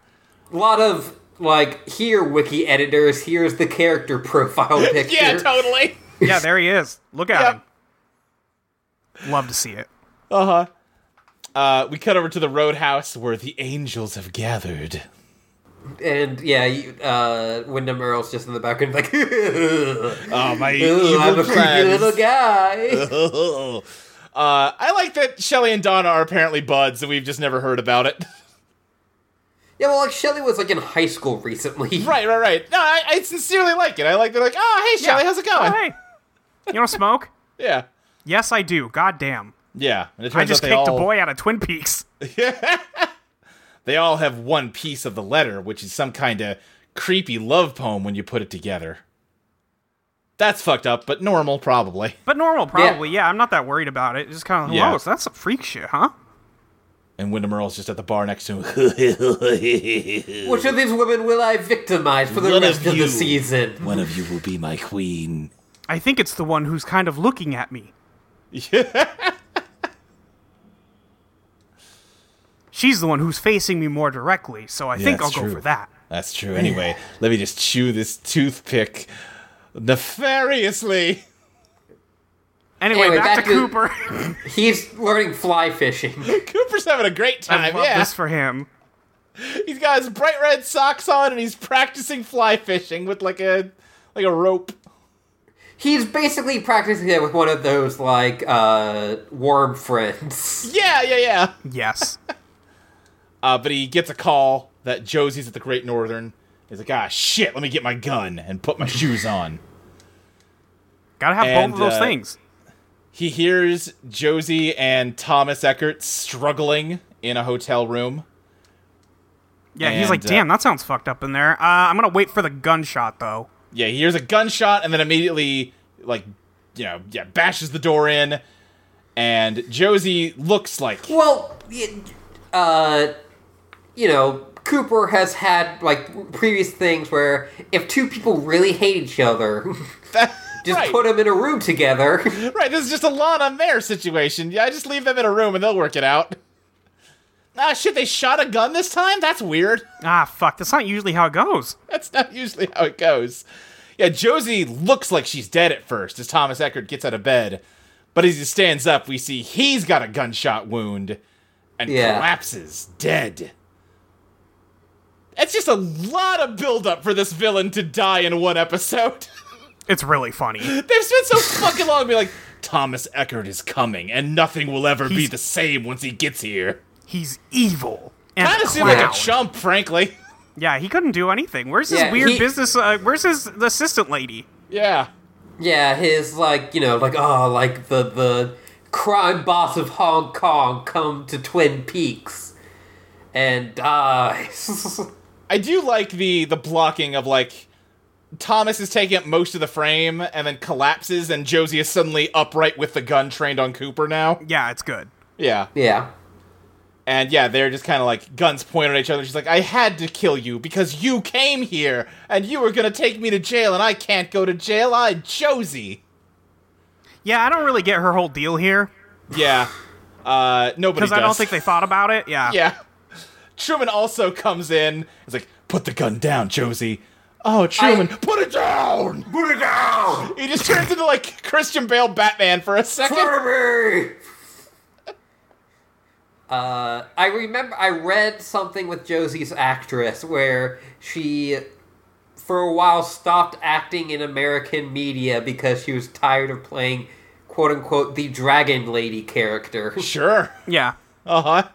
Speaker 1: A lot of, like, here, wiki editors, here's the character profile picture.
Speaker 3: Yeah, totally.
Speaker 2: Yeah, there he is. Look at
Speaker 3: Yep.
Speaker 2: him. Love to see it.
Speaker 3: Uh, we cut over to the roadhouse where the angels have gathered.
Speaker 1: And yeah, you, uh, Wyndham Earl's just in the background, like,
Speaker 3: Oh my
Speaker 1: "Ooh,
Speaker 3: evil
Speaker 1: I'm a creepy
Speaker 3: plans.
Speaker 1: little guy.
Speaker 3: uh, I like that Shelly and Donna are apparently buds, and we've just never heard about it.
Speaker 1: yeah, well, like Shelley was like in high school recently.
Speaker 3: right, right, right. No, I, I sincerely like it. I like they're like, oh, hey, Shelly, how's it
Speaker 2: Oh,
Speaker 3: going?
Speaker 2: hey, you want to smoke?
Speaker 3: Yeah,
Speaker 2: Yes, I do. God damn.
Speaker 3: yeah. And it turns
Speaker 2: I just
Speaker 3: out
Speaker 2: kicked
Speaker 3: they all
Speaker 2: a boy out of Twin Peaks.
Speaker 3: they all have one piece of the letter, which is some kind of creepy love poem when you put it together. That's fucked up, but normal probably.
Speaker 2: But normal, probably. Yeah, I'm not that worried about it. It's just kind of, whoa,
Speaker 3: Yeah.
Speaker 2: so that's some freak shit, huh?
Speaker 3: And Wyndham Earl's just at the bar next to him.
Speaker 1: Which of these women will I victimize for the
Speaker 3: None
Speaker 1: rest
Speaker 3: of
Speaker 1: of,
Speaker 3: you.
Speaker 1: the season?
Speaker 3: one of you will be my queen.
Speaker 2: I think it's the one who's kind of looking at me. She's the one who's facing me more directly, so I think I'll
Speaker 3: that's
Speaker 2: go
Speaker 3: true.
Speaker 2: for that.
Speaker 3: That's true. Anyway, let me just chew this toothpick nefariously.
Speaker 2: Anyway,
Speaker 1: Anyway,
Speaker 2: back,
Speaker 1: back
Speaker 2: to,
Speaker 1: to-
Speaker 2: Cooper.
Speaker 1: He's learning fly fishing.
Speaker 3: Cooper's having a great
Speaker 2: I
Speaker 3: time.
Speaker 2: love
Speaker 3: Yeah.
Speaker 2: this for him.
Speaker 3: He's got his bright red socks on and he's practicing fly fishing with like a like a rope.
Speaker 1: He's basically practicing it with one of those like uh worm friends.
Speaker 3: Yeah, yeah, yeah.
Speaker 2: Yes.
Speaker 3: Uh, but he gets a call that Josie's at the Great Northern. He's like, ah, shit, let me get my gun and put my shoes on.
Speaker 2: Gotta have
Speaker 3: And,
Speaker 2: both of those
Speaker 3: uh,
Speaker 2: things.
Speaker 3: He hears Josie and Thomas Eckert struggling in a hotel room.
Speaker 2: Yeah, he's like,
Speaker 3: and, uh,
Speaker 2: damn, that sounds fucked up in there. Uh, I'm gonna wait for the gunshot, though.
Speaker 3: Yeah, he hears a gunshot and then immediately, like, you know, yeah, bashes the door in. And Josie looks like
Speaker 1: Well, y- uh, you know, Cooper has had like previous things where if two people really hate each other, just
Speaker 3: Right.
Speaker 1: put them in a room together.
Speaker 3: Right, this is just a Lana Mare situation. Yeah, I just leave them in a room and they'll work it out. Ah, shit, they shot a gun this time? That's weird.
Speaker 2: Ah, fuck, that's not usually how it goes.
Speaker 3: That's not usually how it goes. Yeah, Josie looks like she's dead at first as Thomas Eckert gets out of bed. But as he stands up, we see he's got a gunshot wound and
Speaker 1: Yeah.
Speaker 3: collapses dead. It's just a lot of buildup for this villain to die in one episode.
Speaker 2: It's really funny.
Speaker 3: They've spent so fucking long being like, Thomas Eckert is coming, and nothing will ever be
Speaker 2: He's-
Speaker 3: the same once he gets here.
Speaker 2: He's evil. And
Speaker 3: Kind
Speaker 2: a
Speaker 3: of seemed like
Speaker 2: clown.
Speaker 3: a chump, frankly.
Speaker 2: Yeah, he couldn't do anything. Where's his
Speaker 1: Yeah,
Speaker 2: weird
Speaker 1: he-
Speaker 2: business? Uh, where's his the assistant lady?
Speaker 3: Yeah.
Speaker 1: yeah, his like you know like oh like the the crime boss of Hong Kong come to Twin Peaks and dies.
Speaker 3: I do like the the blocking of like Thomas is taking up most of the frame and then collapses and Josie is suddenly upright with the gun trained on Cooper now.
Speaker 2: Yeah, it's good.
Speaker 3: Yeah.
Speaker 1: yeah.
Speaker 3: And yeah, they're just kind of like guns pointed at each other. She's like, "I had to kill you because you came here and you were going to take me to jail and I can't go to jail. I Josie."
Speaker 2: Yeah, I don't really get her whole deal here
Speaker 3: Yeah. Uh nobody
Speaker 2: because I don't
Speaker 3: does.
Speaker 2: think they thought about it. Yeah.
Speaker 3: Yeah. Truman also comes in. He's like, put the gun down, Josie. Oh, Truman, put it down!
Speaker 1: Put it down,
Speaker 3: He just turns into like Christian Bale Batman for a second.
Speaker 1: Kirby. Uh, I remember I read something with Josie's actress where she, for a while, stopped acting in American media because she was tired of playing "quote unquote" the Dragon Lady character.
Speaker 3: Sure.
Speaker 2: Yeah.
Speaker 3: Uh-huh.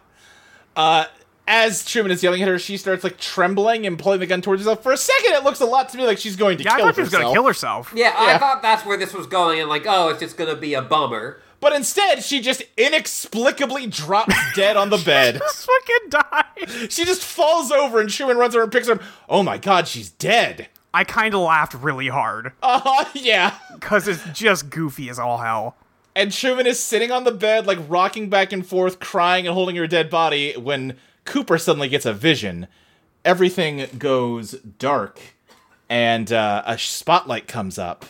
Speaker 3: Uh as Truman is yelling at her, she starts like trembling and pulling the gun towards herself. For a second, it looks a lot to me like she's going to
Speaker 2: Yeah, I
Speaker 3: kill
Speaker 2: thought she was
Speaker 3: herself.
Speaker 2: gonna kill herself.
Speaker 1: Yeah, I
Speaker 3: Yeah.
Speaker 1: thought that's where this was going, and like, oh, it's just gonna be a bummer.
Speaker 3: But instead, she just inexplicably drops dead on the bed.
Speaker 2: Just fucking die.
Speaker 3: She just falls over, and Truman runs over and picks her up. Oh my god, she's dead.
Speaker 2: I kind of laughed really hard
Speaker 3: Uh huh. Yeah.
Speaker 2: because it's just goofy as all hell.
Speaker 3: And Truman is sitting on the bed, like rocking back and forth, crying and holding her dead body when Cooper suddenly gets a vision. Everything goes dark, and uh, a spotlight comes up.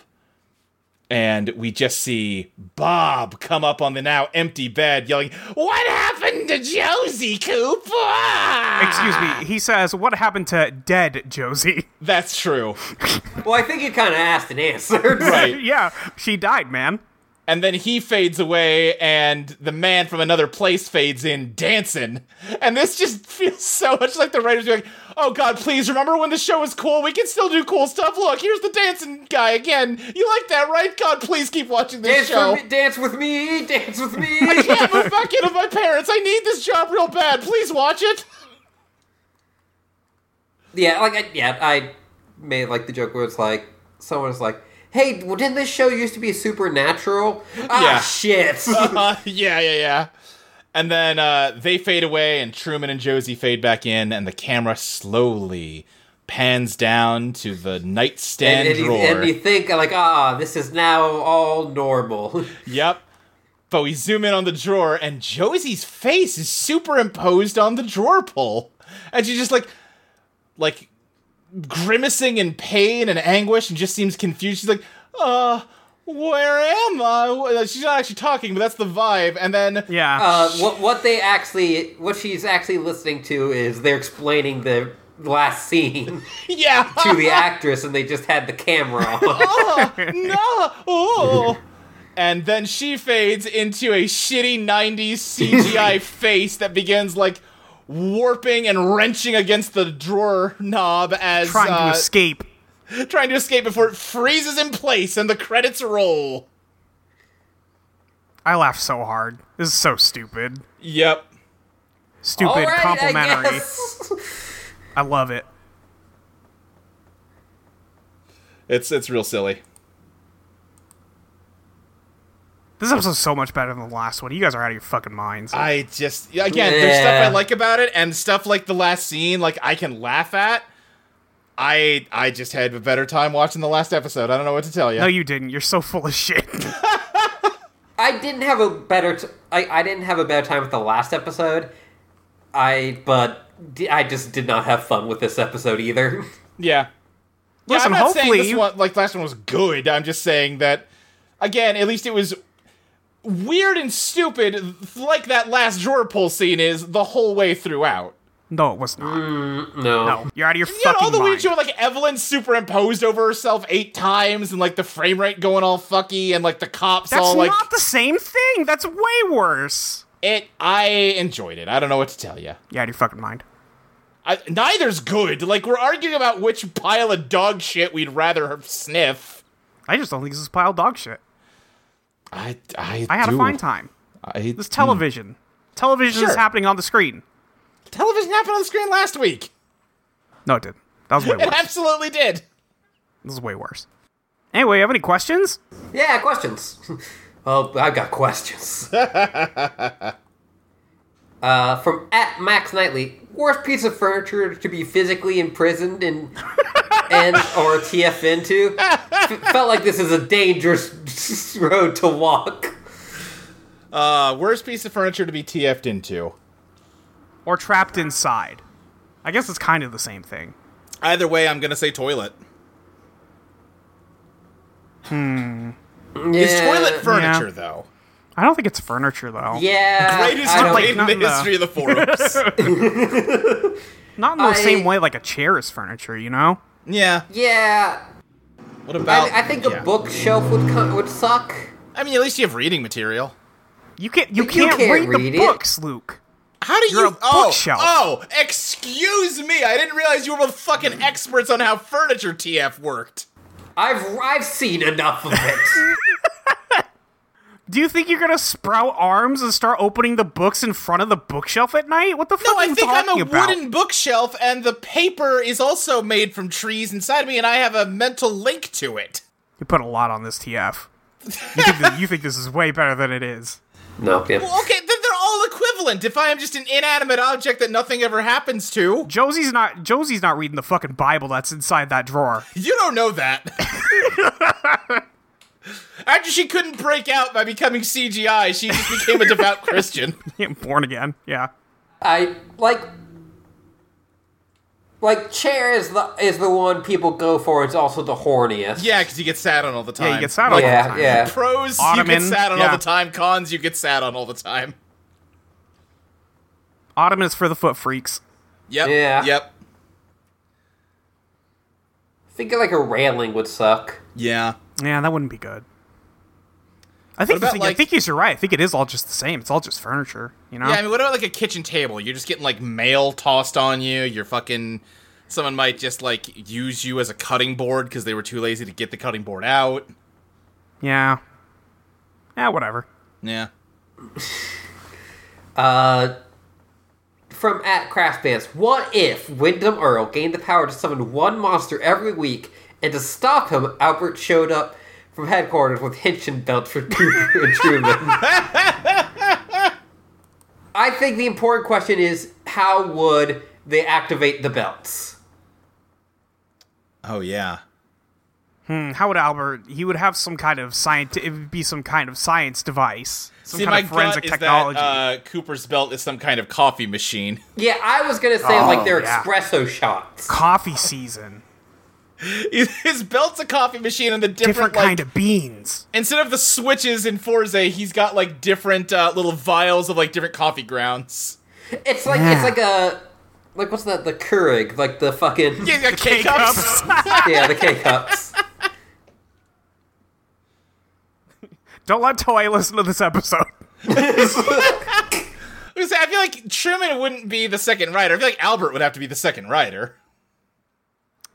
Speaker 3: And we just see Bob come up on the now empty bed yelling, What happened to Josie Cooper?
Speaker 2: Excuse me. He says, "What happened to dead Josie?"
Speaker 3: That's true.
Speaker 1: Well, I think you kind of asked and answered.
Speaker 3: Right.
Speaker 2: yeah, she died, man.
Speaker 3: and then he fades away and the man from another place fades in dancing and this just feels so much like the writers being like oh god please remember when the show was cool we can still do cool stuff look here's the dancing guy again you like that right god please keep watching
Speaker 1: Dance,
Speaker 3: this show
Speaker 1: for me, dance with me, dance with me.
Speaker 3: yeah but fuck it of my parents i need this job real bad please watch it
Speaker 1: yeah, like I, yeah, I made like the joke where it's like someone's like, "Hey, well, didn't this show used to be supernatural?" Ah,
Speaker 3: Yeah.
Speaker 1: shit.
Speaker 3: Uh, yeah, yeah, yeah. And then uh, they fade away, and Truman and Josie fade back in, and the camera slowly pans down to the nightstand
Speaker 1: and, and, you,
Speaker 3: drawer.
Speaker 1: and you think like, ah, this is now all normal.
Speaker 3: Yep. But we zoom in on the drawer, and Josie's face is superimposed on the drawer pull, and she's just like, like grimacing in pain and anguish, and just seems confused. She's like, "Uh, where am I?" She's not actually talking, but that's the vibe. And then
Speaker 2: Yeah.
Speaker 1: Uh, what what they actually what she's actually listening to is they're explaining the last scene
Speaker 3: yeah,
Speaker 1: to the actress, and they just had the camera on.
Speaker 3: oh, no! Oh. And then she fades into a shitty 90s CGI face that begins like warping and wrenching against the drawer knob as
Speaker 2: Trying to
Speaker 3: uh,
Speaker 2: escape.
Speaker 3: trying to escape before it freezes in place and the credits roll.
Speaker 2: I laughed so hard. This is so stupid.
Speaker 3: Yep.
Speaker 2: Stupid
Speaker 1: Alright, I
Speaker 2: complimentary.
Speaker 1: guess.
Speaker 2: I love it.
Speaker 3: It's it's real silly.
Speaker 2: This episode's so much better than the last one. You guys are out of your fucking minds.
Speaker 3: I just again, there's stuff
Speaker 1: Yeah.
Speaker 3: I like about it, and stuff like the last scene, like I can laugh at. I I just had a better time watching the last episode. I don't know what to tell you.
Speaker 2: no, you didn't. You're so full of shit.
Speaker 1: I didn't have a better t- I, I didn't have a better time with the last episode. I but di- I just did not have fun with this episode either.
Speaker 3: Yeah.
Speaker 2: Listen,
Speaker 3: yeah, I'm not
Speaker 2: hopefully
Speaker 3: saying this
Speaker 2: you-
Speaker 3: one, like last one was good. I'm just saying that again, at least it was weird and stupid like that last drawer pull scene is the whole way throughout.
Speaker 2: no, it was not.
Speaker 1: No.
Speaker 2: No, you're out of your
Speaker 3: Mm. You know,
Speaker 2: fucking
Speaker 3: all the weird
Speaker 2: mind.
Speaker 3: shit with like Evelyn superimposed over herself eight times and like the frame rate going all fucky and like the cops
Speaker 2: That's
Speaker 3: all like
Speaker 2: not the same thing. That's way worse.
Speaker 3: it I enjoyed it. I don't know what to tell you.
Speaker 2: Yeah, out of your fucking mind.
Speaker 3: I, neither's good. Like we're arguing about which pile of dog shit we'd rather sniff.
Speaker 2: I just don't think this is pile of dog shit.
Speaker 3: I I,
Speaker 2: I had
Speaker 3: do.
Speaker 2: a fine time.
Speaker 3: I,
Speaker 2: This television. Television is
Speaker 3: Sure.
Speaker 2: happening on the screen.
Speaker 3: television happened on the screen last week.
Speaker 2: No, it didn't. That was way
Speaker 3: It
Speaker 2: worse.
Speaker 3: absolutely did.
Speaker 2: This is way worse. Anyway, have any questions?
Speaker 1: Yeah, questions. oh, I've got questions. uh, from at Max Knightley, worst piece of furniture to be physically imprisoned in and or TF into. F- felt like this is a dangerous road to walk.
Speaker 3: Uh, worst piece of furniture to be TF'd into.
Speaker 2: Or trapped inside? I guess it's kind of the same thing.
Speaker 3: Either way, I'm gonna say toilet.
Speaker 1: Eh, Yeah.
Speaker 3: It's toilet furniture, though.
Speaker 2: I don't think it's furniture though.
Speaker 1: Yeah.
Speaker 3: Greatest
Speaker 1: I don't-
Speaker 3: debate in
Speaker 2: Like,
Speaker 3: the
Speaker 2: not the-
Speaker 3: history of the forums.
Speaker 2: Not in the
Speaker 1: I-
Speaker 2: same way like a chair is furniture, you know?
Speaker 3: yeah.
Speaker 1: Yeah.
Speaker 3: What about?
Speaker 1: I, I think
Speaker 3: yeah.
Speaker 1: a bookshelf would co- would suck.
Speaker 3: I mean, at least you have reading material.
Speaker 2: You can't you,
Speaker 1: You
Speaker 2: can't,
Speaker 1: can't
Speaker 2: read,
Speaker 1: read
Speaker 2: the
Speaker 1: it.
Speaker 2: books, Luke.
Speaker 3: How do you?
Speaker 2: You're a
Speaker 3: oh,
Speaker 2: bookshelf.
Speaker 3: oh, excuse me. I didn't realize you were both fucking experts on how furniture TF worked.
Speaker 1: I've I've seen enough of it.
Speaker 2: Do you think you're gonna sprout arms and start opening the books in front of the bookshelf at night? What the fuck
Speaker 3: No,
Speaker 2: are
Speaker 3: I
Speaker 2: you
Speaker 3: think I'm
Speaker 2: talking
Speaker 3: a
Speaker 2: about?
Speaker 3: wooden bookshelf, and the paper is also made from trees inside me, and I have a mental link to it.
Speaker 2: You put a lot on this TF. You think, that, you think this is way better than it is.
Speaker 1: no. Yeah.
Speaker 3: Well, okay, then they're all equivalent. If I am just an inanimate object that nothing ever happens to,
Speaker 2: Josie's not Josie's not reading the fucking Bible that's inside that drawer.
Speaker 3: you don't know that. After she couldn't break out by becoming CGI, she just became a devout Christian.
Speaker 2: Born again. Yeah.
Speaker 1: I like like chair is the is the one people go for. It's also the horniest.
Speaker 3: Yeah, because you get sat on all the time.
Speaker 2: Yeah, you get sat on all the
Speaker 1: yeah,
Speaker 2: time.
Speaker 1: yeah.
Speaker 3: Pros, you
Speaker 2: Ottoman,
Speaker 3: get sat on all
Speaker 2: yeah.
Speaker 3: the time. Cons, you get sat on all the time.
Speaker 2: Ottoman is for the foot freaks.
Speaker 3: Yep.
Speaker 1: Yeah.
Speaker 3: Yep.
Speaker 1: I think like a railing would suck.
Speaker 3: Yeah.
Speaker 2: Yeah, that wouldn't be good. I think, I
Speaker 3: What about,
Speaker 2: think, I
Speaker 3: like-
Speaker 2: think you're right. I think it is all just the same. It's all just furniture, you know?
Speaker 3: Yeah, I mean, what about like a kitchen table? You're just getting like mail tossed on you. You're fucking. Someone might just like use you as a cutting board because they were too lazy to get the cutting board out.
Speaker 2: yeah. Yeah, whatever.
Speaker 3: Yeah.
Speaker 1: From at Craft Dance, what if Wyndham Earl gained the power to summon one monster every week, and to stop him, Albert showed up from headquarters with Hinch and Belt for Cooper and Truman? I think the important question is how would they activate the belts?
Speaker 3: Oh yeah.
Speaker 2: And Mm, how would Albert? He would have some kind of science. It would be some kind of science device, some
Speaker 3: See, my
Speaker 2: kind of
Speaker 3: gut
Speaker 2: forensic
Speaker 3: is
Speaker 2: technology.
Speaker 3: that uh, Cooper's belt is some kind of coffee machine.
Speaker 1: Yeah, I was gonna say like their
Speaker 2: Oh, yeah.
Speaker 1: espresso shots.
Speaker 2: Coffee season,
Speaker 3: His belt's a coffee machine, and the different,
Speaker 2: different
Speaker 3: like,
Speaker 2: kind of beans.
Speaker 3: instead of the switches in Forza, he's got like different uh, little vials of like different coffee grounds.
Speaker 1: It's like
Speaker 2: Yeah.
Speaker 1: it's like a like what's that? The Keurig, like the fucking
Speaker 3: Yeah,
Speaker 2: K cups.
Speaker 1: yeah, the K cups.
Speaker 2: Don't let Toei listen to this episode.
Speaker 3: I was gonna say, I feel like Truman wouldn't be the second rider. I feel like Albert would have to be the second rider.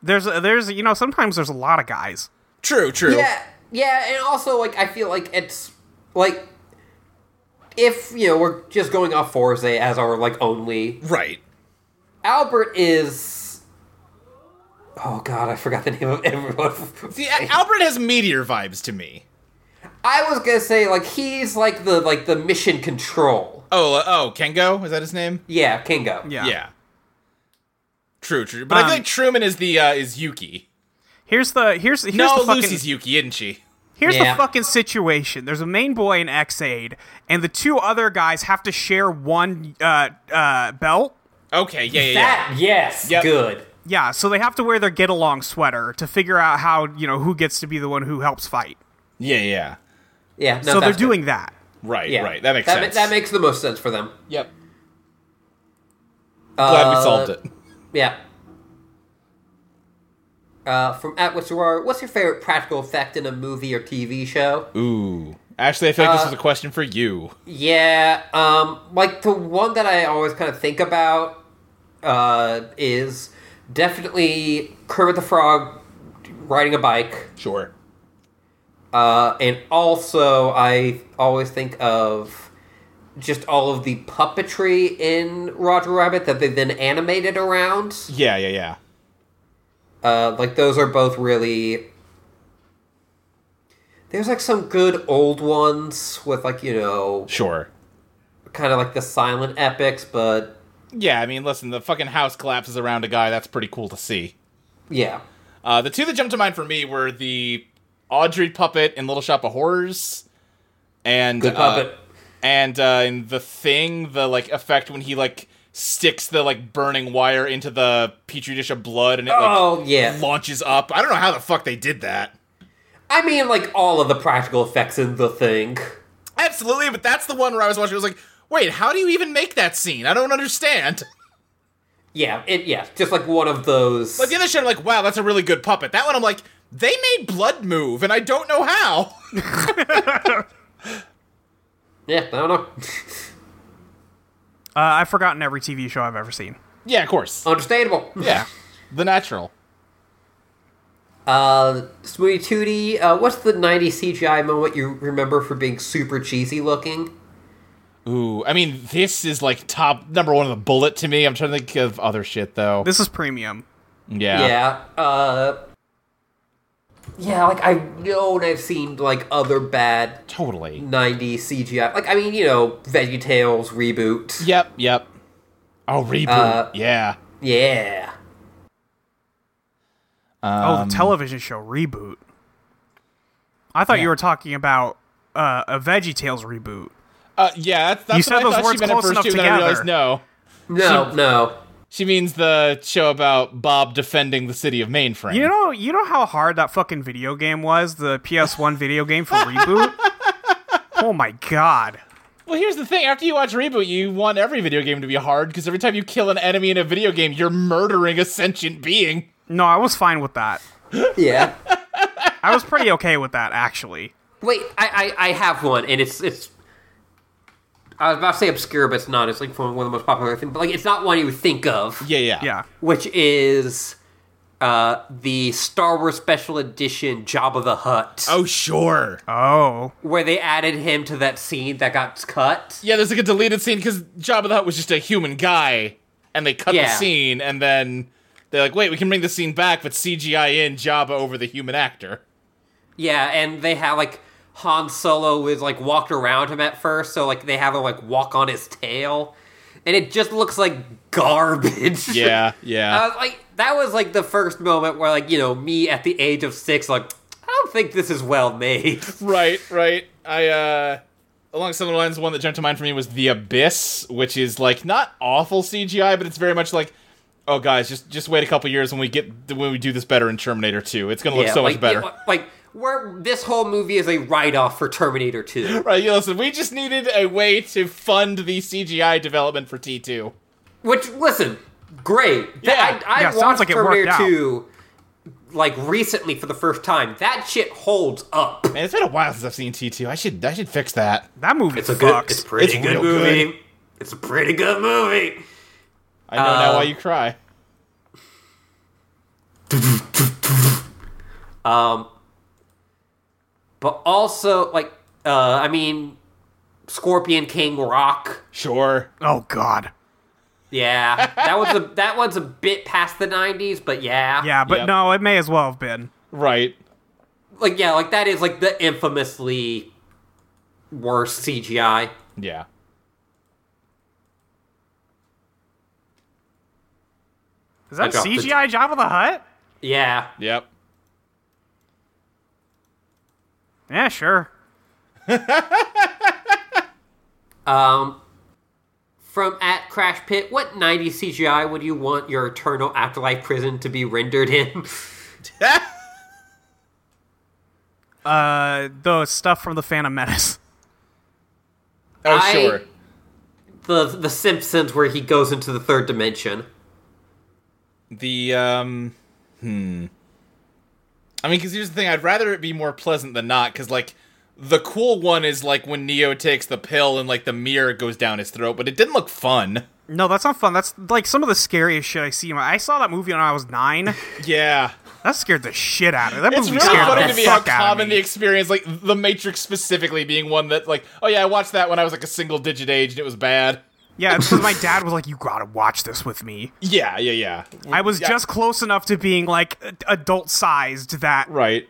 Speaker 2: There's, a, there's, you know, sometimes there's a lot of guys.
Speaker 3: True, true.
Speaker 1: Yeah, yeah, and also like I feel like it's like if you know we're just going off Forza as our like only
Speaker 3: Right.
Speaker 1: Albert is. Oh god, I forgot the name of everyone.
Speaker 3: See, A- Albert has meteor vibes to me.
Speaker 1: I was gonna say like he's like the like the mission control.
Speaker 3: Oh, uh, oh, Kengo is that his name?
Speaker 1: Yeah, Kingo.
Speaker 2: Yeah.
Speaker 3: True, true. But I
Speaker 2: Um,
Speaker 3: feel like Truman is the uh, is Yuki.
Speaker 2: Here's the here's here's
Speaker 3: No,
Speaker 2: the fucking
Speaker 3: Lucy's Yuki, isn't she?
Speaker 2: here's
Speaker 1: Yeah.
Speaker 2: the fucking situation. There's a main boy and X Aid, and the two other guys have to share one uh, uh, belt.
Speaker 3: Okay, yeah, yeah, yeah.
Speaker 1: That yes,
Speaker 3: Yep.
Speaker 1: good.
Speaker 2: Yeah, so they have to wear their get along sweater to figure out how you know who gets to be the one who helps fight.
Speaker 3: Yeah, yeah.
Speaker 1: Yeah, no,
Speaker 2: so they're
Speaker 1: that's good.
Speaker 2: doing that.
Speaker 3: Right,
Speaker 1: Yeah,
Speaker 3: right. That makes
Speaker 1: that, ma-
Speaker 3: sense.
Speaker 1: That makes the most sense for them.
Speaker 3: Yep. Glad
Speaker 1: Uh,
Speaker 3: we solved it.
Speaker 1: Yeah. Uh, from at Witzerar, what's your favorite practical effect in a movie or TV show?
Speaker 3: Ooh. Ashley, I feel like
Speaker 1: Uh,
Speaker 3: this was a question for you.
Speaker 1: Yeah, um, like the one that I always kind of think about uh, is definitely Kermit the Frog riding a bike,
Speaker 3: Sure.
Speaker 1: uh, and also I always think of just all of the puppetry in Roger Rabbit that they then animated around.
Speaker 3: Yeah, yeah, yeah.
Speaker 1: Uh, like those are both really. There's like some good old ones with like you know
Speaker 3: Sure.
Speaker 1: kind of like the silent epics, but
Speaker 3: Yeah, I mean, listen, the fucking house collapses around a guy. That's pretty cool to see.
Speaker 1: yeah,
Speaker 3: Uh, the two that jumped to mind for me were the Audrey puppet in Little Shop of Horrors, and
Speaker 1: good
Speaker 3: uh,
Speaker 1: puppet.
Speaker 3: and uh, in the thing, the like effect when he like sticks the like burning wire into the petri dish of blood and it like
Speaker 1: oh yeah,
Speaker 3: launches up. I don't know how the fuck they did that.
Speaker 1: I mean like all of the practical effects in the thing.
Speaker 3: Absolutely, but that's the one where I was watching. I was like, wait, how do you even make that scene? I don't understand.
Speaker 1: Yeah, it yeah, just like one of those.
Speaker 3: Like the other shit, I'm like, wow, that's a really good puppet. That one, I'm like, they made blood move, and I don't know how.
Speaker 1: Yeah, I don't know.
Speaker 2: Uh, I've forgotten every TV show I've ever seen.
Speaker 3: yeah, of course.
Speaker 1: Understandable.
Speaker 3: yeah, the natural.
Speaker 1: Uh, Smoothie Tootie, uh, what's the '90s CGI moment you remember for being super cheesy looking?
Speaker 3: Ooh, I mean, this is like top number one of the bullet to me. I'm trying to think of other shit though.
Speaker 2: This is premium.
Speaker 3: yeah.
Speaker 1: Yeah. Uh, yeah, like I know and I've seen like other bad
Speaker 3: totally.
Speaker 1: 90s CGI. Like I mean, you know, VeggieTales reboot.
Speaker 3: Yep, yep. Oh, reboot.
Speaker 1: Uh,
Speaker 3: yeah.
Speaker 1: Yeah.
Speaker 2: oh, the television show reboot. I thought you were talking about uh, a VeggieTales reboot.
Speaker 3: Uh, yeah, that's, that's
Speaker 2: You said
Speaker 3: what I
Speaker 2: those
Speaker 3: thought
Speaker 2: words
Speaker 3: she meant
Speaker 2: close
Speaker 3: at
Speaker 2: enough
Speaker 3: first too. Then I
Speaker 2: together.
Speaker 3: realized no,
Speaker 1: No, no.
Speaker 3: she means the show about Bob defending the city of Mainframe.
Speaker 2: You know, you know how hard that fucking video game was, the PS1 video game for reboot. oh my god.
Speaker 3: Well, here's the thing. After you watch Reboot, you want every video game to be hard because every time you kill an enemy in a video game, you're murdering a sentient being.
Speaker 2: No, I was fine with that.
Speaker 1: Yeah.
Speaker 2: I was pretty okay with that actually.
Speaker 1: Wait, I, I, I have one, and it's it's. I was about to say obscure, but it's not. It's like from one of the most popular things, but like it's not one you would think of.
Speaker 3: Yeah, yeah,
Speaker 2: Yeah.
Speaker 1: which is uh, the Star Wars Special Edition Jabba the Hutt,
Speaker 3: Oh, sure.
Speaker 2: Oh.
Speaker 1: where they added him to that scene that got cut.
Speaker 3: Yeah, there's like a deleted scene because Jabba the Hutt was just a human guy, and they cut the
Speaker 1: Yeah.
Speaker 3: scene, and then they're like, "Wait, we can bring the scene back, but CGI in Jabba over the human actor."
Speaker 1: Yeah, and they have like Han Solo is like walked around him at first, so like they have him like walk on his tail, and it just looks like garbage.
Speaker 3: Yeah, yeah.
Speaker 1: I was like, that was like the first moment where like you know me at the age of six, like I don't think this is well made.
Speaker 3: Right, right. I uh along similar lines, one that jumped to mind for me was The Abyss, which is like not awful CGI, but it's very much like, oh guys, just just wait a couple years when we get when we do this better in Terminator 2. It's gonna look so
Speaker 1: like,
Speaker 3: much better.
Speaker 1: yeah, like we're, this whole movie is a write off for Terminator Two.
Speaker 3: Right, yeah, listen, we just needed a way to fund the CGI development for T2.
Speaker 1: Which listen, great. That, I, I
Speaker 2: Yeah,
Speaker 1: watched
Speaker 2: sounds like it
Speaker 1: Terminator
Speaker 2: worked out.
Speaker 1: Two like recently for the first time. That shit holds up.
Speaker 3: Man, it's been a while since I've seen T2. I should I should fix that.
Speaker 2: That movie
Speaker 1: It's a good.
Speaker 2: fucks.
Speaker 1: It's pretty
Speaker 3: It's
Speaker 1: good
Speaker 3: real
Speaker 1: movie. It's a pretty good movie.
Speaker 3: I know now
Speaker 1: Uh,
Speaker 3: why you cry.
Speaker 1: But also, like, uh, I mean, Scorpion King Rock.
Speaker 3: Sure.
Speaker 2: oh god.
Speaker 1: Yeah, that was a that one's a bit past the '90s, but yeah,
Speaker 2: Yeah, but
Speaker 3: Yep.
Speaker 2: no, it may as well have been.
Speaker 3: Right.
Speaker 1: like yeah, like that is like the infamously worst CGI.
Speaker 3: Yeah.
Speaker 2: Is
Speaker 1: I
Speaker 2: that
Speaker 1: dropped it.
Speaker 2: CGI Jabba the Hutt?
Speaker 1: Yeah,
Speaker 3: Yep.
Speaker 2: Yeah, sure.
Speaker 1: Um, from at Crash Pit, what 90 CGI would you want your eternal afterlife prison to be rendered in?
Speaker 3: Oh,
Speaker 2: Uh, the stuff from the Phantom Menace.
Speaker 3: Oh
Speaker 1: I-
Speaker 3: sure.
Speaker 1: the The Simpsons, where he goes into the third dimension.
Speaker 3: The um hmm. I mean cuz here's the thing, I'd rather it be more pleasant than not cuz like the cool one is like when Neo takes the pill and like the mirror goes down his throat, but it didn't look fun.
Speaker 2: No, that's not fun. That's like some of the scariest shit I see. I saw that movie when I was nine.
Speaker 3: Yeah.
Speaker 2: That scared the shit out of me. That
Speaker 3: It's
Speaker 2: movie
Speaker 3: really
Speaker 2: scared
Speaker 3: funny
Speaker 2: the
Speaker 3: to me how
Speaker 2: fuck out of
Speaker 3: common the
Speaker 2: me.
Speaker 3: experience like the Matrix specifically being one that like, oh yeah, I watched that when I was like a single digit age and it was bad.
Speaker 2: yeah, it's because my dad was like, "You gotta watch this with me."
Speaker 3: Yeah, yeah, yeah.
Speaker 2: I was
Speaker 3: Yeah.
Speaker 2: just close enough to being like a- adult sized that,
Speaker 3: Right.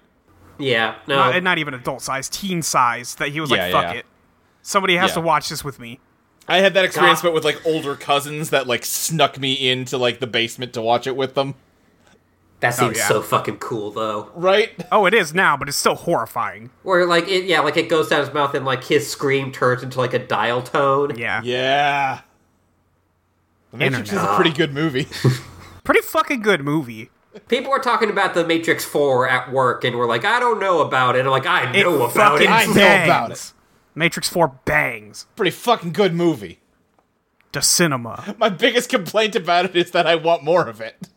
Speaker 1: Yeah, no.
Speaker 2: not, and not even adult sized, teen sized that he was
Speaker 3: Yeah,
Speaker 2: like, "Fuck
Speaker 3: yeah.
Speaker 2: it, somebody has
Speaker 3: Yeah.
Speaker 2: to watch this with me."
Speaker 3: I had that experience,
Speaker 1: God.
Speaker 3: but with like older cousins that like snuck me into like the basement to watch it with them.
Speaker 1: that seems
Speaker 2: yeah.
Speaker 1: so fucking cool, though.
Speaker 3: Right?
Speaker 2: Oh, it is now, but it's still horrifying.
Speaker 1: Where, like, it, yeah, like it goes down his mouth and, like, his scream turns into, like, a dial tone.
Speaker 2: Yeah,
Speaker 3: Yeah. The Matrix
Speaker 2: Internet.
Speaker 3: is a pretty good movie.
Speaker 2: pretty fucking good movie.
Speaker 1: People were talking about The Matrix 4 at work and were like, I don't know about it. I'm like, I
Speaker 2: It
Speaker 1: know about
Speaker 2: fucking
Speaker 1: it.
Speaker 3: I know
Speaker 2: bangs.
Speaker 3: about it.
Speaker 2: Matrix Four bangs
Speaker 3: pretty fucking good movie.
Speaker 2: to cinema.
Speaker 3: My biggest complaint about it is that I want more of it.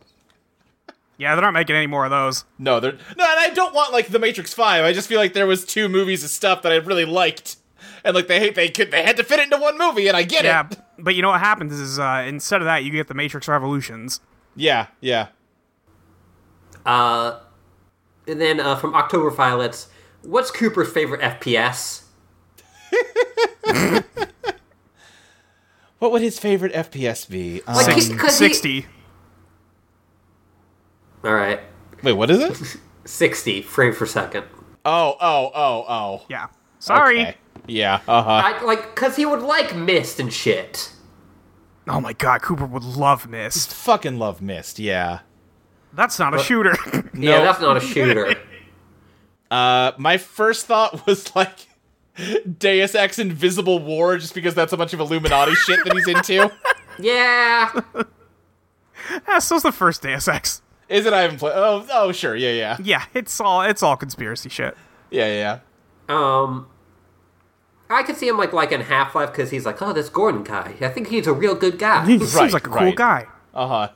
Speaker 2: Yeah, they're not making any more of those.
Speaker 3: No, there. No, and I don't want like The Matrix Five. I just feel like there was two movies of stuff that I really liked, and like they they could they had to fit it into one movie, and I get
Speaker 2: Yeah,
Speaker 3: it.
Speaker 2: but you know what happens is uh, instead of that, you get the Matrix Revolutions.
Speaker 3: Yeah, yeah.
Speaker 1: Uh, and then uh, from October Violets, what's Cooper's favorite FPS?
Speaker 3: What would his favorite FPS be? Um,
Speaker 1: Like,
Speaker 2: Six,
Speaker 1: he- 'cause he-
Speaker 2: 60.
Speaker 1: All right.
Speaker 3: wait, what is it?
Speaker 1: 60 frame per second.
Speaker 3: Oh, oh, oh, oh.
Speaker 2: Yeah. Sorry.
Speaker 3: Okay. Yeah. Uh huh.
Speaker 1: I like cuz he would like mist and shit.
Speaker 2: Oh my god, Cooper would love Mist.
Speaker 3: Fucking love Mist. Yeah.
Speaker 2: That's not a shooter.
Speaker 1: Yeah,
Speaker 3: No.
Speaker 1: that's not a shooter.
Speaker 3: Uh, my first thought was like Deus Ex Invisible War, just because that's a bunch of Illuminati shit that he's into.
Speaker 1: yeah.
Speaker 2: yeah, so's the first Deus Ex.
Speaker 3: Is it? I haven't played. Oh, oh, sure. Yeah, yeah,
Speaker 2: Yeah, it's all it's all conspiracy shit.
Speaker 3: yeah, yeah, yeah.
Speaker 1: Um I could see him like like in Half-Life cuz he's like, "Oh, this Gordon guy. I think he's a real good
Speaker 2: He
Speaker 1: guy."
Speaker 2: seems like a cool
Speaker 3: right.
Speaker 2: guy.
Speaker 3: Uh huh.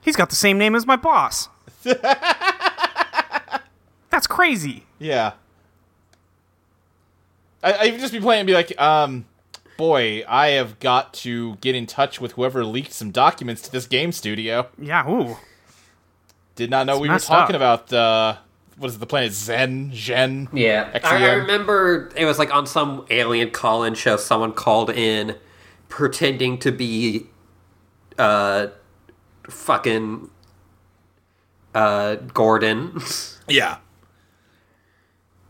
Speaker 2: He's got the same name as my boss. That's crazy.
Speaker 3: Yeah. I, I'd just be playing and be like, um, boy, I have got to get in touch with whoever leaked some documents to this game studio.
Speaker 2: Yeah, ooh.
Speaker 3: Did not know we were
Speaker 2: messed
Speaker 3: talking
Speaker 2: up.
Speaker 3: about uh, what is it, the planet Zen Gen?
Speaker 1: Yeah, I, I
Speaker 3: XEN.
Speaker 1: remember it was like on some alien call-in show. Someone called in pretending to be, uh, fucking, uh, Gordon.
Speaker 3: Yeah.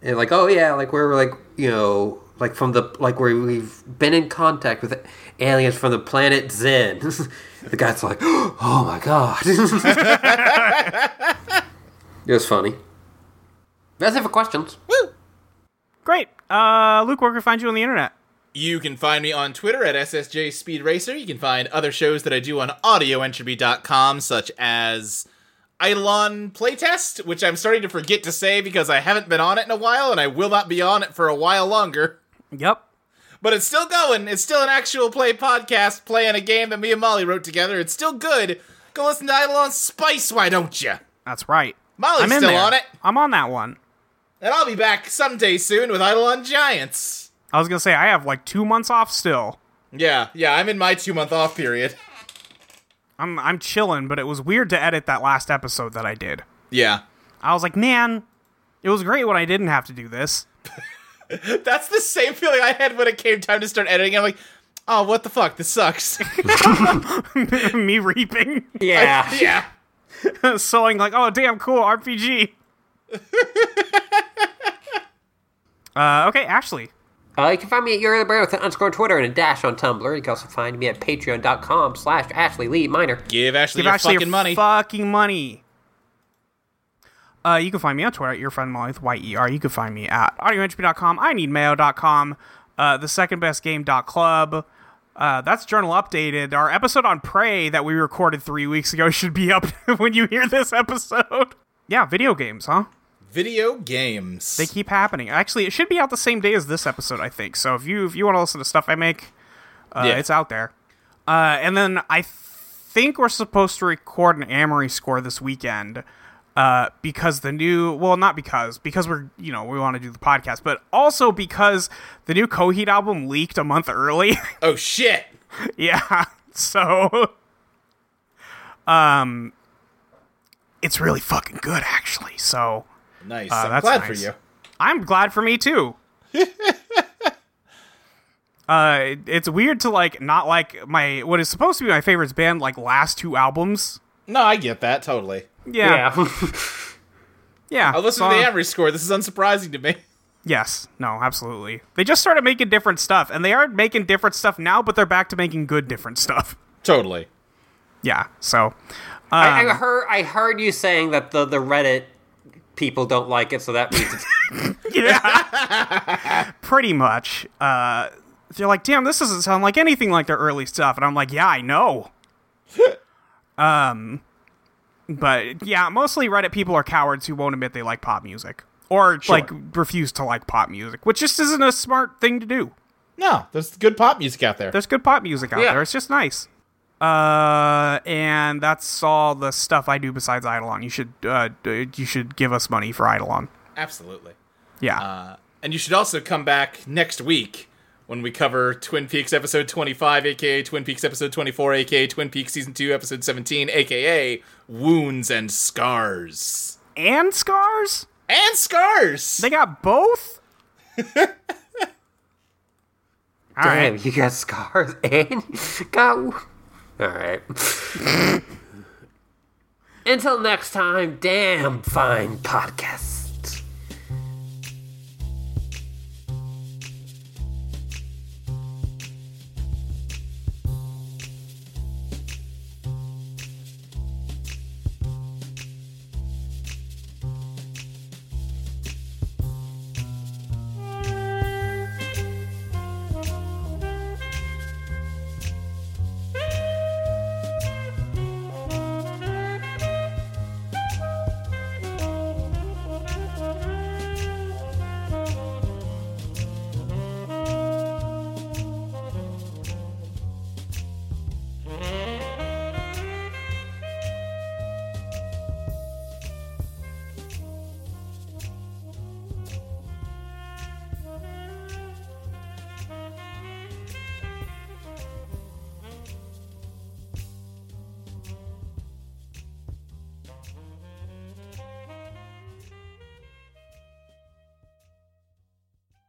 Speaker 1: and like, oh yeah, like we're like you know like from the like where we've been in contact with aliens from the planet Zen. the guy's like, oh my god, it was funny. That's it for questions.
Speaker 2: Great. Uh, Luke, where can we find you on the internet?
Speaker 3: You can find me on Twitter at SSJ Speed Racer. You can find other shows that I do on audioentropy.com, such as Eidolon Playtest, which I'm starting to forget to say because I haven't been on it in a while and I will not be on it for a while longer.
Speaker 2: Yep.
Speaker 3: But it's still going. It's still an actual play podcast playing a game that me and Molly wrote together. It's still good. Go listen to Eidolon Spice, why don't you?
Speaker 2: That's right.
Speaker 3: Molly's
Speaker 2: I'm in
Speaker 3: still
Speaker 2: there.
Speaker 3: on it.
Speaker 2: I'm on that one.
Speaker 3: And I'll be back someday soon with Eidolon Giants.
Speaker 2: I was gonna say I have like two months off still.
Speaker 3: Yeah, yeah, I'm in my two month off period.
Speaker 2: I'm I'm chilling, but it was weird to edit that last episode that I did.
Speaker 3: Yeah.
Speaker 2: I was like, man, it was great when I didn't have to do this.
Speaker 3: That's the same feeling I had when it came time to start editing. I'm like, oh, what the fuck? This sucks.
Speaker 2: Me reaping,
Speaker 1: Yeah,
Speaker 3: yeah.
Speaker 2: sewing like, oh damn, cool RPG. uh, okay, Ashley.
Speaker 1: uh, you can find me at Yuri the Bear with an underscore on Twitter and a dash on Tumblr. You can also find me at patreon.com slash Ashley Lee Minor.
Speaker 3: Give Ashley
Speaker 2: Give
Speaker 3: your
Speaker 2: Ashley
Speaker 3: fucking
Speaker 2: your
Speaker 3: money.
Speaker 2: Fucking money. Uh, you can find me on Twitter at your friend Molly with Y E R. You can find me at audioentropy.com, I need mayo.com, uh, the second best game.club. Uh, that's journal updated. Our episode on Prey that we recorded three weeks ago should be up when you hear this episode. Yeah, video games, huh?
Speaker 3: Video games.
Speaker 2: They keep happening. Actually, it should be out the same day as this episode, I think. So if you if you want to listen to stuff I make, uh,
Speaker 3: Yeah.
Speaker 2: it's out there. Uh, and then I think we're supposed to record an Amory score this weekend uh, because the new well, not because because we're you know we want to do the podcast, but also because the new Coheed album leaked a month early.
Speaker 3: oh, shit.
Speaker 2: yeah, so um, it's really fucking good actually. So.
Speaker 3: Nice.
Speaker 2: Uh,
Speaker 3: I'm
Speaker 2: that's
Speaker 3: glad for
Speaker 2: nice.
Speaker 3: you.
Speaker 2: I'm glad for me too. uh, it- it's weird to like not like my what is supposed to be my favorite band like last two albums.
Speaker 3: No, I get that totally.
Speaker 2: Yeah, yeah.
Speaker 3: I listen
Speaker 2: so-
Speaker 3: to the Amory score. This is unsurprising to me.
Speaker 2: Yes, no, absolutely. They just started making different stuff, and they are making different stuff now, but they're back to making good different stuff.
Speaker 3: Totally.
Speaker 2: Yeah, so
Speaker 1: I, I heard I heard you saying that the, the Reddit people don't like it, so that means it's
Speaker 2: yeah, pretty much. Uh, they're like, damn, this doesn't sound like anything like their early stuff, and I'm like, yeah, I know. um, but yeah, mostly Reddit people are cowards who won't admit they like pop music or like refuse to like pop music, which just isn't a smart thing to do.
Speaker 3: No, there's good pop music out there.
Speaker 2: There's good pop music out
Speaker 1: Yeah.
Speaker 2: there. It's just nice. Uh, and that's all the stuff I do besides Eidolon. You should uh, d- you should give us money for Eidolon.
Speaker 3: Absolutely.
Speaker 2: Yeah.
Speaker 3: Uh, and you should also come back next week when we cover Twin Peaks episode 25, aka Twin Peaks episode 24, aka Twin Peaks season 2, episode 17, aka Wounds and Scars.
Speaker 2: and scars.
Speaker 3: And Scars!
Speaker 2: They got both. All
Speaker 1: Damn,
Speaker 2: right.
Speaker 1: you got scars and go. All right. Until next time, damn fine podcast.